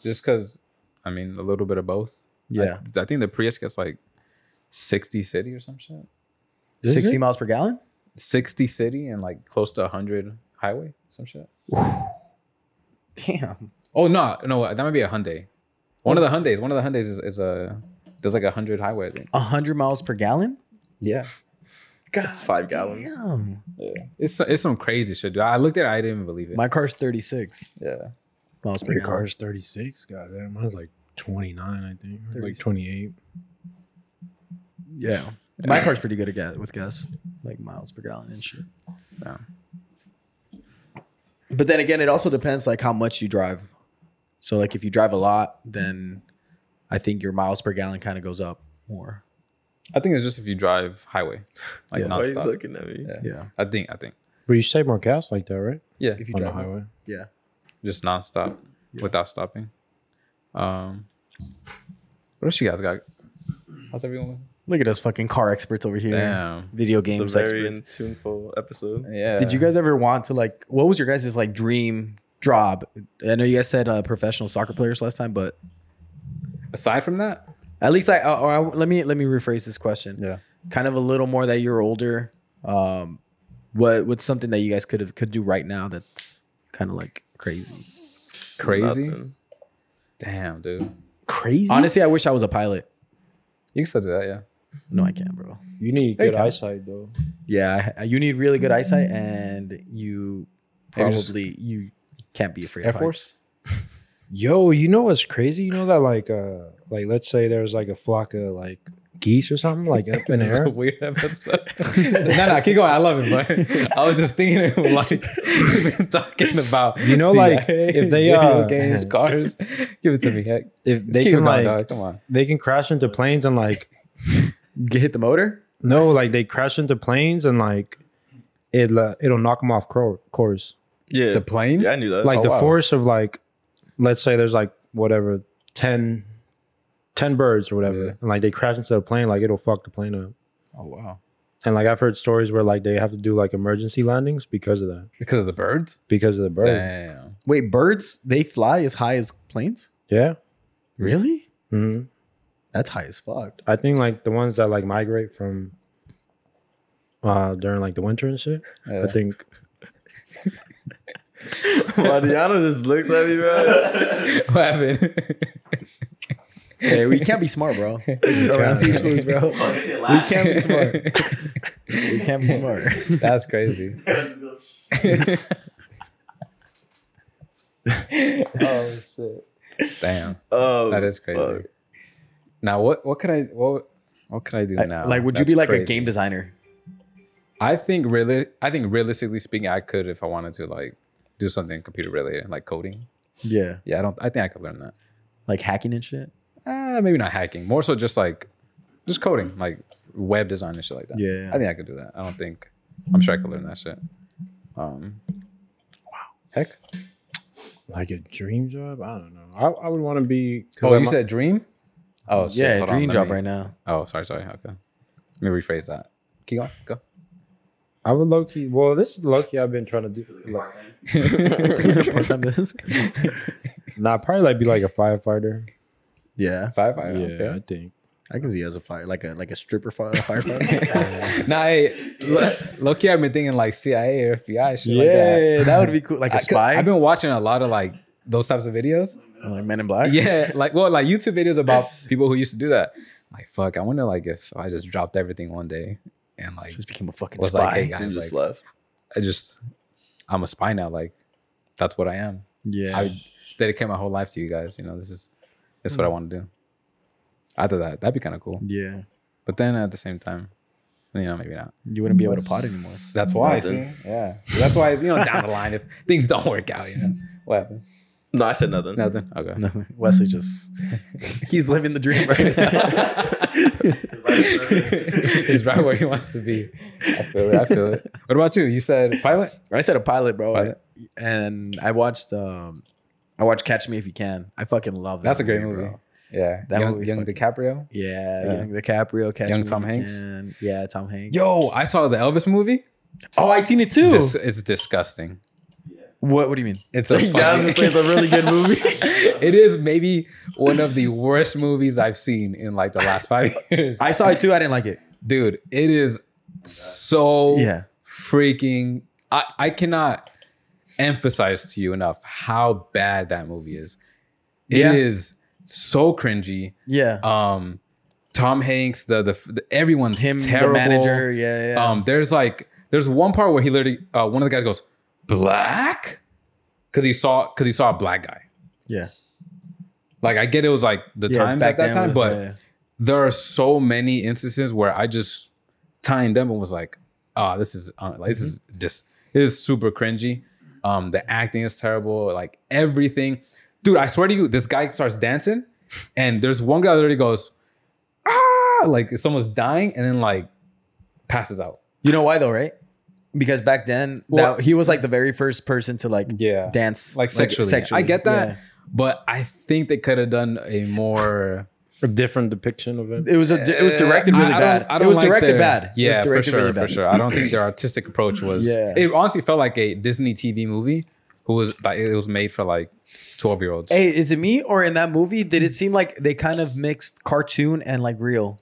[SPEAKER 1] just because I mean a little bit of both.
[SPEAKER 2] Yeah.
[SPEAKER 1] I, I think the Prius gets like sixty city or some shit.
[SPEAKER 4] Is
[SPEAKER 2] 60
[SPEAKER 4] it?
[SPEAKER 2] miles per gallon?
[SPEAKER 1] Sixty city and like close to hundred highway, some shit.
[SPEAKER 2] Damn.
[SPEAKER 1] Oh no, no, that might be a Hyundai. One of the Hyundai's. One of the Hyundai's is, is a there's like a hundred highway. I think.
[SPEAKER 2] 100 miles per gallon?
[SPEAKER 1] Yeah,
[SPEAKER 3] it's five gallons.
[SPEAKER 2] Damn.
[SPEAKER 1] it's it's some crazy shit. Dude. I looked at it, I didn't believe it.
[SPEAKER 2] My car's 36
[SPEAKER 1] yeah,
[SPEAKER 2] miles per
[SPEAKER 4] Your
[SPEAKER 2] gallon.
[SPEAKER 4] car's thirty six. Goddamn, mine's like twenty nine. I think or like twenty eight.
[SPEAKER 2] Yeah. My car's pretty good at gas, with gas, like miles per gallon and shit.
[SPEAKER 1] Yeah.
[SPEAKER 2] But then again, it also depends like how much you drive. So like if you drive a lot, then I think your miles per gallon kind of goes up more.
[SPEAKER 1] I think it's just if you drive highway, like
[SPEAKER 2] Yeah.
[SPEAKER 3] Why are you
[SPEAKER 1] nonstop.
[SPEAKER 3] looking at me?
[SPEAKER 1] Yeah.
[SPEAKER 2] Yeah.
[SPEAKER 1] I think I think
[SPEAKER 4] But you save more gas like that, right?
[SPEAKER 1] yeah,
[SPEAKER 2] If you
[SPEAKER 4] On the
[SPEAKER 2] drive
[SPEAKER 4] highway.
[SPEAKER 2] Yeah.
[SPEAKER 1] just nonstop without stopping. Um, what else you guys got? How's everyone?
[SPEAKER 2] Look at us fucking car experts over here.
[SPEAKER 1] Damn.
[SPEAKER 2] Video
[SPEAKER 3] It's
[SPEAKER 2] games
[SPEAKER 3] a very
[SPEAKER 2] experts.
[SPEAKER 3] in tuneful episode.
[SPEAKER 1] Yeah.
[SPEAKER 2] Did you guys ever want to like what was your guys' like dream job? I know you guys said uh, professional soccer players last time, but
[SPEAKER 1] aside from that?
[SPEAKER 2] at least I or I, let me let me rephrase this question.
[SPEAKER 1] Yeah.
[SPEAKER 2] Kind of a little more that you're older. Um what what's something that you guys could have could do right now that's kind of like crazy.
[SPEAKER 1] Crazy.
[SPEAKER 3] Nothing.
[SPEAKER 1] Damn, dude.
[SPEAKER 4] Crazy.
[SPEAKER 2] Honestly, I wish I was a pilot.
[SPEAKER 1] You can still do that, yeah.
[SPEAKER 2] No, I can't, bro.
[SPEAKER 4] You need
[SPEAKER 1] Hey,
[SPEAKER 4] good
[SPEAKER 1] Kevin.
[SPEAKER 4] eyesight though.
[SPEAKER 2] Yeah, I- you need really good eyesight and you
[SPEAKER 1] Maybe just-
[SPEAKER 2] probably you can't be afraid
[SPEAKER 1] Air
[SPEAKER 2] of heights.
[SPEAKER 1] Force.
[SPEAKER 4] Yo, you know what's crazy? You know that like uh like let's say there's like a flock of like geese or something like up in
[SPEAKER 1] This is
[SPEAKER 4] the
[SPEAKER 1] a
[SPEAKER 4] air.
[SPEAKER 1] weird episode. no, no, keep going. I love it, but I was just thinking of like we've been talking about.
[SPEAKER 4] You know, like, if they,
[SPEAKER 1] video
[SPEAKER 4] uh,
[SPEAKER 1] games, cars, give it to me. Heck,
[SPEAKER 4] If
[SPEAKER 1] Just
[SPEAKER 4] they
[SPEAKER 1] keep it
[SPEAKER 4] can
[SPEAKER 1] going,
[SPEAKER 4] like
[SPEAKER 1] dog. Come on.
[SPEAKER 4] they can crash into planes and like
[SPEAKER 2] Get hit the motor?
[SPEAKER 4] no, like they crash into planes and like it uh, it'll knock them off cor- course.
[SPEAKER 3] Yeah,
[SPEAKER 1] The plane.
[SPEAKER 3] yeah, I knew that.
[SPEAKER 4] Like
[SPEAKER 1] Oh,
[SPEAKER 4] the
[SPEAKER 1] wow.
[SPEAKER 4] force of like let's say there's like whatever 10 ten birds or whatever,
[SPEAKER 1] Yeah.
[SPEAKER 4] and like they crash into the plane, like it'll fuck the plane up.
[SPEAKER 1] Oh wow.
[SPEAKER 4] And like I've heard stories where like they have to do like emergency landings because of that,
[SPEAKER 1] Because of the birds?
[SPEAKER 4] because of the bird.
[SPEAKER 1] Damn.
[SPEAKER 2] Wait, birds they fly as high as planes?
[SPEAKER 4] Yeah.
[SPEAKER 2] Really?
[SPEAKER 4] hmm
[SPEAKER 2] That's high as fuck.
[SPEAKER 4] I think like the ones that like migrate from uh during like the winter and shit. I
[SPEAKER 1] Yeah.
[SPEAKER 4] think
[SPEAKER 3] Mariano just looks at me, bro.
[SPEAKER 1] what happened?
[SPEAKER 2] Hey, we can't be smart, bro. Around these fools, bro. We can't be smart. We can't be smart.
[SPEAKER 1] That's crazy.
[SPEAKER 4] oh shit.
[SPEAKER 1] Damn.
[SPEAKER 3] Um,
[SPEAKER 1] That is crazy.
[SPEAKER 3] fuck.
[SPEAKER 1] Now what what could I what what could I do now?
[SPEAKER 2] like, would you
[SPEAKER 1] That's
[SPEAKER 2] be like a
[SPEAKER 1] crazy.
[SPEAKER 2] game designer?
[SPEAKER 1] I think really I think realistically speaking, I could if I wanted to like do something computer related, like coding.
[SPEAKER 2] Yeah,
[SPEAKER 1] Yeah, I don't I think I could learn that.
[SPEAKER 2] like hacking and shit.
[SPEAKER 1] Uh, maybe not hacking, more so just like just coding, like web design and shit like that.
[SPEAKER 2] Yeah.
[SPEAKER 1] I think I could do that. I don't think I'm sure I could learn that shit. Um Wow. Heck.
[SPEAKER 4] Like a dream job? I don't know. I, I would want to be.
[SPEAKER 1] Oh, you
[SPEAKER 4] I'm-
[SPEAKER 1] said dream? Oh, shit.
[SPEAKER 2] yeah,
[SPEAKER 1] Hold on,
[SPEAKER 2] dream
[SPEAKER 1] let
[SPEAKER 2] job
[SPEAKER 1] me-
[SPEAKER 2] right now.
[SPEAKER 1] Oh, sorry, sorry. Okay. Let me rephrase that. Keep going. Go.
[SPEAKER 4] I would low key. Well, this is low key. I've been trying to do. Like,
[SPEAKER 2] Part-time business.
[SPEAKER 4] nah, probably like be like a firefighter.
[SPEAKER 2] Yeah,
[SPEAKER 1] Firefighter.
[SPEAKER 4] yeah,
[SPEAKER 1] okay.
[SPEAKER 4] I think.
[SPEAKER 2] I can see you as a fire, like a like a stripper fire, firefighter.
[SPEAKER 1] Nah, hey, lo- low key, I've been thinking like CIA or FBI shit like that.
[SPEAKER 2] yeah, that would be cool. Like a
[SPEAKER 1] I could-
[SPEAKER 2] spy.
[SPEAKER 1] I've been watching a lot of like those types of videos.
[SPEAKER 2] like Men in Black.
[SPEAKER 1] Yeah, like well, like YouTube videos about people who used to do that. Like, fuck, I wonder like if I just dropped everything one day and like
[SPEAKER 2] just became a fucking
[SPEAKER 1] was
[SPEAKER 2] spy.
[SPEAKER 1] like, hey
[SPEAKER 3] Um, He
[SPEAKER 1] guys,
[SPEAKER 3] just
[SPEAKER 1] like
[SPEAKER 3] left.
[SPEAKER 1] I just I'm a spy now. Like that's what I am.
[SPEAKER 2] yeah,
[SPEAKER 1] I dedicate my whole life to you guys. You know, this is this
[SPEAKER 2] Hmm.
[SPEAKER 1] is what I want to do. I thought that that'd be kind of cool.
[SPEAKER 2] yeah.
[SPEAKER 1] But then at the same time, you know, maybe not.
[SPEAKER 2] You wouldn't be able to pot anymore.
[SPEAKER 1] That's why.
[SPEAKER 3] Nothing.
[SPEAKER 1] see? Yeah. That's why, you know, down the line, if things don't work out, you know, what happened?
[SPEAKER 3] No, I said nothing.
[SPEAKER 1] Nothing. Okay.
[SPEAKER 2] No, Wesley just he's living the dream right now.
[SPEAKER 1] He's right where he wants to be. I feel it. I feel it. What about you? You said pilot?
[SPEAKER 2] I said a pilot, bro,
[SPEAKER 1] Pilot.
[SPEAKER 2] and I watched um, I watched Catch Me If You Can. I fucking love that.
[SPEAKER 1] That's a great movie. Yeah.
[SPEAKER 2] That
[SPEAKER 1] young,
[SPEAKER 2] movie's
[SPEAKER 1] young
[SPEAKER 2] fucking-
[SPEAKER 1] DiCaprio.
[SPEAKER 2] Yeah,
[SPEAKER 1] Yeah.
[SPEAKER 2] young DiCaprio, Catch
[SPEAKER 1] Young
[SPEAKER 2] Me
[SPEAKER 1] Tom
[SPEAKER 2] If You
[SPEAKER 1] Hanks?
[SPEAKER 2] Can. Yeah, Tom Hanks.
[SPEAKER 1] Yo, I saw the Elvis movie.
[SPEAKER 2] oh, I seen it too.
[SPEAKER 1] Dis- it's disgusting.
[SPEAKER 2] what? What do you mean?
[SPEAKER 1] It's a, fucking-
[SPEAKER 2] it's a really good movie.
[SPEAKER 1] it is maybe one of the worst movies I've seen in like the last five years.
[SPEAKER 2] I saw it too. I didn't like it.
[SPEAKER 1] Dude, it is so
[SPEAKER 2] Yeah.
[SPEAKER 1] freaking I, I cannot emphasize to you enough how bad that movie is. It is
[SPEAKER 2] Yeah.
[SPEAKER 1] so cringy.
[SPEAKER 2] Yeah,
[SPEAKER 1] Um Tom Hanks, the the, the everyone's
[SPEAKER 2] him,
[SPEAKER 1] terrible.
[SPEAKER 2] the manager. Yeah, yeah.
[SPEAKER 1] Um there's like there's one part where he literally uh, one of the guys goes, "Black?" Cuz he saw cuz he saw a black guy.
[SPEAKER 2] yeah.
[SPEAKER 1] Like I get it was like the
[SPEAKER 2] Yeah,
[SPEAKER 1] times at that
[SPEAKER 2] then
[SPEAKER 1] time,
[SPEAKER 2] was,
[SPEAKER 1] but
[SPEAKER 2] yeah, yeah.
[SPEAKER 1] there are so many instances where I just timed them and was like, "Ah, this is uh, like this is
[SPEAKER 2] Mm-hmm.
[SPEAKER 1] this is super cringy." Um, the acting is terrible. Like everything, dude. I swear to you, this guy starts dancing, and there's one guy that already goes, "Ah!" Like someone's dying, and then like passes out.
[SPEAKER 2] you know why though, right? Because back then,
[SPEAKER 1] Well-
[SPEAKER 2] that, he was like the very first person to like
[SPEAKER 1] Yeah,
[SPEAKER 2] dance
[SPEAKER 1] like sexually. I get that, but I think they could have done a more.
[SPEAKER 4] A different depiction of
[SPEAKER 2] Yeah. It was a, it was directed
[SPEAKER 1] I-
[SPEAKER 2] really
[SPEAKER 1] I
[SPEAKER 2] bad.
[SPEAKER 1] don't- I don't
[SPEAKER 2] it was
[SPEAKER 1] like
[SPEAKER 2] directed
[SPEAKER 1] their-
[SPEAKER 2] bad.
[SPEAKER 1] Yeah,
[SPEAKER 2] it was
[SPEAKER 1] for
[SPEAKER 2] directed
[SPEAKER 1] sure,
[SPEAKER 2] really
[SPEAKER 1] for
[SPEAKER 2] bad.
[SPEAKER 1] sure. I don't think their artistic approach was.
[SPEAKER 2] Yeah.
[SPEAKER 1] It honestly felt like a Disney TV movie who was like it was made for like twelve year olds.
[SPEAKER 2] Hey, is it me or in that movie did it seem like they kind of mixed cartoon and like real?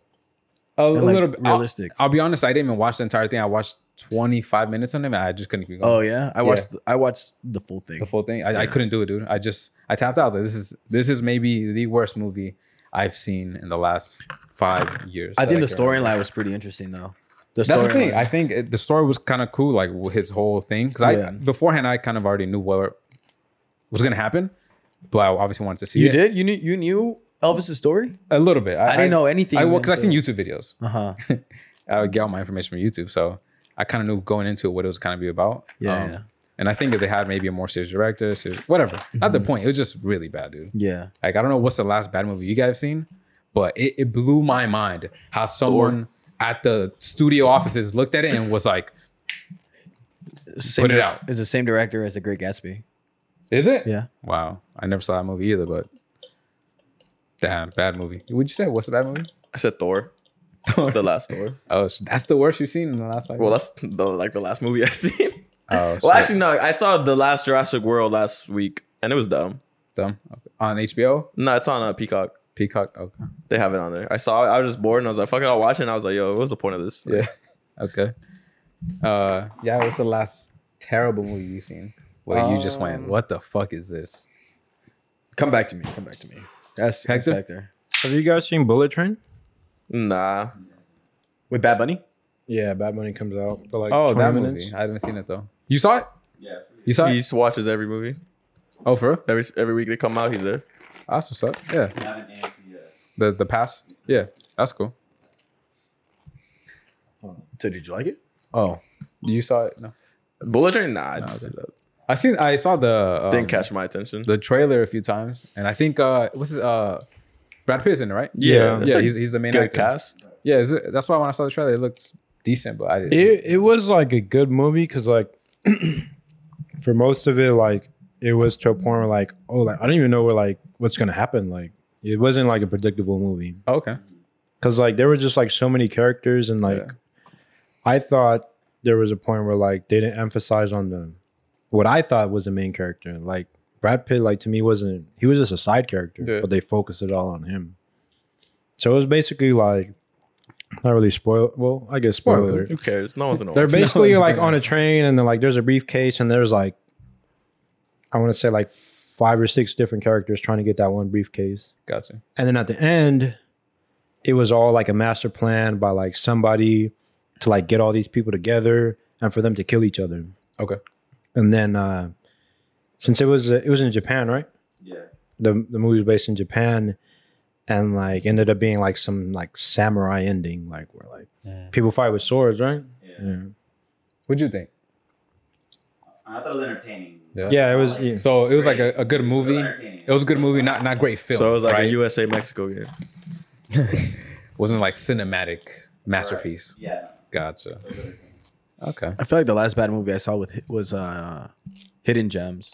[SPEAKER 1] A
[SPEAKER 2] and, like,
[SPEAKER 1] little bit I'll-
[SPEAKER 2] realistic.
[SPEAKER 1] I'll, be honest. I didn't even watch the entire thing. I watched twenty five minutes on it. and I just couldn't keep going.
[SPEAKER 2] Oh yeah, I watched I watched the full thing.
[SPEAKER 1] the full thing. I, I couldn't do it, dude. I just I tapped out. I was like, this is this is maybe the worst movie I've seen in the last five years.
[SPEAKER 2] I
[SPEAKER 1] that
[SPEAKER 2] think the
[SPEAKER 1] can remember.
[SPEAKER 2] storyline was pretty interesting though. The
[SPEAKER 1] That's the thing.
[SPEAKER 2] storyline-
[SPEAKER 1] I think it, the story was kind of cool, like with his whole thing. Because I
[SPEAKER 2] Yeah.
[SPEAKER 1] beforehand, I kind of already knew what was gonna happen, but I obviously wanted to see
[SPEAKER 2] you
[SPEAKER 1] it
[SPEAKER 2] did. You knew you knew Elvis's story.
[SPEAKER 1] a little bit.
[SPEAKER 2] I didn't know anything
[SPEAKER 1] I because I seen
[SPEAKER 2] until-
[SPEAKER 1] YouTube videos.
[SPEAKER 2] Uh huh.
[SPEAKER 1] I would get all my information from YouTube, so I kind of knew going into it what it was kind of be about. Um,
[SPEAKER 2] Yeah, yeah.
[SPEAKER 1] And I think that they had maybe a more serious director, serious, whatever. Not
[SPEAKER 2] Mm-hmm.
[SPEAKER 1] the point. It was just really bad, dude.
[SPEAKER 2] Yeah.
[SPEAKER 1] Like I don't know what's the last bad movie you guys have seen, but it, it blew my mind how someone at the studio offices looked at it and was like,
[SPEAKER 2] Same
[SPEAKER 1] Put it
[SPEAKER 2] dir-
[SPEAKER 1] out.
[SPEAKER 2] It's the same director as The Great Gatsby.
[SPEAKER 1] "Is it?
[SPEAKER 2] Yeah.
[SPEAKER 1] Wow, I never saw that movie either, but Damn, bad movie. Would you say what's a bad movie?
[SPEAKER 3] I said Thor. the last Thor.
[SPEAKER 1] Oh, so that's the worst you've seen in the last five.
[SPEAKER 3] Well, that's the like the last movie I've seen.
[SPEAKER 1] oh,
[SPEAKER 3] well,
[SPEAKER 1] shit.
[SPEAKER 3] actually, no. I saw the last Jurassic World last week, and it was dumb.
[SPEAKER 1] dumb. Okay. On HBO,
[SPEAKER 3] No, it's on uh, Peacock.
[SPEAKER 1] Peacock. Okay,
[SPEAKER 3] They have it on there. I saw. it. I was just bored, and I was like, "Fuck it, I'll watch it." And I was like, "Yo, what was the point of this?"
[SPEAKER 1] yeah, okay. Uh, yeah. What's the last terrible movie you've seen? Where you just went,
[SPEAKER 2] Um,
[SPEAKER 1] what the fuck is this?
[SPEAKER 2] Come back to me. Come back to me. That's that's
[SPEAKER 1] Hector?
[SPEAKER 2] Hector.
[SPEAKER 4] Have you guys seen Bullet Train?
[SPEAKER 3] Nah.
[SPEAKER 2] With Bad Bunny?
[SPEAKER 4] Yeah, Bad Bunny comes out for like
[SPEAKER 1] Oh,
[SPEAKER 4] 20
[SPEAKER 1] that
[SPEAKER 4] minutes.
[SPEAKER 1] movie. I haven't seen it though. You saw it?
[SPEAKER 3] Yeah.
[SPEAKER 1] You saw
[SPEAKER 3] He
[SPEAKER 1] it?
[SPEAKER 3] just watches every movie.
[SPEAKER 1] Oh, for real?
[SPEAKER 3] Every every week they come out, he's there.
[SPEAKER 1] That's what's up. Yeah. The the pass. Yeah, that's cool.
[SPEAKER 2] So did you like it? Oh.
[SPEAKER 1] You saw it? No,
[SPEAKER 3] Bullet Train? Nah, I didn't
[SPEAKER 1] okay.
[SPEAKER 3] see that.
[SPEAKER 1] I seen. I saw the um,
[SPEAKER 3] Didn't catch my attention.
[SPEAKER 1] the trailer a few times, and I think uh, what's his, uh, Brad Pitt is in it, right?
[SPEAKER 3] yeah,
[SPEAKER 4] Yeah.
[SPEAKER 3] it's
[SPEAKER 1] yeah,
[SPEAKER 3] a
[SPEAKER 1] he's, he's the main
[SPEAKER 3] good
[SPEAKER 1] actor.
[SPEAKER 3] cast.
[SPEAKER 1] Yeah, is it, that's why when I saw the trailer, it looked decent, but I didn't.
[SPEAKER 4] It it was like a good movie because like for most of it, like it was to a point where like oh like I don't even know where like what's gonna happen. Like it wasn't like a predictable movie
[SPEAKER 1] Oh, okay.
[SPEAKER 4] because like there were just like so many characters and like
[SPEAKER 1] Yeah.
[SPEAKER 4] I thought there was a point where like they didn't emphasize on the what I thought was the main character. Like Brad Pitt, like to me wasn't he was just a side character,
[SPEAKER 1] Yeah.
[SPEAKER 4] but they focused it all on him. So it was basically like not really spoil. Well, I guess spoiler.
[SPEAKER 1] Spoiler.
[SPEAKER 4] alert.
[SPEAKER 3] Who cares? No one's gonna.
[SPEAKER 4] They're
[SPEAKER 3] watch it.
[SPEAKER 4] basically
[SPEAKER 1] it's
[SPEAKER 4] like
[SPEAKER 1] gonna-
[SPEAKER 4] on a train, and then like there's a briefcase, and there's like I want to say like five or six different characters trying to get that one briefcase,
[SPEAKER 1] Gotcha.
[SPEAKER 4] and then at the end, it was all like a master plan by like somebody to like get all these people together and for them to kill each other.
[SPEAKER 1] Okay.
[SPEAKER 4] And then uh, since it was it was in Japan, right? Yeah. The the movie was based in Japan, and like ended up being like some like samurai ending, like where like people fight with swords, right? yeah.
[SPEAKER 1] What'd you think?
[SPEAKER 5] I thought it was entertaining.
[SPEAKER 4] Yeah, it was. Yeah.
[SPEAKER 1] So it was like a, a good movie.
[SPEAKER 5] entertaining.
[SPEAKER 1] It was a good movie, not not great film.
[SPEAKER 3] So it was like
[SPEAKER 1] right?
[SPEAKER 3] a USA Mexico game.
[SPEAKER 1] wasn't like cinematic masterpiece.
[SPEAKER 5] Yeah.
[SPEAKER 1] Gotcha. Okay.
[SPEAKER 2] I feel like the last bad movie I saw with was uh Hidden Gems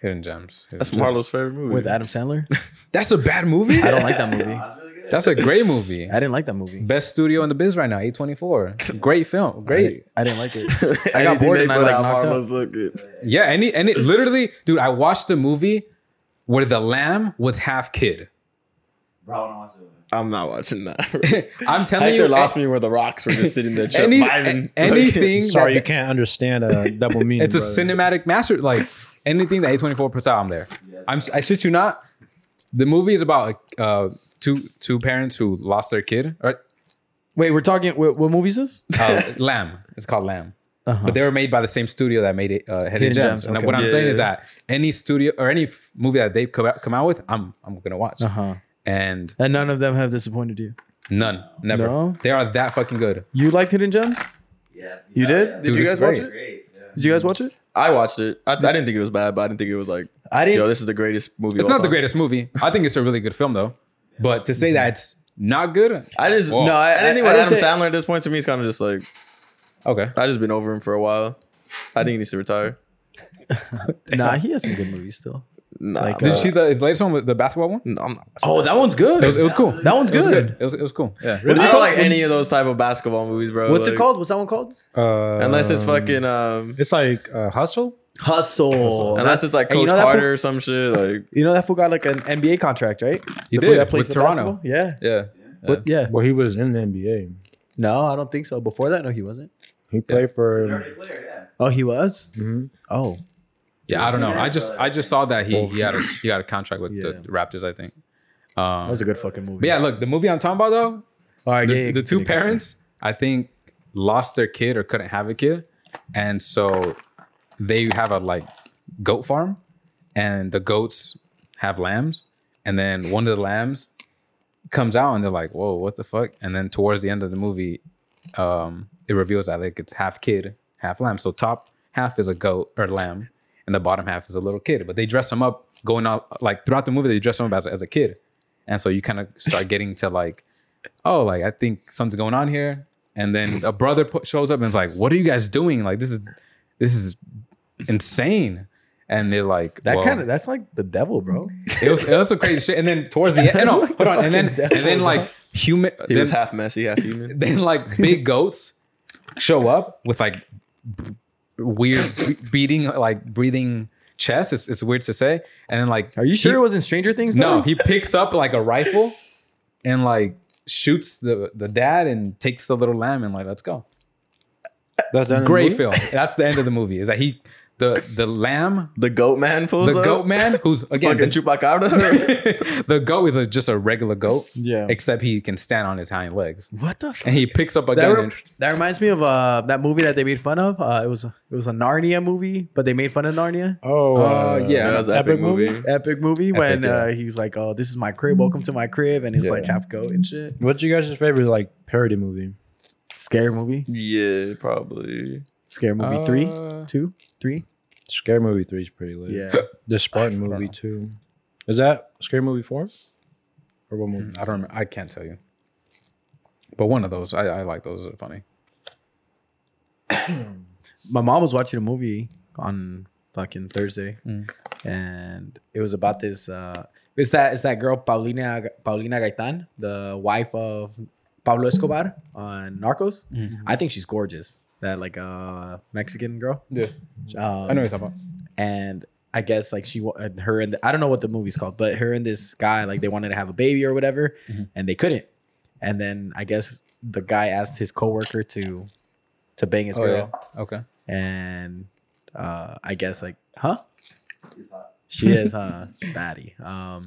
[SPEAKER 1] Hidden gems. Hidden
[SPEAKER 3] That's
[SPEAKER 1] gems.
[SPEAKER 3] Marlo's favorite movie.
[SPEAKER 2] with Adam Sandler.
[SPEAKER 1] That's a bad movie.
[SPEAKER 2] I don't like that movie. I
[SPEAKER 5] That's really good.
[SPEAKER 1] That's a great movie.
[SPEAKER 2] didn't like that movie.
[SPEAKER 1] Best studio in the biz right now. A twenty four. Great film. Great.
[SPEAKER 2] I didn't like it.
[SPEAKER 3] I got bored and I
[SPEAKER 2] like, knocked out.
[SPEAKER 3] Marlo's look good.
[SPEAKER 1] Yeah, and it, and it literally, dude, I watched the movie where the lamb was half kid.
[SPEAKER 5] Bro, I wanna watch it.
[SPEAKER 3] I'm not watching that.
[SPEAKER 1] I'm telling
[SPEAKER 3] Hector
[SPEAKER 1] you,
[SPEAKER 3] lost me where the rocks were just sitting there.
[SPEAKER 1] any,
[SPEAKER 3] vibing.
[SPEAKER 1] a- anything.
[SPEAKER 4] Sorry,
[SPEAKER 1] that-
[SPEAKER 4] you can't understand a double meaning.
[SPEAKER 1] it's a
[SPEAKER 4] brother.
[SPEAKER 1] cinematic master. Like anything that A24 puts out, I'm there. I'm. I shit you not. The movie is about uh, two two parents who lost their kid. Or,
[SPEAKER 2] Wait, we're talking what, what movies is? this?
[SPEAKER 1] uh, lamb. It's called Lamb.
[SPEAKER 2] Uh-huh.
[SPEAKER 1] But they were made by the same studio that made it, uh, Hidden,
[SPEAKER 2] Hidden
[SPEAKER 1] Gems.
[SPEAKER 2] Gems,
[SPEAKER 1] And
[SPEAKER 2] okay.
[SPEAKER 1] what I'm
[SPEAKER 3] Yeah,
[SPEAKER 1] saying
[SPEAKER 3] yeah,
[SPEAKER 1] is that any studio or any f- movie that they come out, come out with, I'm I'm gonna watch.
[SPEAKER 2] Uh-huh.
[SPEAKER 1] And
[SPEAKER 2] And none of them have disappointed you.
[SPEAKER 1] none, never.
[SPEAKER 2] No?
[SPEAKER 1] They are that fucking good.
[SPEAKER 2] You liked Hidden Gems?
[SPEAKER 5] Yeah.
[SPEAKER 2] You did?
[SPEAKER 1] Dude,
[SPEAKER 2] did you
[SPEAKER 1] it's
[SPEAKER 2] guys watch
[SPEAKER 1] great.
[SPEAKER 2] it?
[SPEAKER 5] Great. Yeah.
[SPEAKER 2] Did you guys watch it?
[SPEAKER 3] I watched it. I, I didn't think it was bad, but I didn't think it was like,
[SPEAKER 2] I
[SPEAKER 3] yo, this is the greatest movie.
[SPEAKER 1] It's
[SPEAKER 3] of all
[SPEAKER 1] not the
[SPEAKER 3] time.
[SPEAKER 1] greatest movie. I think it's a really good film though. But to say that it's not good,
[SPEAKER 3] I just
[SPEAKER 1] Whoa.
[SPEAKER 3] no.
[SPEAKER 2] No,
[SPEAKER 3] I,
[SPEAKER 2] I-
[SPEAKER 3] didn't think
[SPEAKER 2] I- I
[SPEAKER 3] with Adam
[SPEAKER 2] didn't say-
[SPEAKER 3] Sandler at this point to me, it's kind of just like
[SPEAKER 1] okay.
[SPEAKER 3] I just been over him for a while. I think he needs to retire.
[SPEAKER 2] Nah, he has some good movies still.
[SPEAKER 3] Nah,
[SPEAKER 2] Like,
[SPEAKER 1] Did
[SPEAKER 2] uh,
[SPEAKER 1] you see the his latest one with the basketball one?
[SPEAKER 3] no, I'm not.
[SPEAKER 2] Oh, that one's good.
[SPEAKER 1] It was, it was cool.
[SPEAKER 2] that one's
[SPEAKER 1] It was
[SPEAKER 2] good.
[SPEAKER 1] It was, it was cool. Yeah.
[SPEAKER 3] What is
[SPEAKER 2] is
[SPEAKER 3] I
[SPEAKER 2] it
[SPEAKER 3] don't
[SPEAKER 2] called?
[SPEAKER 3] like
[SPEAKER 2] What's-
[SPEAKER 3] any of those type of basketball movies, bro.
[SPEAKER 2] What's it
[SPEAKER 3] Like,
[SPEAKER 2] called? What's that one called?
[SPEAKER 4] Uh,
[SPEAKER 3] Unless it's fucking um,
[SPEAKER 4] It's like uh, Hustle.
[SPEAKER 2] Hustle.
[SPEAKER 3] unless it's like
[SPEAKER 2] Hey,
[SPEAKER 3] Coach
[SPEAKER 2] you know that
[SPEAKER 3] Carter
[SPEAKER 2] fool-
[SPEAKER 3] or some shit. Like
[SPEAKER 2] You know that fool got like an NBA contract, right?
[SPEAKER 1] He
[SPEAKER 2] The
[SPEAKER 1] did,
[SPEAKER 2] fool that plays
[SPEAKER 1] with
[SPEAKER 2] the
[SPEAKER 1] Toronto.
[SPEAKER 2] basketball? Yeah.
[SPEAKER 1] Yeah.
[SPEAKER 2] What? Yeah.
[SPEAKER 4] Well, he was in the NBA.
[SPEAKER 2] No, I don't think so. Before that, no, he wasn't.
[SPEAKER 4] He played for.
[SPEAKER 5] Dirty player, yeah.
[SPEAKER 2] Oh, he was.
[SPEAKER 1] Mm-hmm.
[SPEAKER 4] Mhm.
[SPEAKER 2] Oh,
[SPEAKER 1] Yeah. I don't know. I just I just saw that he he had a he got a contract with the
[SPEAKER 2] Yeah.
[SPEAKER 1] Raptors. I think.
[SPEAKER 2] that
[SPEAKER 1] Um,
[SPEAKER 2] was a good fucking movie.
[SPEAKER 1] but yeah, look, the movie I'm talking about though,
[SPEAKER 2] All right,
[SPEAKER 1] the,
[SPEAKER 2] yeah, yeah,
[SPEAKER 1] the two
[SPEAKER 2] continue, continue.
[SPEAKER 1] parents, I think, lost their kid or couldn't have a kid, and so they have a like goat farm, and the goats have lambs, and then one of the lambs comes out, and they're like, "Whoa, what the fuck?" And then towards the end of the movie, um, it reveals that like it's half kid, half lamb. So top half is a goat or lamb, and the bottom half is a little kid. But they dress him up going out like throughout the movie. They dress him up as, as a kid, and so you kind of start getting to like, oh, like I think something's going on here. And then a brother pu- shows up and is like, "What are you guys doing? Like this is this is insane." and they're like
[SPEAKER 6] That
[SPEAKER 1] well-
[SPEAKER 6] kind of that's like the devil, bro.
[SPEAKER 1] it was it was some crazy shit. And then towards the end,
[SPEAKER 6] That's
[SPEAKER 1] no,
[SPEAKER 6] like
[SPEAKER 1] hold
[SPEAKER 6] the
[SPEAKER 1] on, and then
[SPEAKER 6] fucking
[SPEAKER 1] and then
[SPEAKER 6] devil,
[SPEAKER 1] like human,
[SPEAKER 3] He
[SPEAKER 1] then,
[SPEAKER 3] was half messy, half human.
[SPEAKER 1] then like big goats show up with like weird beating, like breathing chest. It's, it's weird to say. And then like,
[SPEAKER 6] Are you sure
[SPEAKER 1] he-
[SPEAKER 6] it wasn't Stranger Things?
[SPEAKER 1] no,
[SPEAKER 6] though?
[SPEAKER 1] he picks up like a rifle and like shoots the the dad and takes the little lamb and like let's go.
[SPEAKER 6] Mm-hmm.
[SPEAKER 4] That's the end of the
[SPEAKER 1] Great
[SPEAKER 4] movie?
[SPEAKER 1] film. That's the end of the movie. Is that he the the lamb,
[SPEAKER 3] The goat man pulls
[SPEAKER 1] the
[SPEAKER 3] up.
[SPEAKER 1] goat man, who's again
[SPEAKER 3] Fucking
[SPEAKER 1] the,
[SPEAKER 3] chupacabra.
[SPEAKER 1] the goat is a, just a regular goat.
[SPEAKER 6] Yeah.
[SPEAKER 1] except he can stand on his hind legs.
[SPEAKER 2] What the fuck?
[SPEAKER 1] And he picks up a
[SPEAKER 2] That,
[SPEAKER 1] gun.
[SPEAKER 2] re-
[SPEAKER 1] and,
[SPEAKER 2] that reminds me of uh, that movie that they made fun of. Uh, it was it was a Narnia movie, but they made fun of Narnia.
[SPEAKER 4] Oh,
[SPEAKER 1] Uh,
[SPEAKER 4] uh,
[SPEAKER 1] yeah.
[SPEAKER 3] that was an
[SPEAKER 4] Epic
[SPEAKER 3] epic movie.
[SPEAKER 2] Epic movie when
[SPEAKER 1] yeah.
[SPEAKER 2] uh, he's like, "Oh, this is my crib. Welcome to my crib," and it's like half goat and shit.
[SPEAKER 4] What's your guys' favorite like parody movie?
[SPEAKER 2] Scary movie.
[SPEAKER 3] Yeah, probably.
[SPEAKER 2] Scary movie three,
[SPEAKER 1] Uh,
[SPEAKER 2] two, three.
[SPEAKER 4] Scary Movie Three is pretty lit.
[SPEAKER 2] Yeah.
[SPEAKER 4] The Spartan movie too. Is that Scary Movie Four? Or what movie?
[SPEAKER 1] I don't. Remember, I can't tell you. But one of those, I, I like those. Are funny.
[SPEAKER 2] my mom was watching a movie on fucking Thursday, and it was about this. Uh, it's that it's that girl Paulina Paulina Gaitan, the wife of Pablo Escobar on Narcos. I think she's gorgeous. That like uh, Mexican girl.
[SPEAKER 1] Yeah, I
[SPEAKER 2] Um,
[SPEAKER 1] know what you're talking about.
[SPEAKER 2] and I guess like she wa- uh, her and the, I don't know what the movie's called, but her and this guy like they wanted to have a baby or whatever,
[SPEAKER 1] Mm-hmm.
[SPEAKER 2] and they couldn't. And then I guess the guy asked his coworker to to bang his
[SPEAKER 1] Oh,
[SPEAKER 2] girl,
[SPEAKER 1] yeah. Okay.
[SPEAKER 2] and uh, I guess like huh
[SPEAKER 5] It's hot.
[SPEAKER 2] she is huh baddie. Um,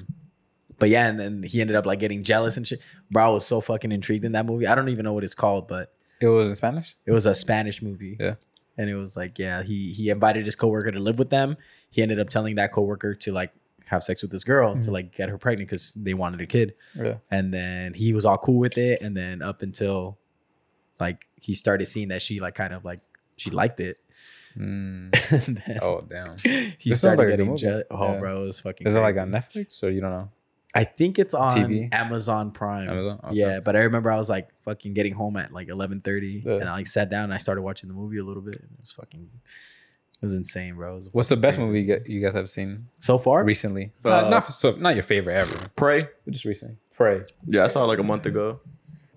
[SPEAKER 2] but yeah, and then he ended up like getting jealous and shit. Bro, I was so fucking intrigued in that movie. I don't even know what it's called, but
[SPEAKER 1] It was in Spanish.
[SPEAKER 2] it was a Spanish movie.
[SPEAKER 1] Yeah.
[SPEAKER 2] And it was like, yeah, he he invited his coworker to live with them. He ended up telling that coworker to like have sex with this girl to like get her pregnant because they wanted a kid.
[SPEAKER 1] Mm-hmm. Yeah.
[SPEAKER 2] And then he was all cool with it. And then up until like he started seeing that she like kind of like she liked it.
[SPEAKER 1] Mm.
[SPEAKER 2] and then
[SPEAKER 1] Oh damn.
[SPEAKER 2] he
[SPEAKER 1] This sounds
[SPEAKER 2] started
[SPEAKER 1] like a good
[SPEAKER 2] getting
[SPEAKER 1] movie.
[SPEAKER 2] jealous. Oh,
[SPEAKER 1] Yeah.
[SPEAKER 2] bro, it was fucking.
[SPEAKER 1] Is it like
[SPEAKER 2] crazy.
[SPEAKER 1] on Netflix or you don't know?
[SPEAKER 2] I think it's on
[SPEAKER 1] TV?
[SPEAKER 2] Amazon Prime.
[SPEAKER 1] Amazon? Okay.
[SPEAKER 2] Yeah, but I remember I was like fucking getting home at like eleven thirty,
[SPEAKER 1] Yeah.
[SPEAKER 2] and I like sat down and I started watching the movie a little bit. And it was fucking, it was insane, bro. It was
[SPEAKER 1] What's the best
[SPEAKER 2] Crazy.
[SPEAKER 1] movie you, get, you guys have seen
[SPEAKER 2] so far?
[SPEAKER 1] recently?
[SPEAKER 3] Uh,
[SPEAKER 1] not not, so, not your favorite ever,
[SPEAKER 3] Prey.
[SPEAKER 1] but just recently. Pray,
[SPEAKER 3] Yeah, I saw it like a month ago.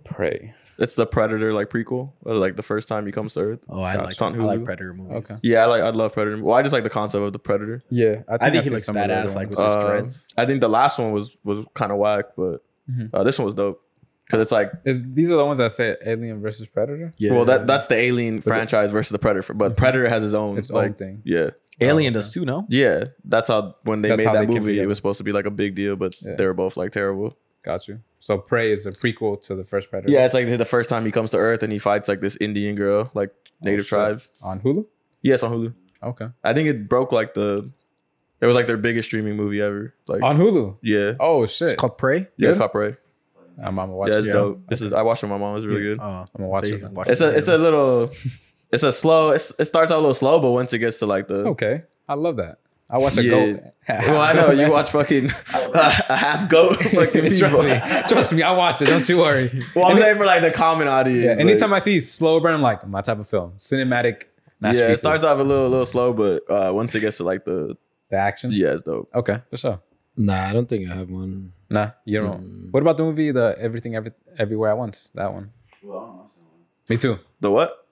[SPEAKER 1] pray.
[SPEAKER 3] It's the Predator like prequel, or like the first time he comes to Earth.
[SPEAKER 2] oh, I
[SPEAKER 3] It's
[SPEAKER 2] like, I
[SPEAKER 3] on
[SPEAKER 2] like
[SPEAKER 3] Hulu.
[SPEAKER 2] Predator movies. Oh,
[SPEAKER 1] Okay.
[SPEAKER 3] Yeah, I like I love Predator. Well, I just like the concept of the Predator.
[SPEAKER 1] Yeah,
[SPEAKER 2] I think
[SPEAKER 1] I've
[SPEAKER 2] he
[SPEAKER 1] seen
[SPEAKER 2] looks
[SPEAKER 1] some of the other
[SPEAKER 2] badass, like
[SPEAKER 1] ones.
[SPEAKER 2] with his
[SPEAKER 3] Uh,
[SPEAKER 2] dreads.
[SPEAKER 3] I think the last one was was kind of whack, but
[SPEAKER 1] Mhm.
[SPEAKER 3] uh, this one was dope because it's like
[SPEAKER 1] Is, these are the ones that say Alien versus Predator.
[SPEAKER 2] Yeah.
[SPEAKER 3] well that that's the Alien franchise versus the Predator, but Predator has his own
[SPEAKER 1] Mm-hmm. Its
[SPEAKER 3] like
[SPEAKER 1] own thing.
[SPEAKER 3] yeah
[SPEAKER 2] Alien does too, no?
[SPEAKER 3] yeah. That's how when they
[SPEAKER 1] That's
[SPEAKER 3] made
[SPEAKER 1] how
[SPEAKER 3] that
[SPEAKER 1] they came
[SPEAKER 3] movie, it
[SPEAKER 1] together.
[SPEAKER 3] was supposed to be like a big deal, but
[SPEAKER 1] Yeah.
[SPEAKER 3] they were both like terrible.
[SPEAKER 1] Got you. So Prey is a prequel to the first Predator.
[SPEAKER 3] Yeah, it's like the first time he comes to Earth and he fights like this Indian girl, like Native
[SPEAKER 1] Oh, shit.
[SPEAKER 3] tribe.
[SPEAKER 1] on Hulu.
[SPEAKER 3] Yes, on Hulu.
[SPEAKER 1] Okay.
[SPEAKER 3] I think it broke like the. It was like their biggest streaming movie ever. Like
[SPEAKER 1] On Hulu.
[SPEAKER 3] yeah,
[SPEAKER 1] Oh shit!
[SPEAKER 2] It's called Prey.
[SPEAKER 3] yeah, it's
[SPEAKER 1] good?
[SPEAKER 3] called Prey.
[SPEAKER 1] I'm, I'm gonna watch
[SPEAKER 3] Yeah,
[SPEAKER 1] it.
[SPEAKER 3] it's dope. This is I watched it with my mom. It's really good.
[SPEAKER 2] Oh,
[SPEAKER 1] I'm gonna watch
[SPEAKER 2] they
[SPEAKER 1] it.
[SPEAKER 2] can watch
[SPEAKER 3] It's
[SPEAKER 2] it
[SPEAKER 3] a it's a
[SPEAKER 2] together.
[SPEAKER 3] little. It's a slow. It's, it starts out a little slow, but once it gets to like the.
[SPEAKER 1] It's okay. I love that. I watch a
[SPEAKER 3] Yeah.
[SPEAKER 1] goat.
[SPEAKER 3] Well, I know you watch fucking a half goat fucking
[SPEAKER 1] Trust
[SPEAKER 3] people.
[SPEAKER 1] me. Trust me. I watch it. Don't you worry.
[SPEAKER 3] Well, I'm saying for like the common audience.
[SPEAKER 1] Yeah,
[SPEAKER 3] like-
[SPEAKER 1] anytime I see slow burn, I'm like my type of film, cinematic masterpiece.
[SPEAKER 3] yeah, it starts off a little little slow, but uh, once it gets to like the
[SPEAKER 1] the action.
[SPEAKER 3] yeah, it's dope.
[SPEAKER 1] Okay, for sure.
[SPEAKER 4] Nah, I don't think I have one.
[SPEAKER 1] Nah, you don't.
[SPEAKER 3] Mm.
[SPEAKER 1] What about the movie, the Everything, Every, Everywhere at Once? That one.
[SPEAKER 5] Well, I don't know. someone.
[SPEAKER 1] Me too.
[SPEAKER 3] The what?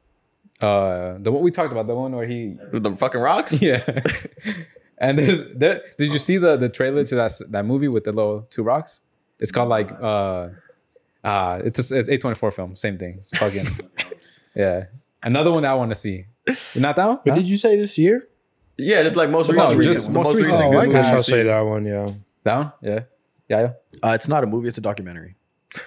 [SPEAKER 1] Uh, the one we talked about, the one where he.
[SPEAKER 3] The fucking rocks?
[SPEAKER 1] Yeah. and there's there. Did you see the the trailer to that s- that movie with the little two rocks? It's called like uh, uh it's a A twenty four film. Same thing. It's fucking. yeah. Another one that I want to see. Not that one.
[SPEAKER 4] But did you say this year?
[SPEAKER 3] Yeah, just like most
[SPEAKER 1] No,
[SPEAKER 3] recent,
[SPEAKER 1] just
[SPEAKER 3] the
[SPEAKER 1] most
[SPEAKER 3] most
[SPEAKER 1] recent.
[SPEAKER 3] recent
[SPEAKER 1] Oh,
[SPEAKER 3] good
[SPEAKER 1] I
[SPEAKER 3] movie
[SPEAKER 1] guess
[SPEAKER 3] you've
[SPEAKER 1] I'll
[SPEAKER 3] seen.
[SPEAKER 4] that one. Yeah.
[SPEAKER 1] that one? Yeah. Yeah. yeah.
[SPEAKER 2] Uh, it's not a movie. It's a documentary.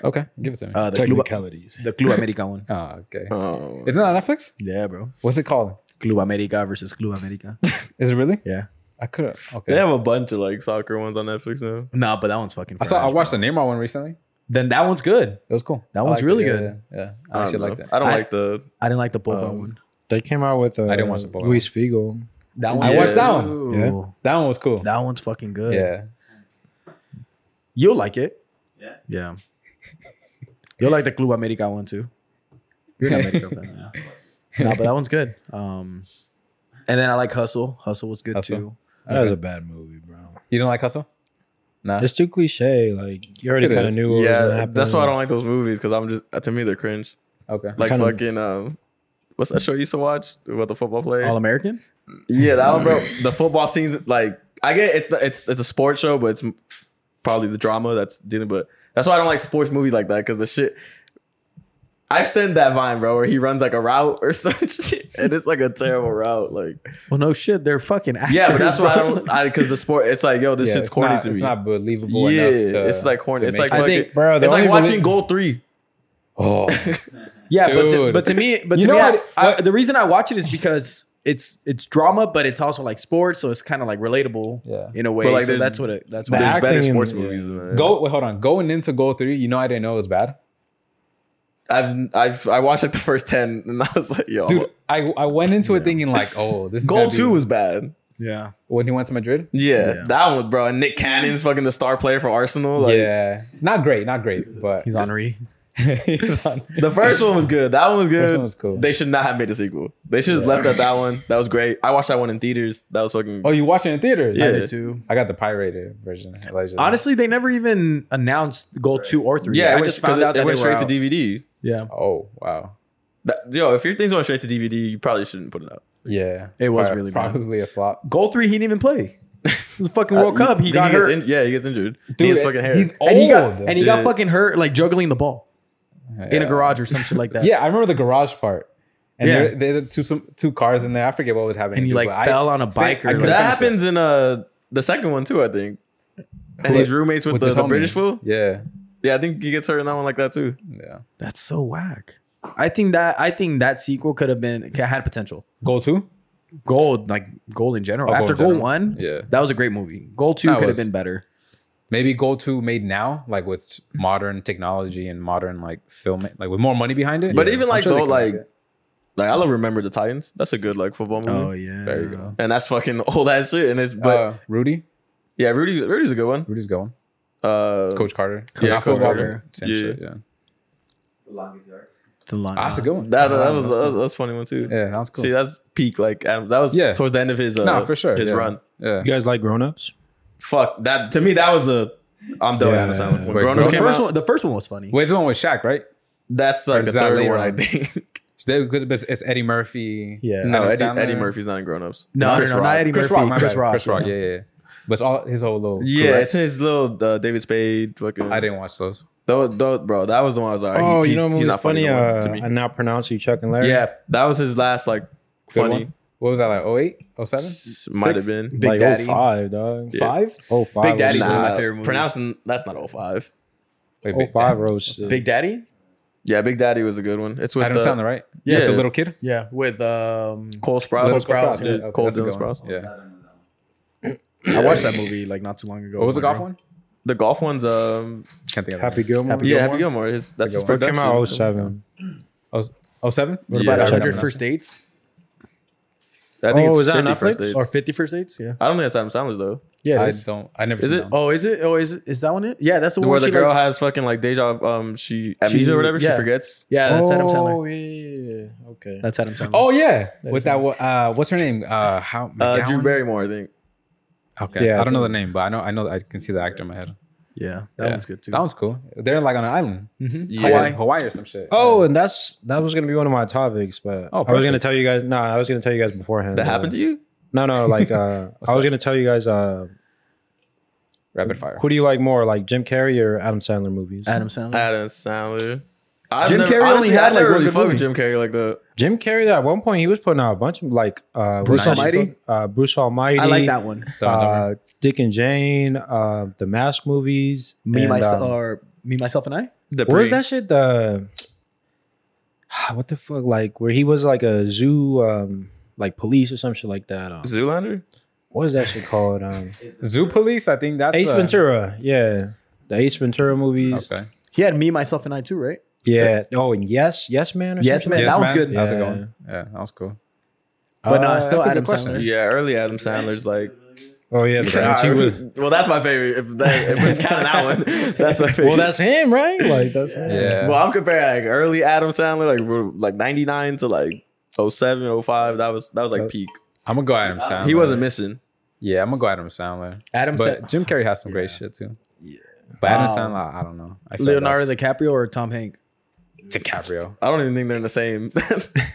[SPEAKER 1] Okay. Give it to me.
[SPEAKER 2] Uh, the Club,
[SPEAKER 4] Technicalities.
[SPEAKER 2] the Club America one.
[SPEAKER 1] Ah, okay.
[SPEAKER 3] Oh.
[SPEAKER 1] Isn't that on Netflix?
[SPEAKER 2] Yeah, bro.
[SPEAKER 1] What's it called?
[SPEAKER 2] Club America versus Club America.
[SPEAKER 1] Is it really?
[SPEAKER 2] Yeah.
[SPEAKER 1] I could have. Okay.
[SPEAKER 3] They have a bunch of like soccer ones on Netflix now.
[SPEAKER 2] no, but that one's fucking.
[SPEAKER 1] I saw. I
[SPEAKER 2] trash,
[SPEAKER 1] watched
[SPEAKER 2] bro.
[SPEAKER 1] the Neymar one recently.
[SPEAKER 2] Then that one's good.
[SPEAKER 1] It was cool.
[SPEAKER 2] That
[SPEAKER 1] I liked
[SPEAKER 2] one's
[SPEAKER 1] it.
[SPEAKER 2] really
[SPEAKER 1] Yeah,
[SPEAKER 2] good.
[SPEAKER 1] Yeah, yeah.
[SPEAKER 3] I
[SPEAKER 1] I actually
[SPEAKER 3] don't
[SPEAKER 1] liked
[SPEAKER 3] know.
[SPEAKER 1] it.
[SPEAKER 3] I don't
[SPEAKER 2] I-
[SPEAKER 3] like the.
[SPEAKER 2] I didn't like the Boba
[SPEAKER 3] Um,
[SPEAKER 2] one.
[SPEAKER 4] They came out with. Uh,
[SPEAKER 1] I didn't watch the Pokemon.
[SPEAKER 4] Luis Figo.
[SPEAKER 2] That
[SPEAKER 1] I
[SPEAKER 2] one.
[SPEAKER 1] watched that one.
[SPEAKER 2] Ooh.
[SPEAKER 4] Yeah.
[SPEAKER 1] That one was cool.
[SPEAKER 2] That one's fucking good.
[SPEAKER 1] Yeah.
[SPEAKER 2] You'll like it.
[SPEAKER 5] Yeah.
[SPEAKER 2] Yeah. You'll like the Club America one too. You're an America fan. Yeah. No, but that one's good. Um, and then I like Hustle. Hustle was good
[SPEAKER 1] Hustle.
[SPEAKER 2] too.
[SPEAKER 4] That was a bad movie, bro.
[SPEAKER 1] You don't like Hustle? Nah.
[SPEAKER 4] It's too cliche. Like you already
[SPEAKER 1] It
[SPEAKER 4] kind of
[SPEAKER 1] is.
[SPEAKER 4] knew what was gonna
[SPEAKER 3] yeah,
[SPEAKER 4] happen.
[SPEAKER 3] that's why I don't like those movies because I'm just to me they're cringe.
[SPEAKER 1] Okay.
[SPEAKER 3] Like
[SPEAKER 4] Kinda-
[SPEAKER 3] fucking um, what's that show you used to watch about the football player?
[SPEAKER 2] All American?
[SPEAKER 3] yeah, that one, bro. The football scenes, like I get it's the, it's it's a sports show, but it's m- probably the drama that's dealing. But that's why I don't like sports movies like that because the shit. I've seen that vine, bro, where he runs like a route or some shit, and it's like a terrible route. Like,
[SPEAKER 2] Well, no shit. They're fucking actors.
[SPEAKER 3] yeah, but that's why I
[SPEAKER 2] bro.
[SPEAKER 3] don't. I because the sport, it's like, yo, this
[SPEAKER 1] Yeah,
[SPEAKER 3] shit's
[SPEAKER 1] it's
[SPEAKER 3] corny
[SPEAKER 1] not,
[SPEAKER 3] to me.
[SPEAKER 1] It's not believable
[SPEAKER 3] yeah,
[SPEAKER 1] enough to.
[SPEAKER 3] it's like corny.
[SPEAKER 1] to
[SPEAKER 3] It's
[SPEAKER 1] make
[SPEAKER 3] like
[SPEAKER 1] it.
[SPEAKER 3] fucking,
[SPEAKER 2] think,
[SPEAKER 4] bro, the
[SPEAKER 3] It's like
[SPEAKER 4] only
[SPEAKER 3] watching
[SPEAKER 4] believe-
[SPEAKER 3] Goal Three.
[SPEAKER 1] Oh,
[SPEAKER 2] Yeah, but to,
[SPEAKER 1] Dude.
[SPEAKER 2] but to me, but to
[SPEAKER 4] You know
[SPEAKER 2] me, I-
[SPEAKER 4] what-
[SPEAKER 2] I-
[SPEAKER 4] what-
[SPEAKER 2] the reason I watch it is because it's it's drama, but it's also like sports, so it's kind of like relatable
[SPEAKER 1] Yeah.
[SPEAKER 2] in a way.
[SPEAKER 3] But, like,
[SPEAKER 2] so
[SPEAKER 3] there's-
[SPEAKER 2] that's what it, that's
[SPEAKER 4] the
[SPEAKER 2] what.
[SPEAKER 3] There's
[SPEAKER 2] it-
[SPEAKER 4] acting
[SPEAKER 3] better
[SPEAKER 4] in-
[SPEAKER 3] sports
[SPEAKER 4] yeah.
[SPEAKER 3] movies than that.
[SPEAKER 1] go wait, hold on. Going into goal three, you know I didn't know it was bad,
[SPEAKER 3] I've I've I watched like the first ten, and I was like, yo,
[SPEAKER 1] dude. I I went into it thinking like, oh, this is
[SPEAKER 3] Oh. Goal
[SPEAKER 1] gonna be-
[SPEAKER 3] Two was bad.
[SPEAKER 2] Yeah,
[SPEAKER 1] when he went to Madrid.
[SPEAKER 3] Yeah, that one, bro. And Nick Cannon's fucking the star player for Arsenal. Like,
[SPEAKER 1] yeah, not great, not great, but
[SPEAKER 2] he's Henri.
[SPEAKER 1] he's on.
[SPEAKER 3] The first one was good. That one was good.
[SPEAKER 1] First one was cool.
[SPEAKER 3] They should not have made a sequel. They should have left at that one. That was great. I watched that one in theaters. That was fucking.
[SPEAKER 1] Oh, you watched it in theaters?
[SPEAKER 3] Yeah.
[SPEAKER 1] I,
[SPEAKER 2] Did too.
[SPEAKER 1] got the pirated version. allegedly.
[SPEAKER 2] Honestly, they never even announced goal two or three.
[SPEAKER 3] yeah,
[SPEAKER 2] I
[SPEAKER 3] it
[SPEAKER 2] just
[SPEAKER 3] just
[SPEAKER 2] found out
[SPEAKER 3] it
[SPEAKER 2] that
[SPEAKER 3] went straight to
[SPEAKER 2] D.
[SPEAKER 3] DVD.
[SPEAKER 2] Yeah,
[SPEAKER 1] Oh wow.
[SPEAKER 3] That- yo, if your things went straight to DVD, you probably shouldn't put it out.
[SPEAKER 1] Yeah,
[SPEAKER 2] It was
[SPEAKER 1] Prob-
[SPEAKER 2] really bad.
[SPEAKER 1] probably a flop.
[SPEAKER 2] goal three. He didn't even play. It was a fucking World
[SPEAKER 3] Uh,
[SPEAKER 2] Cup. He
[SPEAKER 3] then
[SPEAKER 2] got
[SPEAKER 3] gets
[SPEAKER 2] hurt,
[SPEAKER 3] in- yeah, he gets injured. Dude,
[SPEAKER 1] Dude,
[SPEAKER 3] he has fucking hair.
[SPEAKER 1] he's old.
[SPEAKER 2] and he got and he got
[SPEAKER 3] Yeah.
[SPEAKER 2] fucking hurt like juggling the ball in a
[SPEAKER 1] Yeah.
[SPEAKER 2] garage or some shit like that.
[SPEAKER 1] Yeah, I remember the garage part. And
[SPEAKER 2] Yeah.
[SPEAKER 1] there, there are two some- two cars in there. I forget what was happening.
[SPEAKER 2] and he
[SPEAKER 1] dude,
[SPEAKER 2] like
[SPEAKER 1] but I-
[SPEAKER 2] fell on a
[SPEAKER 1] say-
[SPEAKER 2] bike
[SPEAKER 1] I
[SPEAKER 2] or
[SPEAKER 1] could-
[SPEAKER 2] like,
[SPEAKER 3] that
[SPEAKER 1] Defensive.
[SPEAKER 3] happens in uh the second one too, I think. And
[SPEAKER 1] With-
[SPEAKER 3] he's roommates with,
[SPEAKER 1] with
[SPEAKER 3] the,
[SPEAKER 1] his
[SPEAKER 3] the
[SPEAKER 1] homie.
[SPEAKER 3] British fool.
[SPEAKER 1] Yeah,
[SPEAKER 3] Yeah, I think he gets hurt in that one like that too.
[SPEAKER 1] yeah.
[SPEAKER 2] that's so whack. I think that I think that sequel could have been had potential.
[SPEAKER 1] Goal two.
[SPEAKER 2] Gold, like gold in general.
[SPEAKER 1] Oh, Gold
[SPEAKER 2] After
[SPEAKER 1] in
[SPEAKER 2] goal
[SPEAKER 1] general.
[SPEAKER 2] one,
[SPEAKER 1] Yeah.
[SPEAKER 2] that was a great movie. Goal two
[SPEAKER 1] That
[SPEAKER 2] could have
[SPEAKER 1] was.
[SPEAKER 2] been better.
[SPEAKER 1] maybe goal two made now, like with modern technology and modern like film, like with more money behind it.
[SPEAKER 3] But even like
[SPEAKER 1] sure they
[SPEAKER 3] though,
[SPEAKER 1] can make
[SPEAKER 3] like like I love Remember the Titans. That's a good like football
[SPEAKER 1] Mm-hmm.
[SPEAKER 3] movie.
[SPEAKER 2] Oh, yeah,
[SPEAKER 1] there you go.
[SPEAKER 3] And that's fucking old ass shit. And it's but
[SPEAKER 1] But Oh, uh, Rudy,
[SPEAKER 3] yeah, Rudy Rudy's a good one.
[SPEAKER 1] Rudy's going.
[SPEAKER 3] Uh
[SPEAKER 1] Coach Carter,
[SPEAKER 3] Yeah,
[SPEAKER 1] Not
[SPEAKER 3] Coach
[SPEAKER 1] football,
[SPEAKER 3] Carter.
[SPEAKER 1] but same
[SPEAKER 3] Yeah.
[SPEAKER 1] shit, yeah.
[SPEAKER 5] The longest yard.
[SPEAKER 2] The line-
[SPEAKER 1] Ah, that's a good one.
[SPEAKER 3] that, that was that was, that was a funny one too.
[SPEAKER 1] yeah, that was cool.
[SPEAKER 3] See, that's peak. Like Adam, that was
[SPEAKER 1] Yeah.
[SPEAKER 3] towards the end of his uh,
[SPEAKER 1] no, for sure.
[SPEAKER 3] his
[SPEAKER 1] yeah.
[SPEAKER 3] run.
[SPEAKER 1] Yeah,
[SPEAKER 4] You guys like grown ups?
[SPEAKER 3] Fuck that to me. That was the I'm done
[SPEAKER 4] Yeah.
[SPEAKER 3] with Adam Sandler. When
[SPEAKER 1] Wait,
[SPEAKER 3] Grown
[SPEAKER 1] Grown
[SPEAKER 3] Ups
[SPEAKER 2] the
[SPEAKER 3] came
[SPEAKER 2] first
[SPEAKER 3] out,
[SPEAKER 2] one. The first one was funny.
[SPEAKER 1] wait, this one with Shaq, right?
[SPEAKER 3] that's like the
[SPEAKER 1] is that
[SPEAKER 3] third
[SPEAKER 1] later
[SPEAKER 3] one, I
[SPEAKER 1] on?
[SPEAKER 3] think.
[SPEAKER 1] They could- It's it's Eddie Murphy.
[SPEAKER 2] Yeah.
[SPEAKER 3] no,
[SPEAKER 1] Adam
[SPEAKER 3] Eddie,
[SPEAKER 1] Sandler.
[SPEAKER 3] Eddie Murphy's not in Grown Ups.
[SPEAKER 2] No, no, no, not Eddie
[SPEAKER 1] Chris
[SPEAKER 2] Murphy.
[SPEAKER 1] Rock, my
[SPEAKER 2] Chris
[SPEAKER 1] bad.
[SPEAKER 2] Rock.
[SPEAKER 1] Chris Rock. Yeah, yeah. yeah. But it's all his whole little.
[SPEAKER 3] Yeah,
[SPEAKER 1] correct.
[SPEAKER 3] it's his little uh, David Spade. Fucking,
[SPEAKER 1] I didn't watch those.
[SPEAKER 3] Tho- tho- bro, that was the one I was like,
[SPEAKER 4] Oh,
[SPEAKER 3] Uh, he-
[SPEAKER 4] you know
[SPEAKER 3] he's-
[SPEAKER 4] what
[SPEAKER 3] he's
[SPEAKER 4] was
[SPEAKER 3] not funny
[SPEAKER 4] funny?
[SPEAKER 3] no more
[SPEAKER 4] Uh,
[SPEAKER 3] to me.
[SPEAKER 4] I now pronounce you Chuck and Larry.
[SPEAKER 3] Yeah, that was his last like
[SPEAKER 1] Good
[SPEAKER 3] funny.
[SPEAKER 1] one. What was that like? 08? 07?
[SPEAKER 3] S- Might have been
[SPEAKER 2] Big
[SPEAKER 4] like
[SPEAKER 2] Daddy.
[SPEAKER 4] 05, dog.
[SPEAKER 3] Yeah.
[SPEAKER 4] Five? Oh five.
[SPEAKER 2] Big Daddy's
[SPEAKER 4] was-
[SPEAKER 2] one of my
[SPEAKER 3] Nah,
[SPEAKER 2] favorite movies.
[SPEAKER 3] Pronouncing that's not 05.
[SPEAKER 1] Wait,
[SPEAKER 4] Oh
[SPEAKER 1] Big
[SPEAKER 4] five
[SPEAKER 1] Daddy.
[SPEAKER 4] rose.
[SPEAKER 2] Big Daddy.
[SPEAKER 3] Yeah, Big Daddy was a good one. It's with
[SPEAKER 1] Adam
[SPEAKER 3] the,
[SPEAKER 1] Sandler, right?
[SPEAKER 3] Yeah.
[SPEAKER 1] With the little kid.
[SPEAKER 2] Yeah, with um,
[SPEAKER 3] Cole Sprouse.
[SPEAKER 1] Little
[SPEAKER 2] Sprouse,
[SPEAKER 1] yeah.
[SPEAKER 3] Yeah,
[SPEAKER 1] Okay,
[SPEAKER 3] Cole
[SPEAKER 1] that's a
[SPEAKER 3] Dylan
[SPEAKER 1] good one.
[SPEAKER 3] Sprouse.
[SPEAKER 1] Yeah.
[SPEAKER 5] I don't know that one.
[SPEAKER 2] I watched that movie like not too long ago.
[SPEAKER 1] What was the
[SPEAKER 2] with
[SPEAKER 1] golf
[SPEAKER 2] my
[SPEAKER 1] one?
[SPEAKER 3] The golf one's um
[SPEAKER 1] Can't think of
[SPEAKER 4] Happy Gilmore.
[SPEAKER 2] Happy
[SPEAKER 4] Happy
[SPEAKER 3] yeah
[SPEAKER 2] Gilmore?
[SPEAKER 3] Happy Gilmore. His, that's his
[SPEAKER 1] It's a
[SPEAKER 4] Gilmore. It
[SPEAKER 3] production.
[SPEAKER 4] came out 07.
[SPEAKER 1] Oh seven?
[SPEAKER 2] girl. What
[SPEAKER 3] Yeah,
[SPEAKER 2] about a
[SPEAKER 3] I
[SPEAKER 1] remember
[SPEAKER 2] hundred
[SPEAKER 1] that.
[SPEAKER 2] first dates
[SPEAKER 3] I think it's
[SPEAKER 4] Oh, is that on
[SPEAKER 3] 50 first
[SPEAKER 4] Netflix?
[SPEAKER 3] dates.
[SPEAKER 2] or fifty first dates? Yeah,
[SPEAKER 3] I don't think that's Adam Sandler's though.
[SPEAKER 2] yeah. it
[SPEAKER 1] I
[SPEAKER 2] is.
[SPEAKER 1] don't. I never.
[SPEAKER 3] Is
[SPEAKER 1] seen
[SPEAKER 3] it-
[SPEAKER 1] that one.
[SPEAKER 2] Oh, is it? Oh, is is that one it? Yeah, that's the one.
[SPEAKER 3] Where the
[SPEAKER 2] she,
[SPEAKER 3] girl
[SPEAKER 2] like-
[SPEAKER 3] has fucking like deja um she amnesia or whatever she
[SPEAKER 2] yeah.
[SPEAKER 3] forgets.
[SPEAKER 2] yeah, that's Adam Sandler.
[SPEAKER 4] Oh, yeah. Okay.
[SPEAKER 2] That's Adam Sandler.
[SPEAKER 1] Oh yeah, with that one- uh, what's her name? Uh, how
[SPEAKER 3] Uh,
[SPEAKER 1] McGowan?
[SPEAKER 3] Drew Barrymore, I think.
[SPEAKER 1] Okay,
[SPEAKER 4] Yeah,
[SPEAKER 1] I don't know the name, but I know I know I can see the actor in my head.
[SPEAKER 2] yeah, that
[SPEAKER 1] Yeah.
[SPEAKER 2] one's good too. Mm-hmm.
[SPEAKER 1] That one's cool. They're like on an island,
[SPEAKER 3] Yeah.
[SPEAKER 1] Hawaii or some shit.
[SPEAKER 4] Oh, and that's that was gonna be one of my topics, but
[SPEAKER 1] Oh,
[SPEAKER 4] I was gonna
[SPEAKER 1] perfect.
[SPEAKER 4] tell you guys. No, I was gonna tell you guys beforehand.
[SPEAKER 3] That
[SPEAKER 4] uh,
[SPEAKER 3] happened to you?
[SPEAKER 4] No, no. Like uh, I was gonna tell you guys. Uh,
[SPEAKER 1] rapid fire.
[SPEAKER 4] who do you like more, like Jim Carrey or Adam Sandler movies?
[SPEAKER 2] Adam Sandler.
[SPEAKER 3] Adam Sandler. I've
[SPEAKER 2] Jim
[SPEAKER 3] never-
[SPEAKER 2] Carrey only
[SPEAKER 3] honestly,
[SPEAKER 2] had,
[SPEAKER 3] I've never
[SPEAKER 2] like, one
[SPEAKER 3] really
[SPEAKER 2] good
[SPEAKER 3] fucked with
[SPEAKER 2] movie.
[SPEAKER 3] Jim Carrey like the
[SPEAKER 4] Jim Carrey. At one point, he was putting out a bunch of like uh,
[SPEAKER 1] Bruce
[SPEAKER 4] Nice.
[SPEAKER 1] Almighty?
[SPEAKER 4] Uh, Bruce Almighty.
[SPEAKER 2] I like that one.
[SPEAKER 1] Dumb and Dumber.
[SPEAKER 4] Uh, Dick and Jane, uh, the Mask movies.
[SPEAKER 2] Me
[SPEAKER 4] and,
[SPEAKER 2] myself
[SPEAKER 4] um,
[SPEAKER 2] or me myself and I.
[SPEAKER 3] the
[SPEAKER 4] what was
[SPEAKER 3] pre-
[SPEAKER 4] that shit? The what the fuck? Like where he was like a zoo, um, like police or some shit like that. Um,
[SPEAKER 3] Zoolander?
[SPEAKER 4] what is that shit called? Um,
[SPEAKER 1] Zoo Police. I think that's
[SPEAKER 4] Ace
[SPEAKER 1] uh,
[SPEAKER 4] Ventura. Yeah, the Ace Ventura movies.
[SPEAKER 1] Okay,
[SPEAKER 2] He had me myself and I too, right?
[SPEAKER 4] Yeah. Oh, and yes, yes, man. Or
[SPEAKER 2] Yes,
[SPEAKER 4] something?
[SPEAKER 2] man.
[SPEAKER 1] Yes,
[SPEAKER 2] that one's
[SPEAKER 1] man.
[SPEAKER 2] good.
[SPEAKER 1] That was a
[SPEAKER 4] Yeah.
[SPEAKER 1] good one. Yeah, that was cool.
[SPEAKER 2] But no,
[SPEAKER 1] Uh,
[SPEAKER 2] it's still
[SPEAKER 1] that's a good
[SPEAKER 2] Adam
[SPEAKER 1] question.
[SPEAKER 2] Sandler.
[SPEAKER 3] Yeah, early Adam Sandler's like
[SPEAKER 4] Oh yeah, the ranch he was-
[SPEAKER 3] well, that's my favorite. If, that, if it's counting that one, that's my favorite.
[SPEAKER 4] Well, that's him, right? Like that's him.
[SPEAKER 1] Yeah.
[SPEAKER 3] Well, I'm comparing like early Adam Sandler, like we're- like oh '99 to like 07, 05. That was that was like peak.
[SPEAKER 1] I'm gonna go Adam Sandler.
[SPEAKER 3] He wasn't missing.
[SPEAKER 1] Yeah, I'm gonna go Adam Sandler.
[SPEAKER 2] Adam
[SPEAKER 1] but
[SPEAKER 2] Sa-
[SPEAKER 1] Jim Carrey has some great shit too. Yeah. But Adam
[SPEAKER 4] Um,
[SPEAKER 1] Sandler, I don't know. I feel like
[SPEAKER 7] Leonardo DiCaprio or Tom Hanks?
[SPEAKER 1] that's DiCaprio.
[SPEAKER 3] I don't even think they're in the same.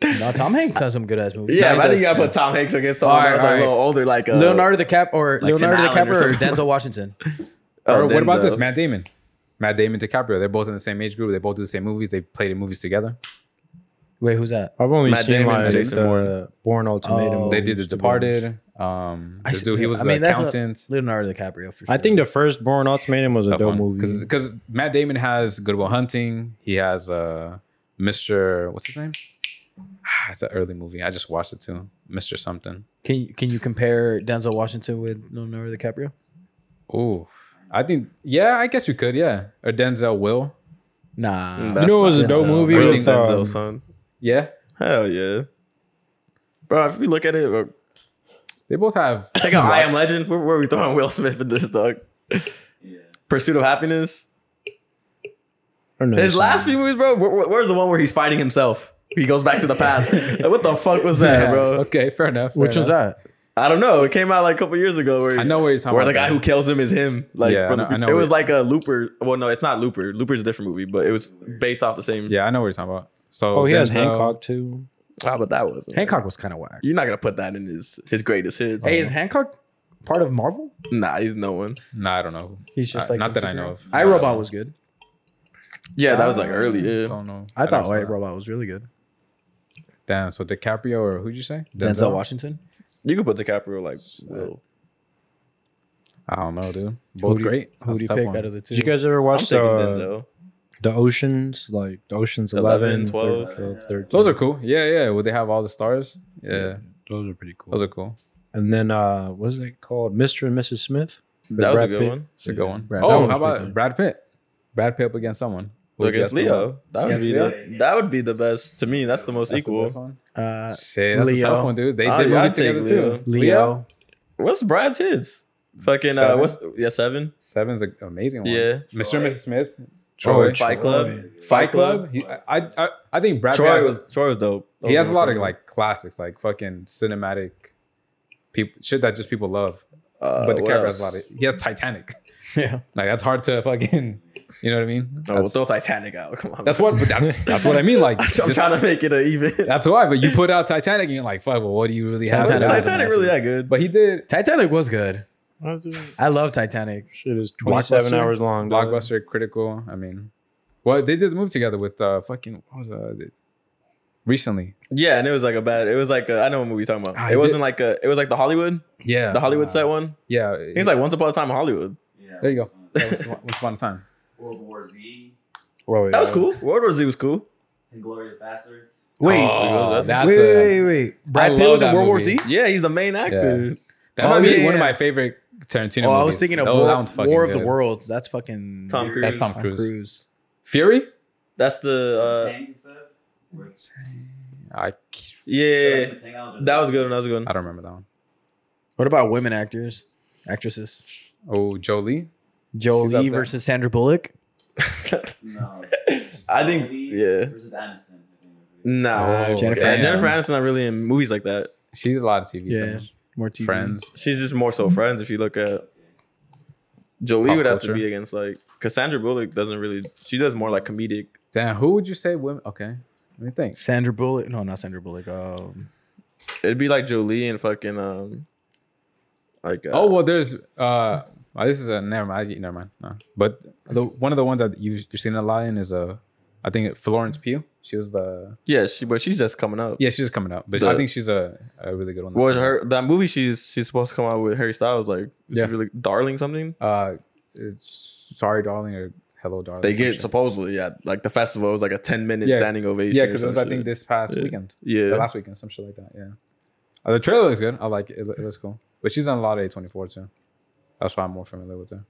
[SPEAKER 7] No, Tom Hanks has some good ass movies.
[SPEAKER 3] yeah, but I think
[SPEAKER 7] does.
[SPEAKER 3] you gotta put Tom Hanks against someone
[SPEAKER 7] Alright,
[SPEAKER 3] else like, a
[SPEAKER 7] alright.
[SPEAKER 3] little older, like uh,
[SPEAKER 7] Leonardo DiCaprio or
[SPEAKER 3] Like Tim
[SPEAKER 7] Leonardo
[SPEAKER 3] Allen or
[SPEAKER 7] DiCaprio or
[SPEAKER 3] something.
[SPEAKER 7] Denzel Washington.
[SPEAKER 3] uh,
[SPEAKER 4] Oh,
[SPEAKER 1] or what about this?
[SPEAKER 3] Denzel.
[SPEAKER 1] Matt Damon. Matt Damon, DiCaprio. They're both in the same age group. They both do the same movies. They played in movies together.
[SPEAKER 7] Wait, who's that?
[SPEAKER 4] I've only
[SPEAKER 3] Matt
[SPEAKER 4] seen
[SPEAKER 3] Damon and
[SPEAKER 4] like
[SPEAKER 3] Jason
[SPEAKER 4] the
[SPEAKER 3] Bourne.
[SPEAKER 4] Born Ultimatum.
[SPEAKER 7] Oh,
[SPEAKER 1] they did The
[SPEAKER 4] movies, to be honest.
[SPEAKER 1] Departed. Um, this
[SPEAKER 7] see-
[SPEAKER 1] dude, he was
[SPEAKER 7] I
[SPEAKER 1] the
[SPEAKER 7] mean, that's a-
[SPEAKER 1] accountant.
[SPEAKER 7] Leonardo DiCaprio for sure.
[SPEAKER 4] I think the first Born Ultimatum was a dope movie.
[SPEAKER 1] because Matt Damon has Good Will Hunting. He has uh, Mr. What's his name? It's an early movie. I just watched it too. Mr. Something.
[SPEAKER 7] can you, can you compare Denzel Washington with Leonardo DiCaprio?
[SPEAKER 1] Ooh, I think yeah. I guess you could yeah. Or Denzel Will.
[SPEAKER 7] Nah.
[SPEAKER 3] Mm,
[SPEAKER 4] you
[SPEAKER 3] that's
[SPEAKER 4] know, it was
[SPEAKER 3] not
[SPEAKER 4] a dope
[SPEAKER 7] Denzel.
[SPEAKER 4] movie.
[SPEAKER 3] Real
[SPEAKER 4] With, um,
[SPEAKER 3] Denzel, son.
[SPEAKER 1] Yeah,
[SPEAKER 3] Hell yeah, bro. If we look at it, uh,
[SPEAKER 1] they both have.
[SPEAKER 3] take out I Am Legend. Where, where are we throwing Will Smith in this dog? Pursuit of Happiness.
[SPEAKER 4] I don't know,
[SPEAKER 3] His
[SPEAKER 4] some-
[SPEAKER 3] last few movies, bro. Where, where- where's the one where he's fighting himself? He goes back to the past. Like, what the fuck was that, bro?
[SPEAKER 1] Okay, fair enough. fair
[SPEAKER 7] Which was
[SPEAKER 1] enough.
[SPEAKER 7] that?
[SPEAKER 3] I don't know. It came out like a couple years ago. Where he-
[SPEAKER 1] I know where you're talking
[SPEAKER 3] where
[SPEAKER 1] about.
[SPEAKER 3] the guy
[SPEAKER 1] that.
[SPEAKER 3] who kills him is him. Like
[SPEAKER 1] Yeah, I
[SPEAKER 3] from
[SPEAKER 1] know-
[SPEAKER 3] the
[SPEAKER 1] I
[SPEAKER 3] future.
[SPEAKER 1] know
[SPEAKER 3] it
[SPEAKER 1] it.
[SPEAKER 3] was like a Looper. Well, no, it's not Looper. Looper's a different movie, but it was based off the same.
[SPEAKER 1] Yeah, I know what you're talking about. So
[SPEAKER 4] Oh, he has
[SPEAKER 1] Denzel-
[SPEAKER 4] Hancock too.
[SPEAKER 3] Ah, but that wasn't.
[SPEAKER 7] Hancock was kind of whack.
[SPEAKER 3] You're not gonna put that in his his greatest hits.
[SPEAKER 7] Hey, is Hancock part of Marvel?
[SPEAKER 3] Nah, he's no one.
[SPEAKER 1] Nah, I don't know.
[SPEAKER 7] He's just
[SPEAKER 1] Uh,
[SPEAKER 7] like
[SPEAKER 1] not
[SPEAKER 7] some
[SPEAKER 1] that I
[SPEAKER 7] superhero.
[SPEAKER 1] know of.
[SPEAKER 7] I Robot was good.
[SPEAKER 3] Yeah, that was like early. Yeah.
[SPEAKER 1] Don't know.
[SPEAKER 7] I,
[SPEAKER 1] never
[SPEAKER 7] thought
[SPEAKER 1] saw
[SPEAKER 7] White
[SPEAKER 1] that.
[SPEAKER 7] Robot was really good.
[SPEAKER 1] Damn. So DiCaprio or who'd you say?
[SPEAKER 7] Denzel Washington.
[SPEAKER 3] You could put DiCaprio like Will.
[SPEAKER 1] I don't know, dude. Both
[SPEAKER 7] do you-
[SPEAKER 1] great.
[SPEAKER 7] Who do
[SPEAKER 1] That's a
[SPEAKER 7] you
[SPEAKER 1] tough
[SPEAKER 7] pick
[SPEAKER 1] one.
[SPEAKER 7] out of the 2
[SPEAKER 4] Did you guys ever
[SPEAKER 3] I'm
[SPEAKER 4] watch
[SPEAKER 3] taking
[SPEAKER 4] the,
[SPEAKER 3] Denzel.
[SPEAKER 4] the Oceans? Like the Oceans
[SPEAKER 3] 11,
[SPEAKER 4] 11,
[SPEAKER 3] 12.
[SPEAKER 4] 13,
[SPEAKER 1] Those are cool. Yeah, yeah. Would they have all the stars? Yeah,
[SPEAKER 4] Those are pretty cool.
[SPEAKER 1] those are cool.
[SPEAKER 4] and then uh, what is it called? Mr. and Mrs. Smith. With
[SPEAKER 3] That was a
[SPEAKER 4] Brad
[SPEAKER 3] good
[SPEAKER 4] Pitt.
[SPEAKER 3] one.
[SPEAKER 1] It's a good one.
[SPEAKER 4] Brad- that
[SPEAKER 1] oh,
[SPEAKER 4] one
[SPEAKER 1] how
[SPEAKER 4] was pretty
[SPEAKER 1] about
[SPEAKER 4] tight.
[SPEAKER 1] Brad Pitt? Brad Pitt up against someone. Who
[SPEAKER 3] Look,
[SPEAKER 1] would you
[SPEAKER 3] it's
[SPEAKER 1] have to go?
[SPEAKER 3] Leo. That would
[SPEAKER 7] Yes,
[SPEAKER 3] be
[SPEAKER 7] Leo.
[SPEAKER 3] the that would be the best to me. That's the most
[SPEAKER 1] That's the
[SPEAKER 3] equal.
[SPEAKER 1] best one?
[SPEAKER 7] Uh,
[SPEAKER 1] Shit, that's a
[SPEAKER 7] Leo.
[SPEAKER 1] tough one, dude. They
[SPEAKER 3] I-
[SPEAKER 1] did
[SPEAKER 3] I'd
[SPEAKER 1] movies
[SPEAKER 3] take
[SPEAKER 1] together
[SPEAKER 3] Leo.
[SPEAKER 1] too.
[SPEAKER 7] Leo.
[SPEAKER 3] What's Brad's hits? Fucking uh,
[SPEAKER 1] Seven. Oh,
[SPEAKER 3] what's yeah seven?
[SPEAKER 1] Seven's an amazing one.
[SPEAKER 3] Yeah.
[SPEAKER 1] Mr. and Mrs. Smith.
[SPEAKER 3] Troy,
[SPEAKER 1] Troy.
[SPEAKER 3] Fight Club.
[SPEAKER 4] Troy.
[SPEAKER 1] Fight Club. He, I, I I think Brad Pitt
[SPEAKER 3] Troy
[SPEAKER 1] has,
[SPEAKER 3] was Troy was dope. That
[SPEAKER 1] he
[SPEAKER 3] was
[SPEAKER 1] has a lot of
[SPEAKER 3] fucking-
[SPEAKER 1] like classics, like fucking cinematic people shit that just people love.
[SPEAKER 3] Uh,
[SPEAKER 1] but the
[SPEAKER 3] what
[SPEAKER 1] character has a
[SPEAKER 3] else?
[SPEAKER 1] lot of he has Titanic.
[SPEAKER 7] Yeah.
[SPEAKER 1] Like that's hard to fucking you know what I mean?
[SPEAKER 3] Oh, we'll
[SPEAKER 1] that's,
[SPEAKER 3] throw Titanic out. Come on.
[SPEAKER 1] that's what but that's that's what I mean. Like
[SPEAKER 3] I'm
[SPEAKER 1] this-
[SPEAKER 3] trying to make it an even.
[SPEAKER 1] that's why, but you put out Titanic and you're like, fuck, well, what do you really have?
[SPEAKER 3] Is
[SPEAKER 1] to
[SPEAKER 7] Titanic
[SPEAKER 1] do?
[SPEAKER 7] was a
[SPEAKER 3] Titanic
[SPEAKER 7] nice
[SPEAKER 3] really
[SPEAKER 7] one.
[SPEAKER 3] that good?
[SPEAKER 1] But he did
[SPEAKER 7] Titanic was good.
[SPEAKER 4] That's it.
[SPEAKER 7] I love Titanic.
[SPEAKER 4] Shit is 27
[SPEAKER 1] Blockbuster?
[SPEAKER 4] hours long. dog.
[SPEAKER 1] blockbuster critical. I mean, well, they did the movie together with uh fucking what was uh the- recently?
[SPEAKER 3] Yeah, and it was like a bad. It was like a, I know what movie you're talking about.
[SPEAKER 1] Ah,
[SPEAKER 3] it
[SPEAKER 1] I
[SPEAKER 3] wasn't
[SPEAKER 1] did- Ah.
[SPEAKER 3] like a. It was like the Hollywood,
[SPEAKER 1] Yeah, Uh,
[SPEAKER 3] the Hollywood set one.
[SPEAKER 1] yeah.
[SPEAKER 3] I think it's like Once Upon a Time in Hollywood.
[SPEAKER 5] Yeah.
[SPEAKER 1] there you go.
[SPEAKER 5] um,
[SPEAKER 1] That was the one- Once upon a time.
[SPEAKER 5] World War Z,
[SPEAKER 4] Wait, uh, wait,
[SPEAKER 3] That was
[SPEAKER 4] wait.
[SPEAKER 3] cool. World War Z was cool.
[SPEAKER 5] Inglorious Bastards.
[SPEAKER 7] Wait,
[SPEAKER 3] Oh,
[SPEAKER 1] that's
[SPEAKER 7] wait,
[SPEAKER 1] a-
[SPEAKER 7] wait, wait, wait. Brad Pitt
[SPEAKER 1] love
[SPEAKER 7] was in
[SPEAKER 1] that
[SPEAKER 7] World War
[SPEAKER 1] movie.
[SPEAKER 7] Z.
[SPEAKER 3] Yeah, he's the main actor.
[SPEAKER 1] That
[SPEAKER 7] Oh,
[SPEAKER 1] might be
[SPEAKER 7] yeah,
[SPEAKER 1] one of
[SPEAKER 7] yeah.
[SPEAKER 1] my favorite Tarantino.
[SPEAKER 7] Oh,
[SPEAKER 1] movies.
[SPEAKER 7] I was thinking of
[SPEAKER 1] Oh, that
[SPEAKER 7] War,
[SPEAKER 1] one's fucking
[SPEAKER 7] War of the
[SPEAKER 1] good.
[SPEAKER 7] Worlds. That's fucking
[SPEAKER 3] Tom Cruise.
[SPEAKER 1] That's Tom
[SPEAKER 7] Tom
[SPEAKER 1] Cruise.
[SPEAKER 7] Cruise.
[SPEAKER 1] Fury.
[SPEAKER 3] That's the. Uh,
[SPEAKER 5] Tank and stuff. Where-
[SPEAKER 1] I c-
[SPEAKER 3] yeah,
[SPEAKER 5] Tank out of
[SPEAKER 3] that was a good. One, that was a good.
[SPEAKER 1] I
[SPEAKER 3] One.
[SPEAKER 1] don't remember that one.
[SPEAKER 7] What about women actors, actresses?
[SPEAKER 1] Oh, Jolie. up
[SPEAKER 7] Jolie
[SPEAKER 1] there.
[SPEAKER 7] versus Sandra Bullock.
[SPEAKER 5] No.
[SPEAKER 3] I think.
[SPEAKER 5] Jolie
[SPEAKER 3] Yeah.
[SPEAKER 5] Versus Aniston. I think.
[SPEAKER 3] Nah,
[SPEAKER 1] Oh,
[SPEAKER 7] Jennifer
[SPEAKER 3] Jennifer, Aniston.
[SPEAKER 7] Aniston.
[SPEAKER 3] Jennifer Aniston not really in movies like that.
[SPEAKER 1] She's a lot of TV.
[SPEAKER 7] Yeah.
[SPEAKER 1] things.
[SPEAKER 7] More TV.
[SPEAKER 1] Friends.
[SPEAKER 3] She's just more so friends. If you look at Jolie,
[SPEAKER 1] Pop
[SPEAKER 3] would have
[SPEAKER 1] culture.
[SPEAKER 3] to be against like Cassandra Bullock. Doesn't really. She does more like comedic.
[SPEAKER 1] Damn, who would you say women? Okay, let me think.
[SPEAKER 7] Sandra Bullock. No, not Sandra Bullock. Um,
[SPEAKER 3] It'd be like Jolie and fucking um, like uh,
[SPEAKER 1] Oh well, there's uh, well, this is a never mind. Never mind. No. But the one of the ones that you you're seeing a lot in is uh, I think Florence Pugh. She was the
[SPEAKER 3] yeah, she but she's just coming up.
[SPEAKER 1] yeah, she's just coming up, but
[SPEAKER 3] The-
[SPEAKER 1] I think she's a, a really good one. that's
[SPEAKER 3] What was
[SPEAKER 1] coming
[SPEAKER 3] her that movie she's she's supposed to come out with Harry Styles like it's
[SPEAKER 1] Yeah.
[SPEAKER 3] really darling something.
[SPEAKER 1] up. Uh, it's sorry, darling, or hello, darling.
[SPEAKER 3] They
[SPEAKER 1] some
[SPEAKER 3] get
[SPEAKER 1] shit.
[SPEAKER 3] supposedly yeah like the festival was like a ten minute
[SPEAKER 1] Yeah.
[SPEAKER 3] standing ovation.
[SPEAKER 1] yeah,
[SPEAKER 3] or
[SPEAKER 1] because it
[SPEAKER 3] some
[SPEAKER 1] was I
[SPEAKER 3] shit.
[SPEAKER 1] think this past weekend,
[SPEAKER 3] yeah
[SPEAKER 1] or last weekend, some shit like that. Yeah, uh, the trailer looks good. I like it. It loo- it looks cool, but she's on a lot of A24 too. That's why I'm more familiar with her.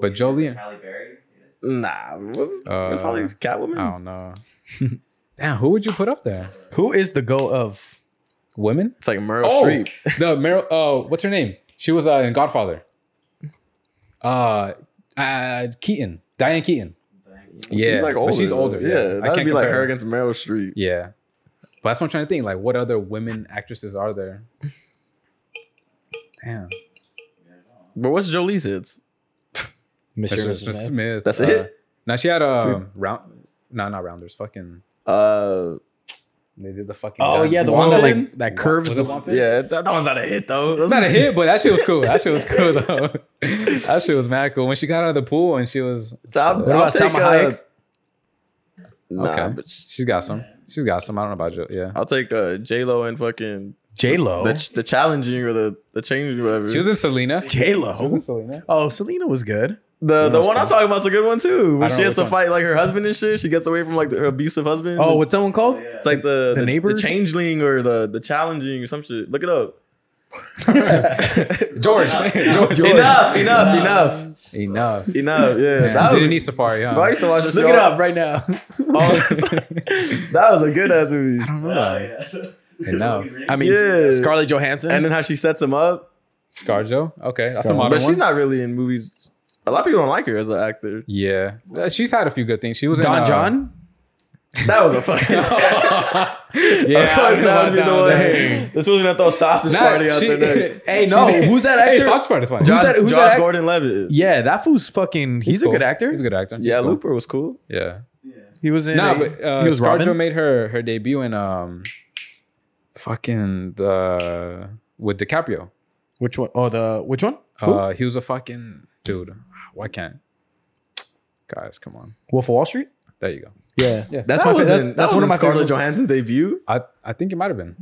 [SPEAKER 1] But Jolie-
[SPEAKER 5] Halle Berry. Yes.
[SPEAKER 3] nah. What,
[SPEAKER 1] Uh,
[SPEAKER 3] what's Hollywood's Catwoman?
[SPEAKER 1] I don't know. Damn, who would you put up there?
[SPEAKER 7] who is the go of?
[SPEAKER 1] Women?
[SPEAKER 3] It's like Meryl
[SPEAKER 1] Oh,
[SPEAKER 3] Streep.
[SPEAKER 1] the Meryl. Oh, what's her name? She was uh, in Godfather. Uh, uh, Keaton, Diane Keaton.
[SPEAKER 5] Thank you.
[SPEAKER 1] Yeah,
[SPEAKER 3] she's like
[SPEAKER 1] but
[SPEAKER 3] older.
[SPEAKER 1] she's
[SPEAKER 3] though.
[SPEAKER 1] older, yeah. I
[SPEAKER 3] that'd
[SPEAKER 1] can't
[SPEAKER 3] be like
[SPEAKER 1] compare.
[SPEAKER 3] her against Meryl Streep.
[SPEAKER 1] Yeah, but that's what I'm trying to think. Like, what other women actresses are there? Damn.
[SPEAKER 3] But what's Jolie's hits?
[SPEAKER 4] Mr.
[SPEAKER 1] Mr.
[SPEAKER 4] and
[SPEAKER 1] Smith.
[SPEAKER 4] Mrs.
[SPEAKER 3] That's
[SPEAKER 1] uh,
[SPEAKER 3] a hit?
[SPEAKER 1] Now she had a round. No, not rounders. Fucking.
[SPEAKER 3] Uh,
[SPEAKER 1] They did the fucking.
[SPEAKER 2] Oh
[SPEAKER 1] gun.
[SPEAKER 2] yeah, the
[SPEAKER 1] Wa-
[SPEAKER 2] one that like
[SPEAKER 3] Wanted?
[SPEAKER 2] that curves.
[SPEAKER 1] was
[SPEAKER 2] the-
[SPEAKER 1] it wanted?
[SPEAKER 3] yeah, that, that was not a hit though. That was
[SPEAKER 1] It's not a hit, but that shit was cool. That shit was cool though. that shit was mad cool. When she got out of the pool and she was,
[SPEAKER 3] I'll,
[SPEAKER 1] so-
[SPEAKER 3] I'll
[SPEAKER 2] about
[SPEAKER 3] take,
[SPEAKER 2] Salma
[SPEAKER 3] uh,
[SPEAKER 2] Hayek?
[SPEAKER 3] Nah,
[SPEAKER 1] Okay.
[SPEAKER 3] but sh-
[SPEAKER 1] she's got some. She's got some. I don't know about you. Yeah,
[SPEAKER 3] I'll take uh, J Lo and fucking
[SPEAKER 2] J Lo.
[SPEAKER 3] the, the challenging or the the change or whatever.
[SPEAKER 1] Oh? she was in Selena.
[SPEAKER 2] J Lo.
[SPEAKER 1] Selena.
[SPEAKER 2] Oh, Selena was good.
[SPEAKER 3] the the one I'm talking about is a good one too.
[SPEAKER 1] I
[SPEAKER 3] When
[SPEAKER 1] don't
[SPEAKER 3] she
[SPEAKER 1] know
[SPEAKER 3] has to
[SPEAKER 1] which
[SPEAKER 3] fight like her husband and shit, she gets away from like her abusive husband.
[SPEAKER 2] Oh, what's that one called?
[SPEAKER 3] it's like the
[SPEAKER 2] the neighbors?
[SPEAKER 3] the changeling or the the challenging or some shit. Look it up.
[SPEAKER 1] George. George.
[SPEAKER 3] Enough, enough, enough,
[SPEAKER 1] Enough.
[SPEAKER 3] enough. Yeah, that was.
[SPEAKER 1] Didn't need Safari. Huh?
[SPEAKER 3] I used to watch this
[SPEAKER 2] Look
[SPEAKER 3] shit
[SPEAKER 2] it
[SPEAKER 3] all-
[SPEAKER 2] up right now.
[SPEAKER 3] all the time. that was a good ass movie.
[SPEAKER 1] I don't know.
[SPEAKER 5] Oh, yeah.
[SPEAKER 1] Enough.
[SPEAKER 2] I mean,
[SPEAKER 3] Yeah.
[SPEAKER 2] Scarlett Johansson.
[SPEAKER 3] And then how she sets him up,
[SPEAKER 1] Scarjo. Okay, that's a
[SPEAKER 4] Scarjo.
[SPEAKER 1] modern
[SPEAKER 3] but
[SPEAKER 1] one.
[SPEAKER 3] she's not really in movies. A lot of people don't like her as an actor.
[SPEAKER 1] yeah, Uh, she's had a few good things. She was in,
[SPEAKER 2] Don
[SPEAKER 1] uh,
[SPEAKER 2] John.
[SPEAKER 3] That was a fucking.
[SPEAKER 1] Yeah,
[SPEAKER 3] of course, that would be the one. This was gonna throw sausage party
[SPEAKER 1] Nah,
[SPEAKER 3] out
[SPEAKER 1] she,
[SPEAKER 3] there next.
[SPEAKER 2] Hey, no, who's that
[SPEAKER 1] Hey,
[SPEAKER 2] actor?
[SPEAKER 1] Sausage Party is fine.
[SPEAKER 2] Who's that- who's
[SPEAKER 3] Josh
[SPEAKER 2] that act-
[SPEAKER 3] Gordon Levitt.
[SPEAKER 2] yeah, that fool's fucking. He's, a
[SPEAKER 1] cool.
[SPEAKER 2] good actor.
[SPEAKER 1] He's a good actor. He's
[SPEAKER 3] Yeah,
[SPEAKER 1] cool.
[SPEAKER 3] Looper was cool.
[SPEAKER 1] Yeah.
[SPEAKER 2] He was in.
[SPEAKER 1] Nah,
[SPEAKER 2] a-
[SPEAKER 1] but uh,
[SPEAKER 2] he was
[SPEAKER 1] ScarJo
[SPEAKER 2] Robin?
[SPEAKER 1] made her her debut in um, fucking the with DiCaprio.
[SPEAKER 2] which one? Oh, the which one?
[SPEAKER 1] Uh, he was a fucking dude. Why can't guys come on?
[SPEAKER 2] Wolf of Wall Street.
[SPEAKER 1] There you go.
[SPEAKER 4] Yeah.
[SPEAKER 1] Yeah,
[SPEAKER 2] That's
[SPEAKER 3] That
[SPEAKER 2] my. fa-
[SPEAKER 3] was
[SPEAKER 2] That's,
[SPEAKER 3] in-
[SPEAKER 2] that's
[SPEAKER 3] that
[SPEAKER 2] one of my
[SPEAKER 3] was
[SPEAKER 2] favorite.
[SPEAKER 3] in Scarlett Johansson's debut.
[SPEAKER 1] I I think it might have been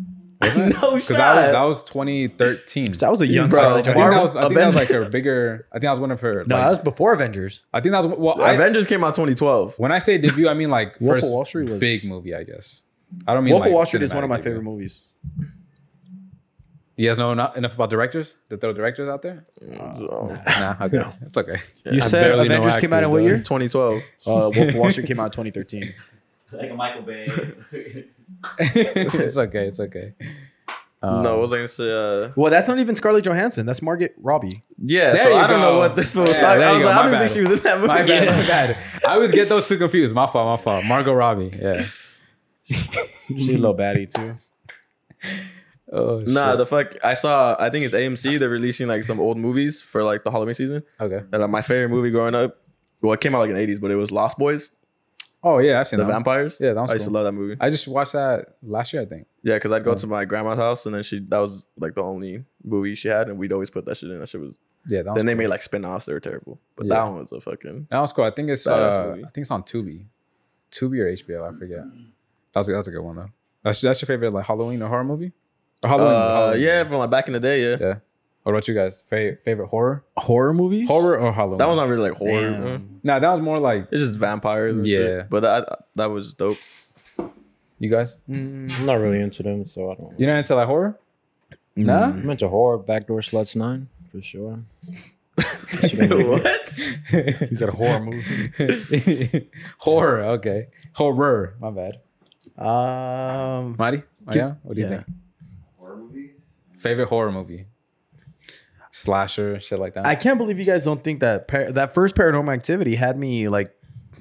[SPEAKER 3] no
[SPEAKER 1] because I was I was 2013.
[SPEAKER 2] that was a young
[SPEAKER 3] Bro,
[SPEAKER 2] Scarlett
[SPEAKER 1] I
[SPEAKER 2] Johansson.
[SPEAKER 1] think that was I think that was like her
[SPEAKER 3] Avengers.
[SPEAKER 1] bigger. I think that was one of her.
[SPEAKER 2] No,
[SPEAKER 1] like-
[SPEAKER 2] that was before Avengers.
[SPEAKER 1] I think that was well. I,
[SPEAKER 3] Avengers came out 2012.
[SPEAKER 1] when I say debut, I mean like
[SPEAKER 4] Wolf of
[SPEAKER 1] first
[SPEAKER 4] Wall Street was-
[SPEAKER 1] big movie. I guess. I don't mean
[SPEAKER 2] Wolf
[SPEAKER 1] like
[SPEAKER 2] of Wall Street is
[SPEAKER 1] cinematic
[SPEAKER 2] one of my
[SPEAKER 1] debut.
[SPEAKER 2] favorite movies.
[SPEAKER 1] You guys know not enough about directors to throw directors out there? Nah, okay, it's okay.
[SPEAKER 2] You
[SPEAKER 1] Oh, I
[SPEAKER 2] said
[SPEAKER 1] barely know
[SPEAKER 2] Avengers came out in
[SPEAKER 1] actors,
[SPEAKER 2] what
[SPEAKER 1] though.
[SPEAKER 2] year?
[SPEAKER 3] 2012.
[SPEAKER 2] Uh, Wolf of Wall Street came out in 2013.
[SPEAKER 5] Like a Michael Bay.
[SPEAKER 1] it's okay. It's okay. Um,
[SPEAKER 3] no, I was I gonna say? Uh,
[SPEAKER 2] Well, that's not even Scarlett Johansson. That's Margaret Robbie.
[SPEAKER 3] yeah,
[SPEAKER 1] There
[SPEAKER 3] so
[SPEAKER 1] you
[SPEAKER 3] I don't
[SPEAKER 1] go.
[SPEAKER 3] know what this one was
[SPEAKER 1] Yeah,
[SPEAKER 3] talking.
[SPEAKER 1] there
[SPEAKER 3] I
[SPEAKER 1] you
[SPEAKER 3] was
[SPEAKER 1] go.
[SPEAKER 3] like,
[SPEAKER 1] My
[SPEAKER 3] I don't
[SPEAKER 1] bad.
[SPEAKER 3] think she was in that movie.
[SPEAKER 1] My bad. My bad. I always get those two confused. My fault. My fault. Margot Robbie. Yeah.
[SPEAKER 2] She's a little baddie too.
[SPEAKER 1] Oh,
[SPEAKER 3] Nah,
[SPEAKER 1] shit.
[SPEAKER 3] the fuck. I saw. I think it's AMC. They're releasing like some old movies for like the Halloween season.
[SPEAKER 1] okay.
[SPEAKER 3] And uh, my favorite movie growing up, well, it came out like in the 80s, but it was Lost Boys,
[SPEAKER 1] Oh yeah, I've seen
[SPEAKER 3] The
[SPEAKER 1] that.
[SPEAKER 3] Vampires.
[SPEAKER 1] Yeah, that was
[SPEAKER 3] I used
[SPEAKER 1] cool.
[SPEAKER 3] to love that movie.
[SPEAKER 1] I just watched that last year, I think.
[SPEAKER 3] Yeah, because I'd go to my grandma's house, and then she that was like the only movie she had, and we'd always put that shit in. That shit was.
[SPEAKER 1] Yeah, that was
[SPEAKER 3] Then they
[SPEAKER 1] cool.
[SPEAKER 3] made like spin-offs. They were terrible, but
[SPEAKER 1] Yeah.
[SPEAKER 3] that one was a fucking.
[SPEAKER 1] That was cool. I think it's
[SPEAKER 3] Badass
[SPEAKER 1] uh,
[SPEAKER 3] movie.
[SPEAKER 1] I think it's on Tubi, Tubi or HBO. I forget. That's a, that's a good one though. That's that's your favorite like Halloween or horror movie? Or Halloween,
[SPEAKER 3] Uh,
[SPEAKER 1] Halloween.
[SPEAKER 3] yeah, from like back in the day, yeah.
[SPEAKER 1] Yeah. What about you guys? Fa- favorite horror,
[SPEAKER 2] Horror movies?
[SPEAKER 1] horror or Halloween?
[SPEAKER 3] That was not really like horror.
[SPEAKER 2] Damn.
[SPEAKER 3] mm.
[SPEAKER 1] nah. That was more like
[SPEAKER 3] It's just vampires and shit.
[SPEAKER 1] Yeah.
[SPEAKER 3] But that that was dope.
[SPEAKER 1] you guys.
[SPEAKER 4] I'm Mm, not really into them, so I don't.
[SPEAKER 1] You know into like horror?
[SPEAKER 2] Mm-hmm.
[SPEAKER 1] No.
[SPEAKER 4] I'm into horror, backdoor sluts nine for sure.
[SPEAKER 3] what?
[SPEAKER 2] He's at a horror movie.
[SPEAKER 1] horror. Okay. Horror. My bad.
[SPEAKER 2] Um,
[SPEAKER 1] Marty? Yeah. What do you
[SPEAKER 2] Yeah.
[SPEAKER 1] think?
[SPEAKER 5] Horror movies?
[SPEAKER 1] Favorite horror movie? Slasher, shit like that.
[SPEAKER 2] I can't believe you guys don't think that par- that first Paranormal Activity had me like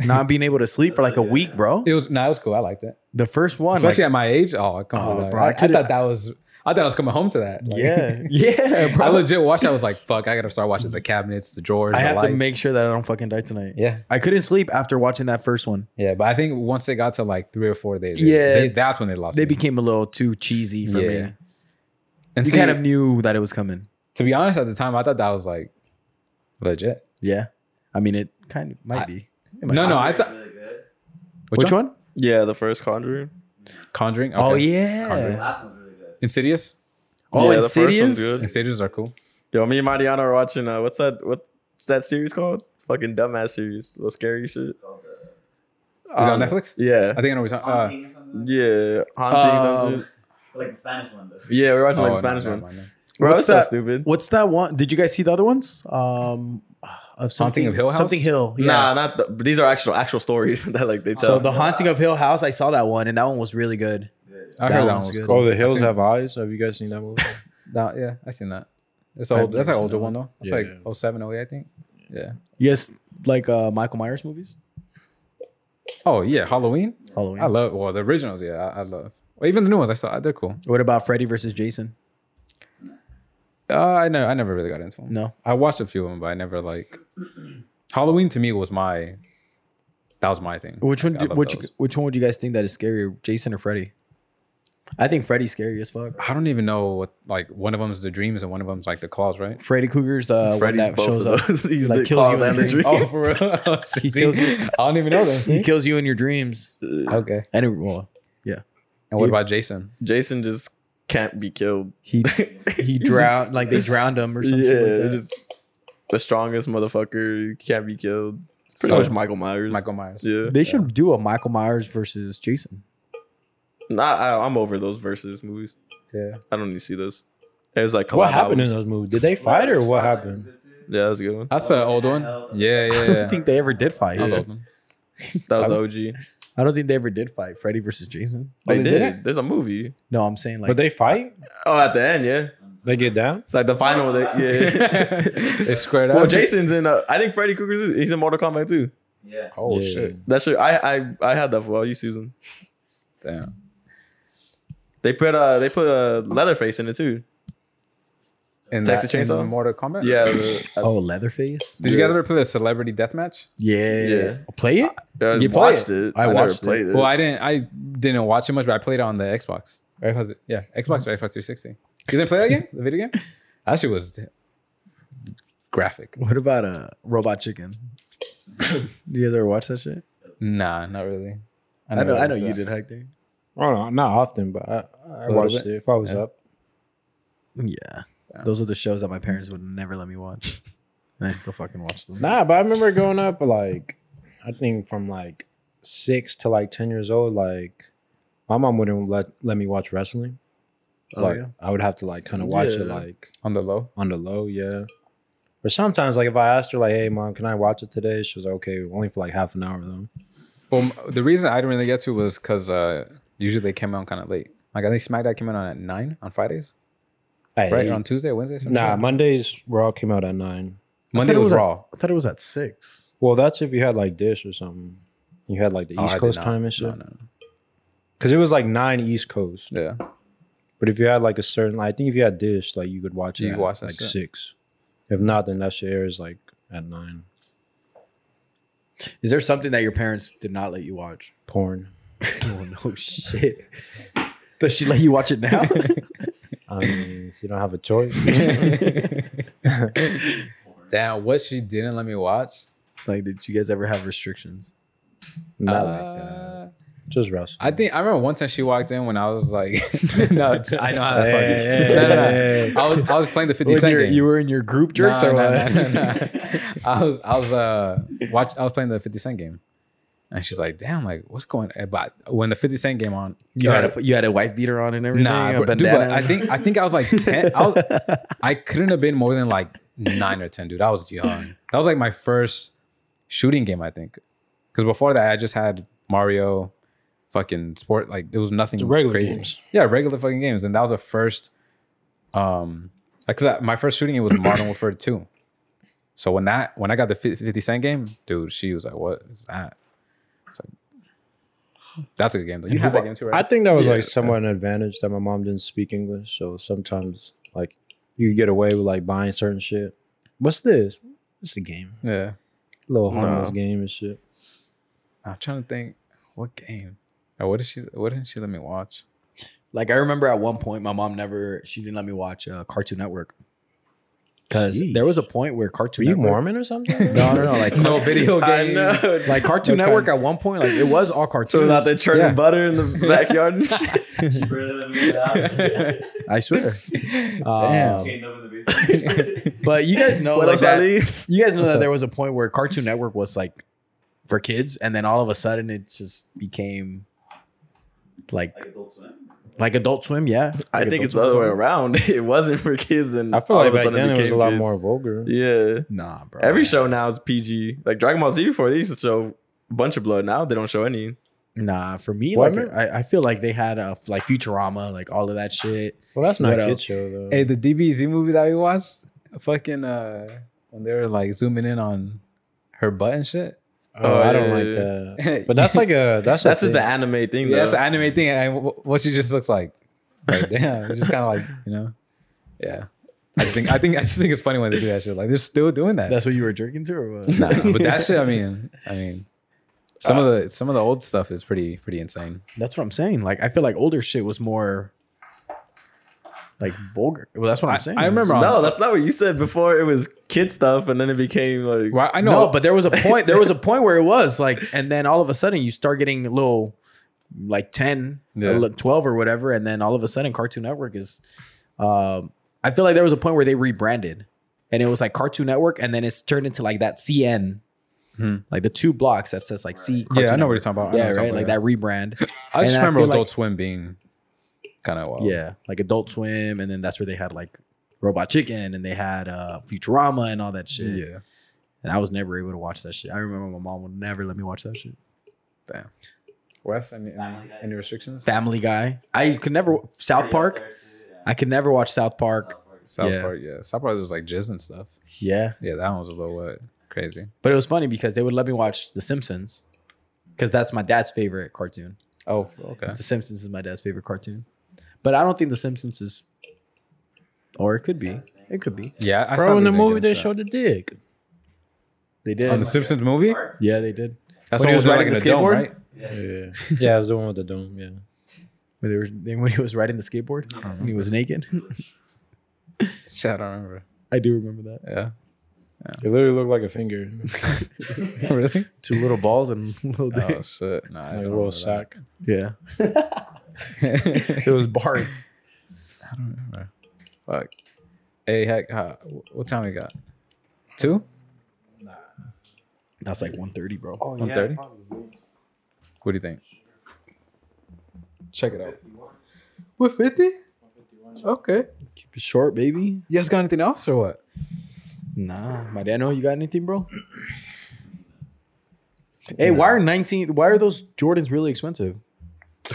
[SPEAKER 2] not being able to sleep for like a week, bro.
[SPEAKER 1] it was no, it was cool. I liked it.
[SPEAKER 2] The first one, like,
[SPEAKER 1] Especially at my age. Oh, come
[SPEAKER 2] Oh,
[SPEAKER 1] on. dog.
[SPEAKER 2] bro, I
[SPEAKER 1] I, I
[SPEAKER 2] could've-
[SPEAKER 1] thought that was I thought I was coming home to that. Like,
[SPEAKER 2] yeah, yeah, bro.
[SPEAKER 1] I
[SPEAKER 2] I,
[SPEAKER 1] legit watched. I was like, "Fuck! I gotta start watching the cabinets, the drawers." the
[SPEAKER 2] have
[SPEAKER 1] lights.
[SPEAKER 2] to make sure that I don't fucking die tonight.
[SPEAKER 1] Yeah,
[SPEAKER 2] I couldn't sleep after watching that first one.
[SPEAKER 1] yeah, but I think once they got to like three or four days,
[SPEAKER 2] Yeah.
[SPEAKER 1] they, that's when they lost.
[SPEAKER 2] They
[SPEAKER 1] me.
[SPEAKER 2] became a little too cheesy for
[SPEAKER 1] Yeah.
[SPEAKER 2] me.
[SPEAKER 1] and
[SPEAKER 2] You
[SPEAKER 1] see,
[SPEAKER 2] kind of knew that it was coming.
[SPEAKER 1] to be honest, at the time, I thought that was like legit.
[SPEAKER 2] Yeah, I mean, it kind of might
[SPEAKER 1] I-
[SPEAKER 2] be. It might
[SPEAKER 1] No,
[SPEAKER 2] be.
[SPEAKER 1] no, I
[SPEAKER 5] Really
[SPEAKER 1] thought
[SPEAKER 5] good.
[SPEAKER 1] which,
[SPEAKER 2] Which
[SPEAKER 1] one?
[SPEAKER 2] one?
[SPEAKER 3] Yeah, the first Conjuring.
[SPEAKER 1] Conjuring.
[SPEAKER 2] Oh
[SPEAKER 1] okay.
[SPEAKER 2] yeah.
[SPEAKER 5] The last one's really good.
[SPEAKER 1] Insidious.
[SPEAKER 2] Oh,
[SPEAKER 3] yeah,
[SPEAKER 2] Insidious?
[SPEAKER 1] Insidious are cool.
[SPEAKER 3] Yo, me and Mariana are watching. Uh, what's that? What's that series called? Fucking dumbass series. Little scary shit. Is
[SPEAKER 5] Called the
[SPEAKER 1] Is it
[SPEAKER 3] Um,
[SPEAKER 1] on Netflix?
[SPEAKER 3] Yeah.
[SPEAKER 1] I think I know what you're talking. Uh,
[SPEAKER 5] Haunting or something like
[SPEAKER 3] Yeah, haunting.
[SPEAKER 2] Um,
[SPEAKER 3] something.
[SPEAKER 5] that? Like the Spanish one, though.
[SPEAKER 3] Yeah, we're watching
[SPEAKER 1] oh,
[SPEAKER 3] like
[SPEAKER 1] no,
[SPEAKER 3] the Spanish
[SPEAKER 1] never
[SPEAKER 3] one.
[SPEAKER 1] mind then.
[SPEAKER 3] Bro,
[SPEAKER 2] What's
[SPEAKER 3] that's so
[SPEAKER 2] that-
[SPEAKER 3] stupid.
[SPEAKER 2] What's that one? Did you guys see the other ones? Um, of something,
[SPEAKER 1] of Hill House?
[SPEAKER 2] Something Hill. Yeah.
[SPEAKER 3] Nah, not the, but these are actual actual stories that like they
[SPEAKER 2] So
[SPEAKER 3] tell.
[SPEAKER 2] the uh, Haunting of Hill House, I saw that one, and that one was really good.
[SPEAKER 1] I
[SPEAKER 2] That
[SPEAKER 1] heard that one
[SPEAKER 2] one's
[SPEAKER 1] was
[SPEAKER 2] good.
[SPEAKER 1] cool.
[SPEAKER 4] Oh, the
[SPEAKER 1] I
[SPEAKER 4] hills
[SPEAKER 1] seen-
[SPEAKER 4] have eyes. Have you guys seen that movie?
[SPEAKER 1] Nah, yeah, I seen that. It's
[SPEAKER 4] I've
[SPEAKER 1] old. That's
[SPEAKER 4] never
[SPEAKER 1] like
[SPEAKER 4] seen
[SPEAKER 1] older
[SPEAKER 4] that
[SPEAKER 1] one though. It's like
[SPEAKER 4] Yeah.
[SPEAKER 1] oh seven, oh eight, I think. Yeah.
[SPEAKER 2] Yes, like uh, Michael Myers movies.
[SPEAKER 1] Oh yeah, Halloween.
[SPEAKER 2] Halloween.
[SPEAKER 1] I love well the originals. Yeah, I, I love. Well, even the new ones I saw. They're cool.
[SPEAKER 2] what about Freddy versus Jason?
[SPEAKER 1] Uh, I know. I never really got into them.
[SPEAKER 2] No?
[SPEAKER 1] I watched a few of them, but I never like. Halloween to me was my. That was my thing.
[SPEAKER 2] Which one?
[SPEAKER 1] Like, I
[SPEAKER 2] do-
[SPEAKER 1] love
[SPEAKER 2] which
[SPEAKER 1] those.
[SPEAKER 2] which one would you guys think that is scarier, Jason or Freddy? I think Freddy's scary as fuck.
[SPEAKER 1] I don't even know what like one of them's the dreams and one of them's like the claws, right?
[SPEAKER 2] Freddy Cougar's the
[SPEAKER 3] Freddy's
[SPEAKER 2] one that
[SPEAKER 3] both
[SPEAKER 2] shows
[SPEAKER 3] of
[SPEAKER 2] up.
[SPEAKER 3] those. He's
[SPEAKER 2] like,
[SPEAKER 3] the
[SPEAKER 2] kills
[SPEAKER 3] cause
[SPEAKER 2] you in
[SPEAKER 3] and the
[SPEAKER 2] your
[SPEAKER 3] dream.
[SPEAKER 1] Oh, for real.
[SPEAKER 2] He
[SPEAKER 1] See?
[SPEAKER 2] kills you.
[SPEAKER 1] I don't even know
[SPEAKER 2] He
[SPEAKER 1] that.
[SPEAKER 2] kills you in your dreams.
[SPEAKER 1] okay.
[SPEAKER 2] Anyway, well,
[SPEAKER 1] And what about Jason?
[SPEAKER 3] Jason just can't be killed.
[SPEAKER 2] he he
[SPEAKER 3] He's
[SPEAKER 2] drowned like they drowned him or
[SPEAKER 3] just-
[SPEAKER 2] something.
[SPEAKER 3] yeah,
[SPEAKER 2] like that.
[SPEAKER 3] just the strongest motherfucker. he Can't be killed. It's pretty
[SPEAKER 1] So-
[SPEAKER 3] much Michael Myers.
[SPEAKER 1] Michael Myers.
[SPEAKER 3] Yeah.
[SPEAKER 2] they should do a Michael Myers versus Jason.
[SPEAKER 3] Nah, I, I'm over those versus movies.
[SPEAKER 4] Yeah.
[SPEAKER 3] I don't need to see those. It was like
[SPEAKER 4] What happened in
[SPEAKER 3] collab
[SPEAKER 4] those movies? Did they fight or what happened?
[SPEAKER 3] albums. Yeah, that was a good one.
[SPEAKER 1] That's an old one. Yeah, yeah,
[SPEAKER 2] I don't
[SPEAKER 1] yeah.
[SPEAKER 2] think they ever did fight.
[SPEAKER 1] That was an old one.
[SPEAKER 3] That was OG.
[SPEAKER 2] I don't think they ever did fight Freddy versus Jason.
[SPEAKER 3] They
[SPEAKER 4] they did
[SPEAKER 3] did.
[SPEAKER 4] it?
[SPEAKER 3] There's a movie.
[SPEAKER 2] No, I'm saying like
[SPEAKER 4] But they fight?
[SPEAKER 3] Oh, at the end, yeah.
[SPEAKER 4] They get down?
[SPEAKER 3] Like the final. They, yeah.
[SPEAKER 1] It's squared
[SPEAKER 3] well,
[SPEAKER 1] up.
[SPEAKER 3] Jason's in. Uh, I think Freddy Krueger's is- he's in Mortal Kombat too.
[SPEAKER 5] Yeah.
[SPEAKER 1] Oh
[SPEAKER 4] Yeah.
[SPEAKER 1] shit!
[SPEAKER 3] That's true. I I I had that for a while. You Susan.
[SPEAKER 1] Damn.
[SPEAKER 3] They put uh they put uh, Leatherface in it too.
[SPEAKER 1] In
[SPEAKER 3] Texas
[SPEAKER 1] that- in
[SPEAKER 3] Chainsaw?
[SPEAKER 1] Mortal Kombat.
[SPEAKER 3] Yeah. the- I-
[SPEAKER 2] oh Leatherface.
[SPEAKER 1] Did you guys ever play the Celebrity Deathmatch?
[SPEAKER 2] Yeah,
[SPEAKER 3] Yeah.
[SPEAKER 2] play it.
[SPEAKER 3] I
[SPEAKER 1] You play
[SPEAKER 3] watched it.
[SPEAKER 2] I
[SPEAKER 3] never
[SPEAKER 2] watched it.
[SPEAKER 3] played
[SPEAKER 1] Well, I didn't. I didn't watch it much, but I played it on the Xbox. Right? Was it- Yeah, Xbox or Xbox 360. You didn't play that game? The video game? That shit was graphic.
[SPEAKER 2] What about uh, Robot Chicken? you guys ever watch that shit?
[SPEAKER 1] Nah, not really.
[SPEAKER 2] I know,
[SPEAKER 1] never
[SPEAKER 2] I know
[SPEAKER 1] got
[SPEAKER 2] you
[SPEAKER 1] into
[SPEAKER 2] did, Hector.
[SPEAKER 4] I don't know. Oh, Not often, but I, I
[SPEAKER 1] little
[SPEAKER 4] watched
[SPEAKER 1] bit.
[SPEAKER 4] it if I was
[SPEAKER 1] Yeah.
[SPEAKER 4] up.
[SPEAKER 2] Yeah.
[SPEAKER 1] Yeah.
[SPEAKER 2] Those are the shows that my parents would never let me watch. And I still fucking watch them.
[SPEAKER 4] Nah, but I remember growing up, like, I think from like six to like 10 years old, like, my mom wouldn't let, let me watch wrestling.
[SPEAKER 2] Oh,
[SPEAKER 4] like,
[SPEAKER 2] yeah.
[SPEAKER 4] I would have to like kind of watch it
[SPEAKER 3] Yeah.
[SPEAKER 4] like
[SPEAKER 1] that. on the low.
[SPEAKER 4] on the low, yeah. Or sometimes, like, if I asked her, like, hey, mom, can I watch it today? She was like, okay, only for like half an hour, though.
[SPEAKER 1] Well, m- the reason I didn't really get to was because uh, usually they came out kind of late. Like I think SmackDown came out on at nine on Fridays,
[SPEAKER 4] Hey,
[SPEAKER 1] right? Or on Tuesday, Wednesday. some
[SPEAKER 4] Nah,
[SPEAKER 1] shit.
[SPEAKER 4] Mondays Raw came out at nine.
[SPEAKER 1] Monday
[SPEAKER 2] I thought it
[SPEAKER 1] was,
[SPEAKER 2] was at-
[SPEAKER 1] Raw.
[SPEAKER 2] I thought it was at six.
[SPEAKER 4] Well, that's if you had like Dish or something. You had like the
[SPEAKER 1] Oh, I
[SPEAKER 4] East
[SPEAKER 1] did
[SPEAKER 4] Coast
[SPEAKER 1] not.
[SPEAKER 4] time and shit.
[SPEAKER 1] No, no,
[SPEAKER 4] Because it was like nine East Coast.
[SPEAKER 1] no. Yeah,
[SPEAKER 4] But if you had like a certain, I think if you had Dish, like you could watch it
[SPEAKER 1] You
[SPEAKER 4] at
[SPEAKER 1] watch that
[SPEAKER 4] like
[SPEAKER 1] shit.
[SPEAKER 4] six. If not, then that shit airs like at nine.
[SPEAKER 2] Is there something that your parents did not let you watch?
[SPEAKER 4] Porn.
[SPEAKER 2] oh no shit. Does she let you watch it now?
[SPEAKER 4] I mean, so you don't have a choice.
[SPEAKER 1] Uh, damn. What she didn't let me watch.
[SPEAKER 2] like, did you guys ever have restrictions?
[SPEAKER 4] not
[SPEAKER 1] Uh,
[SPEAKER 4] like that. Just wrestling.
[SPEAKER 1] I think I remember one time she walked in when I was like, no, I know how that's
[SPEAKER 4] Hey,
[SPEAKER 1] funny.
[SPEAKER 4] hey,
[SPEAKER 1] no, no, no.
[SPEAKER 4] hey.
[SPEAKER 1] I was I was playing the Fifty
[SPEAKER 2] Like,
[SPEAKER 1] Cent
[SPEAKER 2] you're-
[SPEAKER 1] game.
[SPEAKER 2] you were in your group jerks
[SPEAKER 1] No,
[SPEAKER 2] or
[SPEAKER 1] no,
[SPEAKER 2] what?
[SPEAKER 1] no, no, no. I was I was uh watch I was playing the Fifty Cent game, and she's like, "Damn, like what's going?" on? But when the Fifty Cent game on,
[SPEAKER 2] You had
[SPEAKER 1] or-
[SPEAKER 2] a you had a wife beater on and everything.
[SPEAKER 1] nah,
[SPEAKER 2] a
[SPEAKER 1] bro, dude,
[SPEAKER 2] bandana?
[SPEAKER 1] but I think I think I was like ten. I, was, I couldn't have been more than like nine or ten, dude. I was young. That was like my first shooting game, I think, because before that I just had Mario, fucking sport. Like it was nothing
[SPEAKER 4] regular
[SPEAKER 1] crazy.
[SPEAKER 4] games.
[SPEAKER 1] Yeah, regular fucking games, and that was the first. Um, because my first shooting game was Modern Warfare Two. So when that when I got the fif- Fifty Cent game, dude, she was like, "What is that?" It's like, that's a good game though. You have that game too,
[SPEAKER 4] I
[SPEAKER 1] right?
[SPEAKER 4] think that was
[SPEAKER 1] Yeah.
[SPEAKER 4] like somewhat an advantage that my mom didn't speak English, so sometimes like you could get away with like buying certain shit. What's this? It's a game,
[SPEAKER 1] yeah.
[SPEAKER 4] little
[SPEAKER 3] No.
[SPEAKER 4] harmless game and shit.
[SPEAKER 1] I'm trying to think what game or what did she what didn't she let me watch?
[SPEAKER 2] Like I remember at one point, my mom never she didn't let me watch uh, Cartoon Network because
[SPEAKER 4] Jeez.
[SPEAKER 2] there was a point where Cartoon
[SPEAKER 4] Were you
[SPEAKER 2] Network,
[SPEAKER 4] Mormon or something?
[SPEAKER 2] No, no, no, like
[SPEAKER 1] No video
[SPEAKER 3] I know.
[SPEAKER 2] like Cartoon
[SPEAKER 4] Okay.
[SPEAKER 2] Network at one point, like it was all cartoons.
[SPEAKER 3] so without the churning
[SPEAKER 1] Yeah.
[SPEAKER 3] butter in the backyard and shit.
[SPEAKER 5] She really let me get out.
[SPEAKER 2] I swear. Um,
[SPEAKER 4] Uh,
[SPEAKER 5] Chained up in the basement.
[SPEAKER 2] But you guys know,
[SPEAKER 3] what
[SPEAKER 2] like
[SPEAKER 3] else
[SPEAKER 2] that,
[SPEAKER 3] I leave?
[SPEAKER 2] you guys know
[SPEAKER 4] What's
[SPEAKER 2] that
[SPEAKER 4] up?
[SPEAKER 2] there was a point where Cartoon Network was like for kids, and then all of a sudden it just became like
[SPEAKER 5] like Adult Swim.
[SPEAKER 2] like Adult Swim. Yeah,
[SPEAKER 3] I
[SPEAKER 2] Like
[SPEAKER 3] think
[SPEAKER 2] Adult
[SPEAKER 3] it's the
[SPEAKER 2] Swim.
[SPEAKER 3] other way around. It wasn't for kids, and
[SPEAKER 4] I feel
[SPEAKER 3] all
[SPEAKER 4] like
[SPEAKER 3] of a
[SPEAKER 4] back
[SPEAKER 3] sudden
[SPEAKER 4] then it was
[SPEAKER 3] became
[SPEAKER 4] a lot
[SPEAKER 3] kids.
[SPEAKER 4] more vulgar.
[SPEAKER 3] Yeah,
[SPEAKER 2] Nah, bro.
[SPEAKER 3] every show now is PG. Like Dragon Ball Z before they used to show a bunch of blood. Now they don't show any.
[SPEAKER 2] Nah, for me,
[SPEAKER 4] What?
[SPEAKER 2] like I, I feel like they had a like Futurama, like all of that shit.
[SPEAKER 4] Well, that's not
[SPEAKER 2] What
[SPEAKER 4] a kid
[SPEAKER 2] else?
[SPEAKER 4] show though.
[SPEAKER 1] Hey, the DBZ movie that we watched, fucking uh when they were like zooming in on her butt and shit.
[SPEAKER 4] oh,
[SPEAKER 3] Oh,
[SPEAKER 4] I don't
[SPEAKER 3] yeah,
[SPEAKER 4] like
[SPEAKER 3] yeah,
[SPEAKER 4] that. But that's like a that's a
[SPEAKER 3] That's just the
[SPEAKER 4] thing.
[SPEAKER 3] anime thing.
[SPEAKER 1] Yeah,
[SPEAKER 3] Though.
[SPEAKER 1] that's the anime thing, and I- what she just looks like. Like damn, it's just kind of like you know, yeah. I just think I think I just think it's funny when they do that shit. Like they're still doing that.
[SPEAKER 2] That's what you were jerking to, or what?
[SPEAKER 1] Nah, but that shit, I mean, I mean, some of the some of the old stuff is pretty pretty insane.
[SPEAKER 2] That's what I'm saying. Like, I feel like older shit was more like vulgar. Well, that's what I'm saying.
[SPEAKER 1] I remember. on-
[SPEAKER 3] No, that's not what you said before. It was kid stuff, and then it became like
[SPEAKER 1] Well, I know,
[SPEAKER 2] No, but there was a point. There was a point where it was like, and then all of a sudden you start getting a little, like 10,
[SPEAKER 1] Yeah.
[SPEAKER 2] ele- 12 or whatever, and then all of a sudden Cartoon Network is. Um, I feel like there was a point where they rebranded, and it was like Cartoon Network, and then it's turned into like that CN,
[SPEAKER 1] Hmm.
[SPEAKER 2] like the two blocks that says like C.
[SPEAKER 1] yeah, I
[SPEAKER 2] Cartoon
[SPEAKER 1] know what you're talking about. I know what
[SPEAKER 2] Network. yeah,
[SPEAKER 1] you're
[SPEAKER 2] right, like
[SPEAKER 1] talking
[SPEAKER 2] that rebrand.
[SPEAKER 1] about. I just
[SPEAKER 2] and I
[SPEAKER 1] remember
[SPEAKER 2] feel
[SPEAKER 1] Adult
[SPEAKER 2] like-
[SPEAKER 1] Swim being kind of wild.
[SPEAKER 2] Yeah, like Adult Swim, and then that's where they had like Robot Chicken, and they had uh, Futurama and all that shit.
[SPEAKER 1] yeah.
[SPEAKER 2] And I was never able to watch that shit. I remember my mom would never let me watch that shit.
[SPEAKER 1] Wes, any,
[SPEAKER 5] Family Guy.
[SPEAKER 1] any restrictions?
[SPEAKER 2] Family Guy. I could never South Park. I could never watch South Park.
[SPEAKER 1] South
[SPEAKER 2] Yeah.
[SPEAKER 1] Park, yeah, South Park was like jizz and stuff.
[SPEAKER 2] Yeah,
[SPEAKER 1] Yeah, that one was a little uh, crazy.
[SPEAKER 2] but it was funny because they would let me watch The Simpsons because that's my dad's favorite cartoon.
[SPEAKER 1] Oh, okay.
[SPEAKER 2] The Simpsons is my dad's favorite cartoon, but I don't think The Simpsons is, or it could be. It could be.
[SPEAKER 1] Yeah, I
[SPEAKER 4] Bro, in the
[SPEAKER 1] something
[SPEAKER 4] movie they
[SPEAKER 1] against
[SPEAKER 4] showed the dick.
[SPEAKER 2] They
[SPEAKER 1] that.
[SPEAKER 2] did.
[SPEAKER 1] on the Simpsons movie.
[SPEAKER 2] yeah, they did.
[SPEAKER 1] That's
[SPEAKER 2] When
[SPEAKER 1] when
[SPEAKER 2] he
[SPEAKER 1] it
[SPEAKER 2] was
[SPEAKER 1] was like
[SPEAKER 2] riding
[SPEAKER 1] in
[SPEAKER 2] the
[SPEAKER 1] the dome,
[SPEAKER 2] skateboard?
[SPEAKER 1] right?
[SPEAKER 4] Yeah, yeah, it was the one with the dome. Yeah,
[SPEAKER 2] When they were they- when he was riding the skateboard and he was naked.
[SPEAKER 1] Shit, I don't remember.
[SPEAKER 2] I do remember that.
[SPEAKER 1] Yeah,
[SPEAKER 4] it literally looked like a finger,
[SPEAKER 1] really?
[SPEAKER 2] Two little balls and a little dick.
[SPEAKER 1] Oh shit, nah, I
[SPEAKER 4] like
[SPEAKER 1] don't
[SPEAKER 4] a
[SPEAKER 1] remember
[SPEAKER 4] little sack.
[SPEAKER 2] Yeah,
[SPEAKER 1] that.
[SPEAKER 2] it was Bart's.
[SPEAKER 1] Fuck. Hey, heck, uh, wh- what time we got? Two?
[SPEAKER 2] That's like 1.30, bro.
[SPEAKER 1] One thirty? What do you think? Check it out. We're fifty. Okay.
[SPEAKER 2] Keep it short, baby.
[SPEAKER 1] You guys got anything else or what?
[SPEAKER 2] Nah, Mariano, you got anything, bro? Hey, why are nineteen? Why are those Jordans really expensive?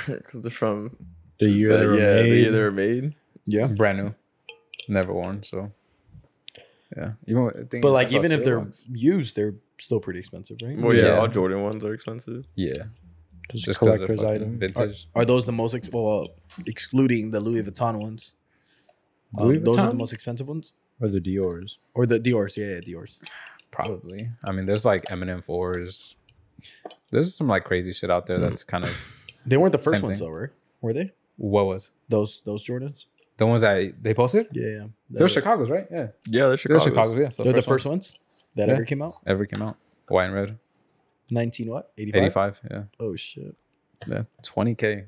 [SPEAKER 3] because they're from
[SPEAKER 4] The year
[SPEAKER 3] the,
[SPEAKER 4] they were
[SPEAKER 3] yeah, the
[SPEAKER 4] made.
[SPEAKER 3] year they were made.
[SPEAKER 2] Yeah,
[SPEAKER 1] Brand new, never worn. So, yeah. Even with- I think
[SPEAKER 2] but
[SPEAKER 1] I
[SPEAKER 2] like
[SPEAKER 1] saw
[SPEAKER 2] even if they're
[SPEAKER 1] Starbucks.
[SPEAKER 2] used, they're still pretty expensive, right?
[SPEAKER 3] Well, yeah,
[SPEAKER 1] Yeah.
[SPEAKER 3] all Jordan ones are expensive.
[SPEAKER 1] yeah,
[SPEAKER 4] Just
[SPEAKER 1] just because they're
[SPEAKER 4] collector's
[SPEAKER 1] fucking
[SPEAKER 4] item.
[SPEAKER 1] vintage.
[SPEAKER 2] Are those the most ex- well, excluding the Louis Vuitton ones? Um,
[SPEAKER 4] Louis
[SPEAKER 2] Those are the
[SPEAKER 4] Vuitton?
[SPEAKER 2] most expensive ones,
[SPEAKER 4] Or the Dior's.
[SPEAKER 2] or the Dior's? Yeah, yeah, Dior's.
[SPEAKER 1] Probably. I mean, there's like Eminem fours. There's some like crazy shit out there that's kind of
[SPEAKER 2] They weren't the first
[SPEAKER 1] Same
[SPEAKER 2] ones
[SPEAKER 1] thing.
[SPEAKER 2] though, right? Were they?
[SPEAKER 1] what was
[SPEAKER 2] Those those Jordans?
[SPEAKER 1] the ones that they posted?
[SPEAKER 2] Yeah, yeah.
[SPEAKER 1] They're Chicago's, right? Yeah,
[SPEAKER 3] Yeah, they're
[SPEAKER 1] they're
[SPEAKER 3] Chicago.
[SPEAKER 1] Chicago's. Yeah, so
[SPEAKER 2] They're the
[SPEAKER 1] one
[SPEAKER 2] first ones that
[SPEAKER 1] Yeah.
[SPEAKER 2] ever came out.
[SPEAKER 1] ever came out. White and red,
[SPEAKER 2] Nineteen what?
[SPEAKER 1] eighty
[SPEAKER 2] 85?
[SPEAKER 1] five. Yeah.
[SPEAKER 2] Oh shit.
[SPEAKER 1] Yeah, twenty k.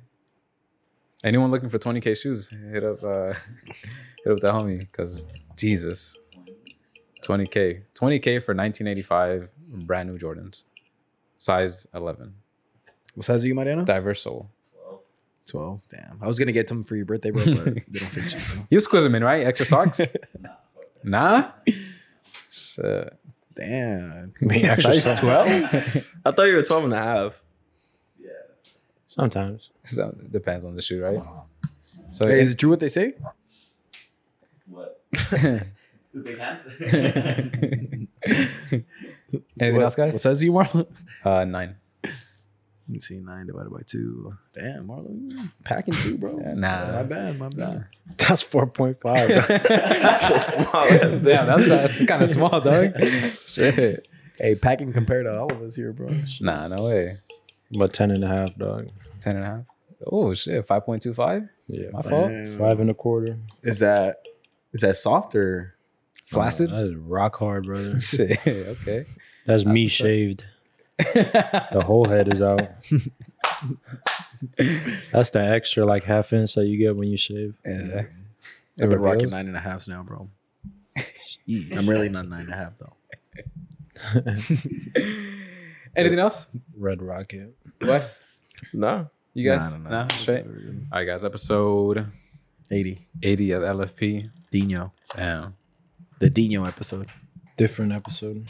[SPEAKER 1] Anyone looking for twenty k shoes, hit up uh, hit up the homie because Jesus, twenty k, twenty k for nineteen eighty five brand new Jordans, size eleven,
[SPEAKER 2] What size are you, Mariano?
[SPEAKER 1] diverse sole.
[SPEAKER 2] 12. Damn. I was going to get them for your birthday, bro, but they don't fit you. So.
[SPEAKER 1] You squeeze them in, right? Extra socks? nah. Shit.
[SPEAKER 2] Damn.
[SPEAKER 4] exercise.
[SPEAKER 2] 12?
[SPEAKER 3] I thought you were 12 and a half.
[SPEAKER 4] Sometimes.
[SPEAKER 1] So, it depends on the shoe, right? So
[SPEAKER 2] Hey, is it true what they say?
[SPEAKER 5] What?
[SPEAKER 1] anything
[SPEAKER 5] The big hands?
[SPEAKER 1] else,
[SPEAKER 2] What
[SPEAKER 1] guys?
[SPEAKER 2] size are you, Marlon?
[SPEAKER 1] Uh, nine.
[SPEAKER 2] Let me see. 9 divided by 2. Damn, Marlon. you Packing two, bro.
[SPEAKER 1] Yeah, nah.
[SPEAKER 2] My bad. My bad.
[SPEAKER 4] That's four point five.
[SPEAKER 3] Wow,
[SPEAKER 1] Damn, that's, that's kind of small, dog. Shit.
[SPEAKER 2] Hey, packing compared to all of us here, bro.
[SPEAKER 1] Nah, no way.
[SPEAKER 4] But ten and a half, dog.
[SPEAKER 1] Ten and a half. Oh shit, five point two five.
[SPEAKER 4] Yeah,
[SPEAKER 1] My
[SPEAKER 4] five,
[SPEAKER 1] fault.
[SPEAKER 4] five and a quarter.
[SPEAKER 2] Is that is that soft or?
[SPEAKER 1] Flaccid.
[SPEAKER 4] That is rock hard, brother.
[SPEAKER 1] Shit. Okay.
[SPEAKER 4] That's, me
[SPEAKER 1] what's up.
[SPEAKER 4] shaved. the whole head is out. That's the extra like half inch that you get when you shave.
[SPEAKER 1] Yeah.
[SPEAKER 2] I've
[SPEAKER 1] It
[SPEAKER 2] been rocking
[SPEAKER 1] reveals.
[SPEAKER 2] nine and a halves now, bro. I'm really not nine and a half, though.
[SPEAKER 1] Anything else?
[SPEAKER 4] Red rocket.
[SPEAKER 1] What?
[SPEAKER 3] no.
[SPEAKER 1] You guys?
[SPEAKER 2] Nah, nah,
[SPEAKER 1] Nah,
[SPEAKER 2] nah.
[SPEAKER 1] straight. All right, guys. Episode
[SPEAKER 2] 80.
[SPEAKER 1] eighty of LFP.
[SPEAKER 2] Dino.
[SPEAKER 1] Damn.
[SPEAKER 2] The Dino episode.
[SPEAKER 4] Different episode.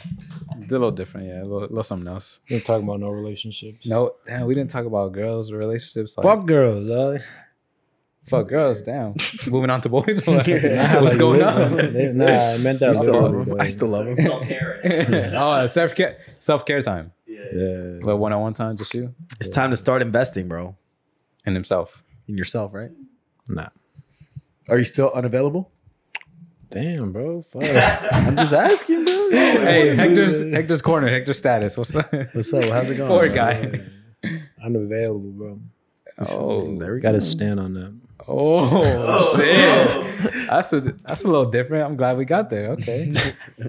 [SPEAKER 1] It's a little different, yeah. A little, little something else.
[SPEAKER 4] We're talking about no relationships.
[SPEAKER 1] No, damn. We didn't talk about girls or relationships. Like,
[SPEAKER 4] Fuck girls, dog.
[SPEAKER 1] fuck girls. Damn. Moving on to boys. What?
[SPEAKER 4] Nah,
[SPEAKER 1] What's
[SPEAKER 4] like,
[SPEAKER 1] going
[SPEAKER 4] what-
[SPEAKER 1] on?
[SPEAKER 4] They- Nah, I meant that. literally, dog.
[SPEAKER 2] love him.
[SPEAKER 5] Self care.
[SPEAKER 1] oh, self care. Self care time.
[SPEAKER 5] Yeah.
[SPEAKER 4] Yeah.
[SPEAKER 1] Little one on one time, just you
[SPEAKER 2] It's time to start investing, bro,
[SPEAKER 1] and himself.
[SPEAKER 2] in yourself, right?
[SPEAKER 4] Nah.
[SPEAKER 2] Are you still unavailable?
[SPEAKER 4] Damn, bro. Fuck.
[SPEAKER 7] I'm just asking, bro.
[SPEAKER 1] hey, Hector's Hector's corner, Hector's status. What's up?
[SPEAKER 7] What's up? How's it going?
[SPEAKER 1] Poor guy.
[SPEAKER 4] Unavailable, bro.
[SPEAKER 1] Oh,
[SPEAKER 7] There we
[SPEAKER 4] Got
[SPEAKER 7] go.
[SPEAKER 4] to stand on that.
[SPEAKER 1] oh,
[SPEAKER 5] Oh,
[SPEAKER 1] shit.
[SPEAKER 5] oh.
[SPEAKER 1] That's a that's a little different. I'm glad we got there. Okay,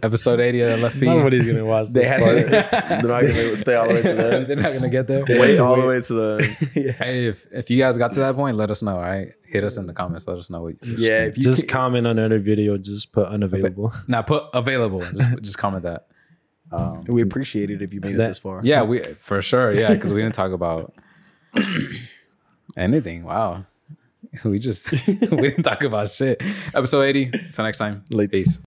[SPEAKER 1] episode eighty of the left feet.
[SPEAKER 4] Nobody's gonna watch.
[SPEAKER 7] They had to.
[SPEAKER 3] They're not gonna stay all the way to the end.
[SPEAKER 1] They're not gonna get there.
[SPEAKER 3] Wait all the way to the end.
[SPEAKER 1] Hey, if if you guys got to that point, let us know. All right, hit us in the comments. Let us know what. You,
[SPEAKER 2] Yeah, if you
[SPEAKER 4] just comment on another video. Just put unavailable.
[SPEAKER 1] Now put available. Just just comment that. Um,
[SPEAKER 7] We appreciate it if you made it
[SPEAKER 4] that-
[SPEAKER 7] this far.
[SPEAKER 1] yeah, we for sure. Yeah, because we didn't talk about anything. Wow, we just we didn't talk about shit. Episode eighty. Until next time.
[SPEAKER 7] Lates.
[SPEAKER 1] Peace.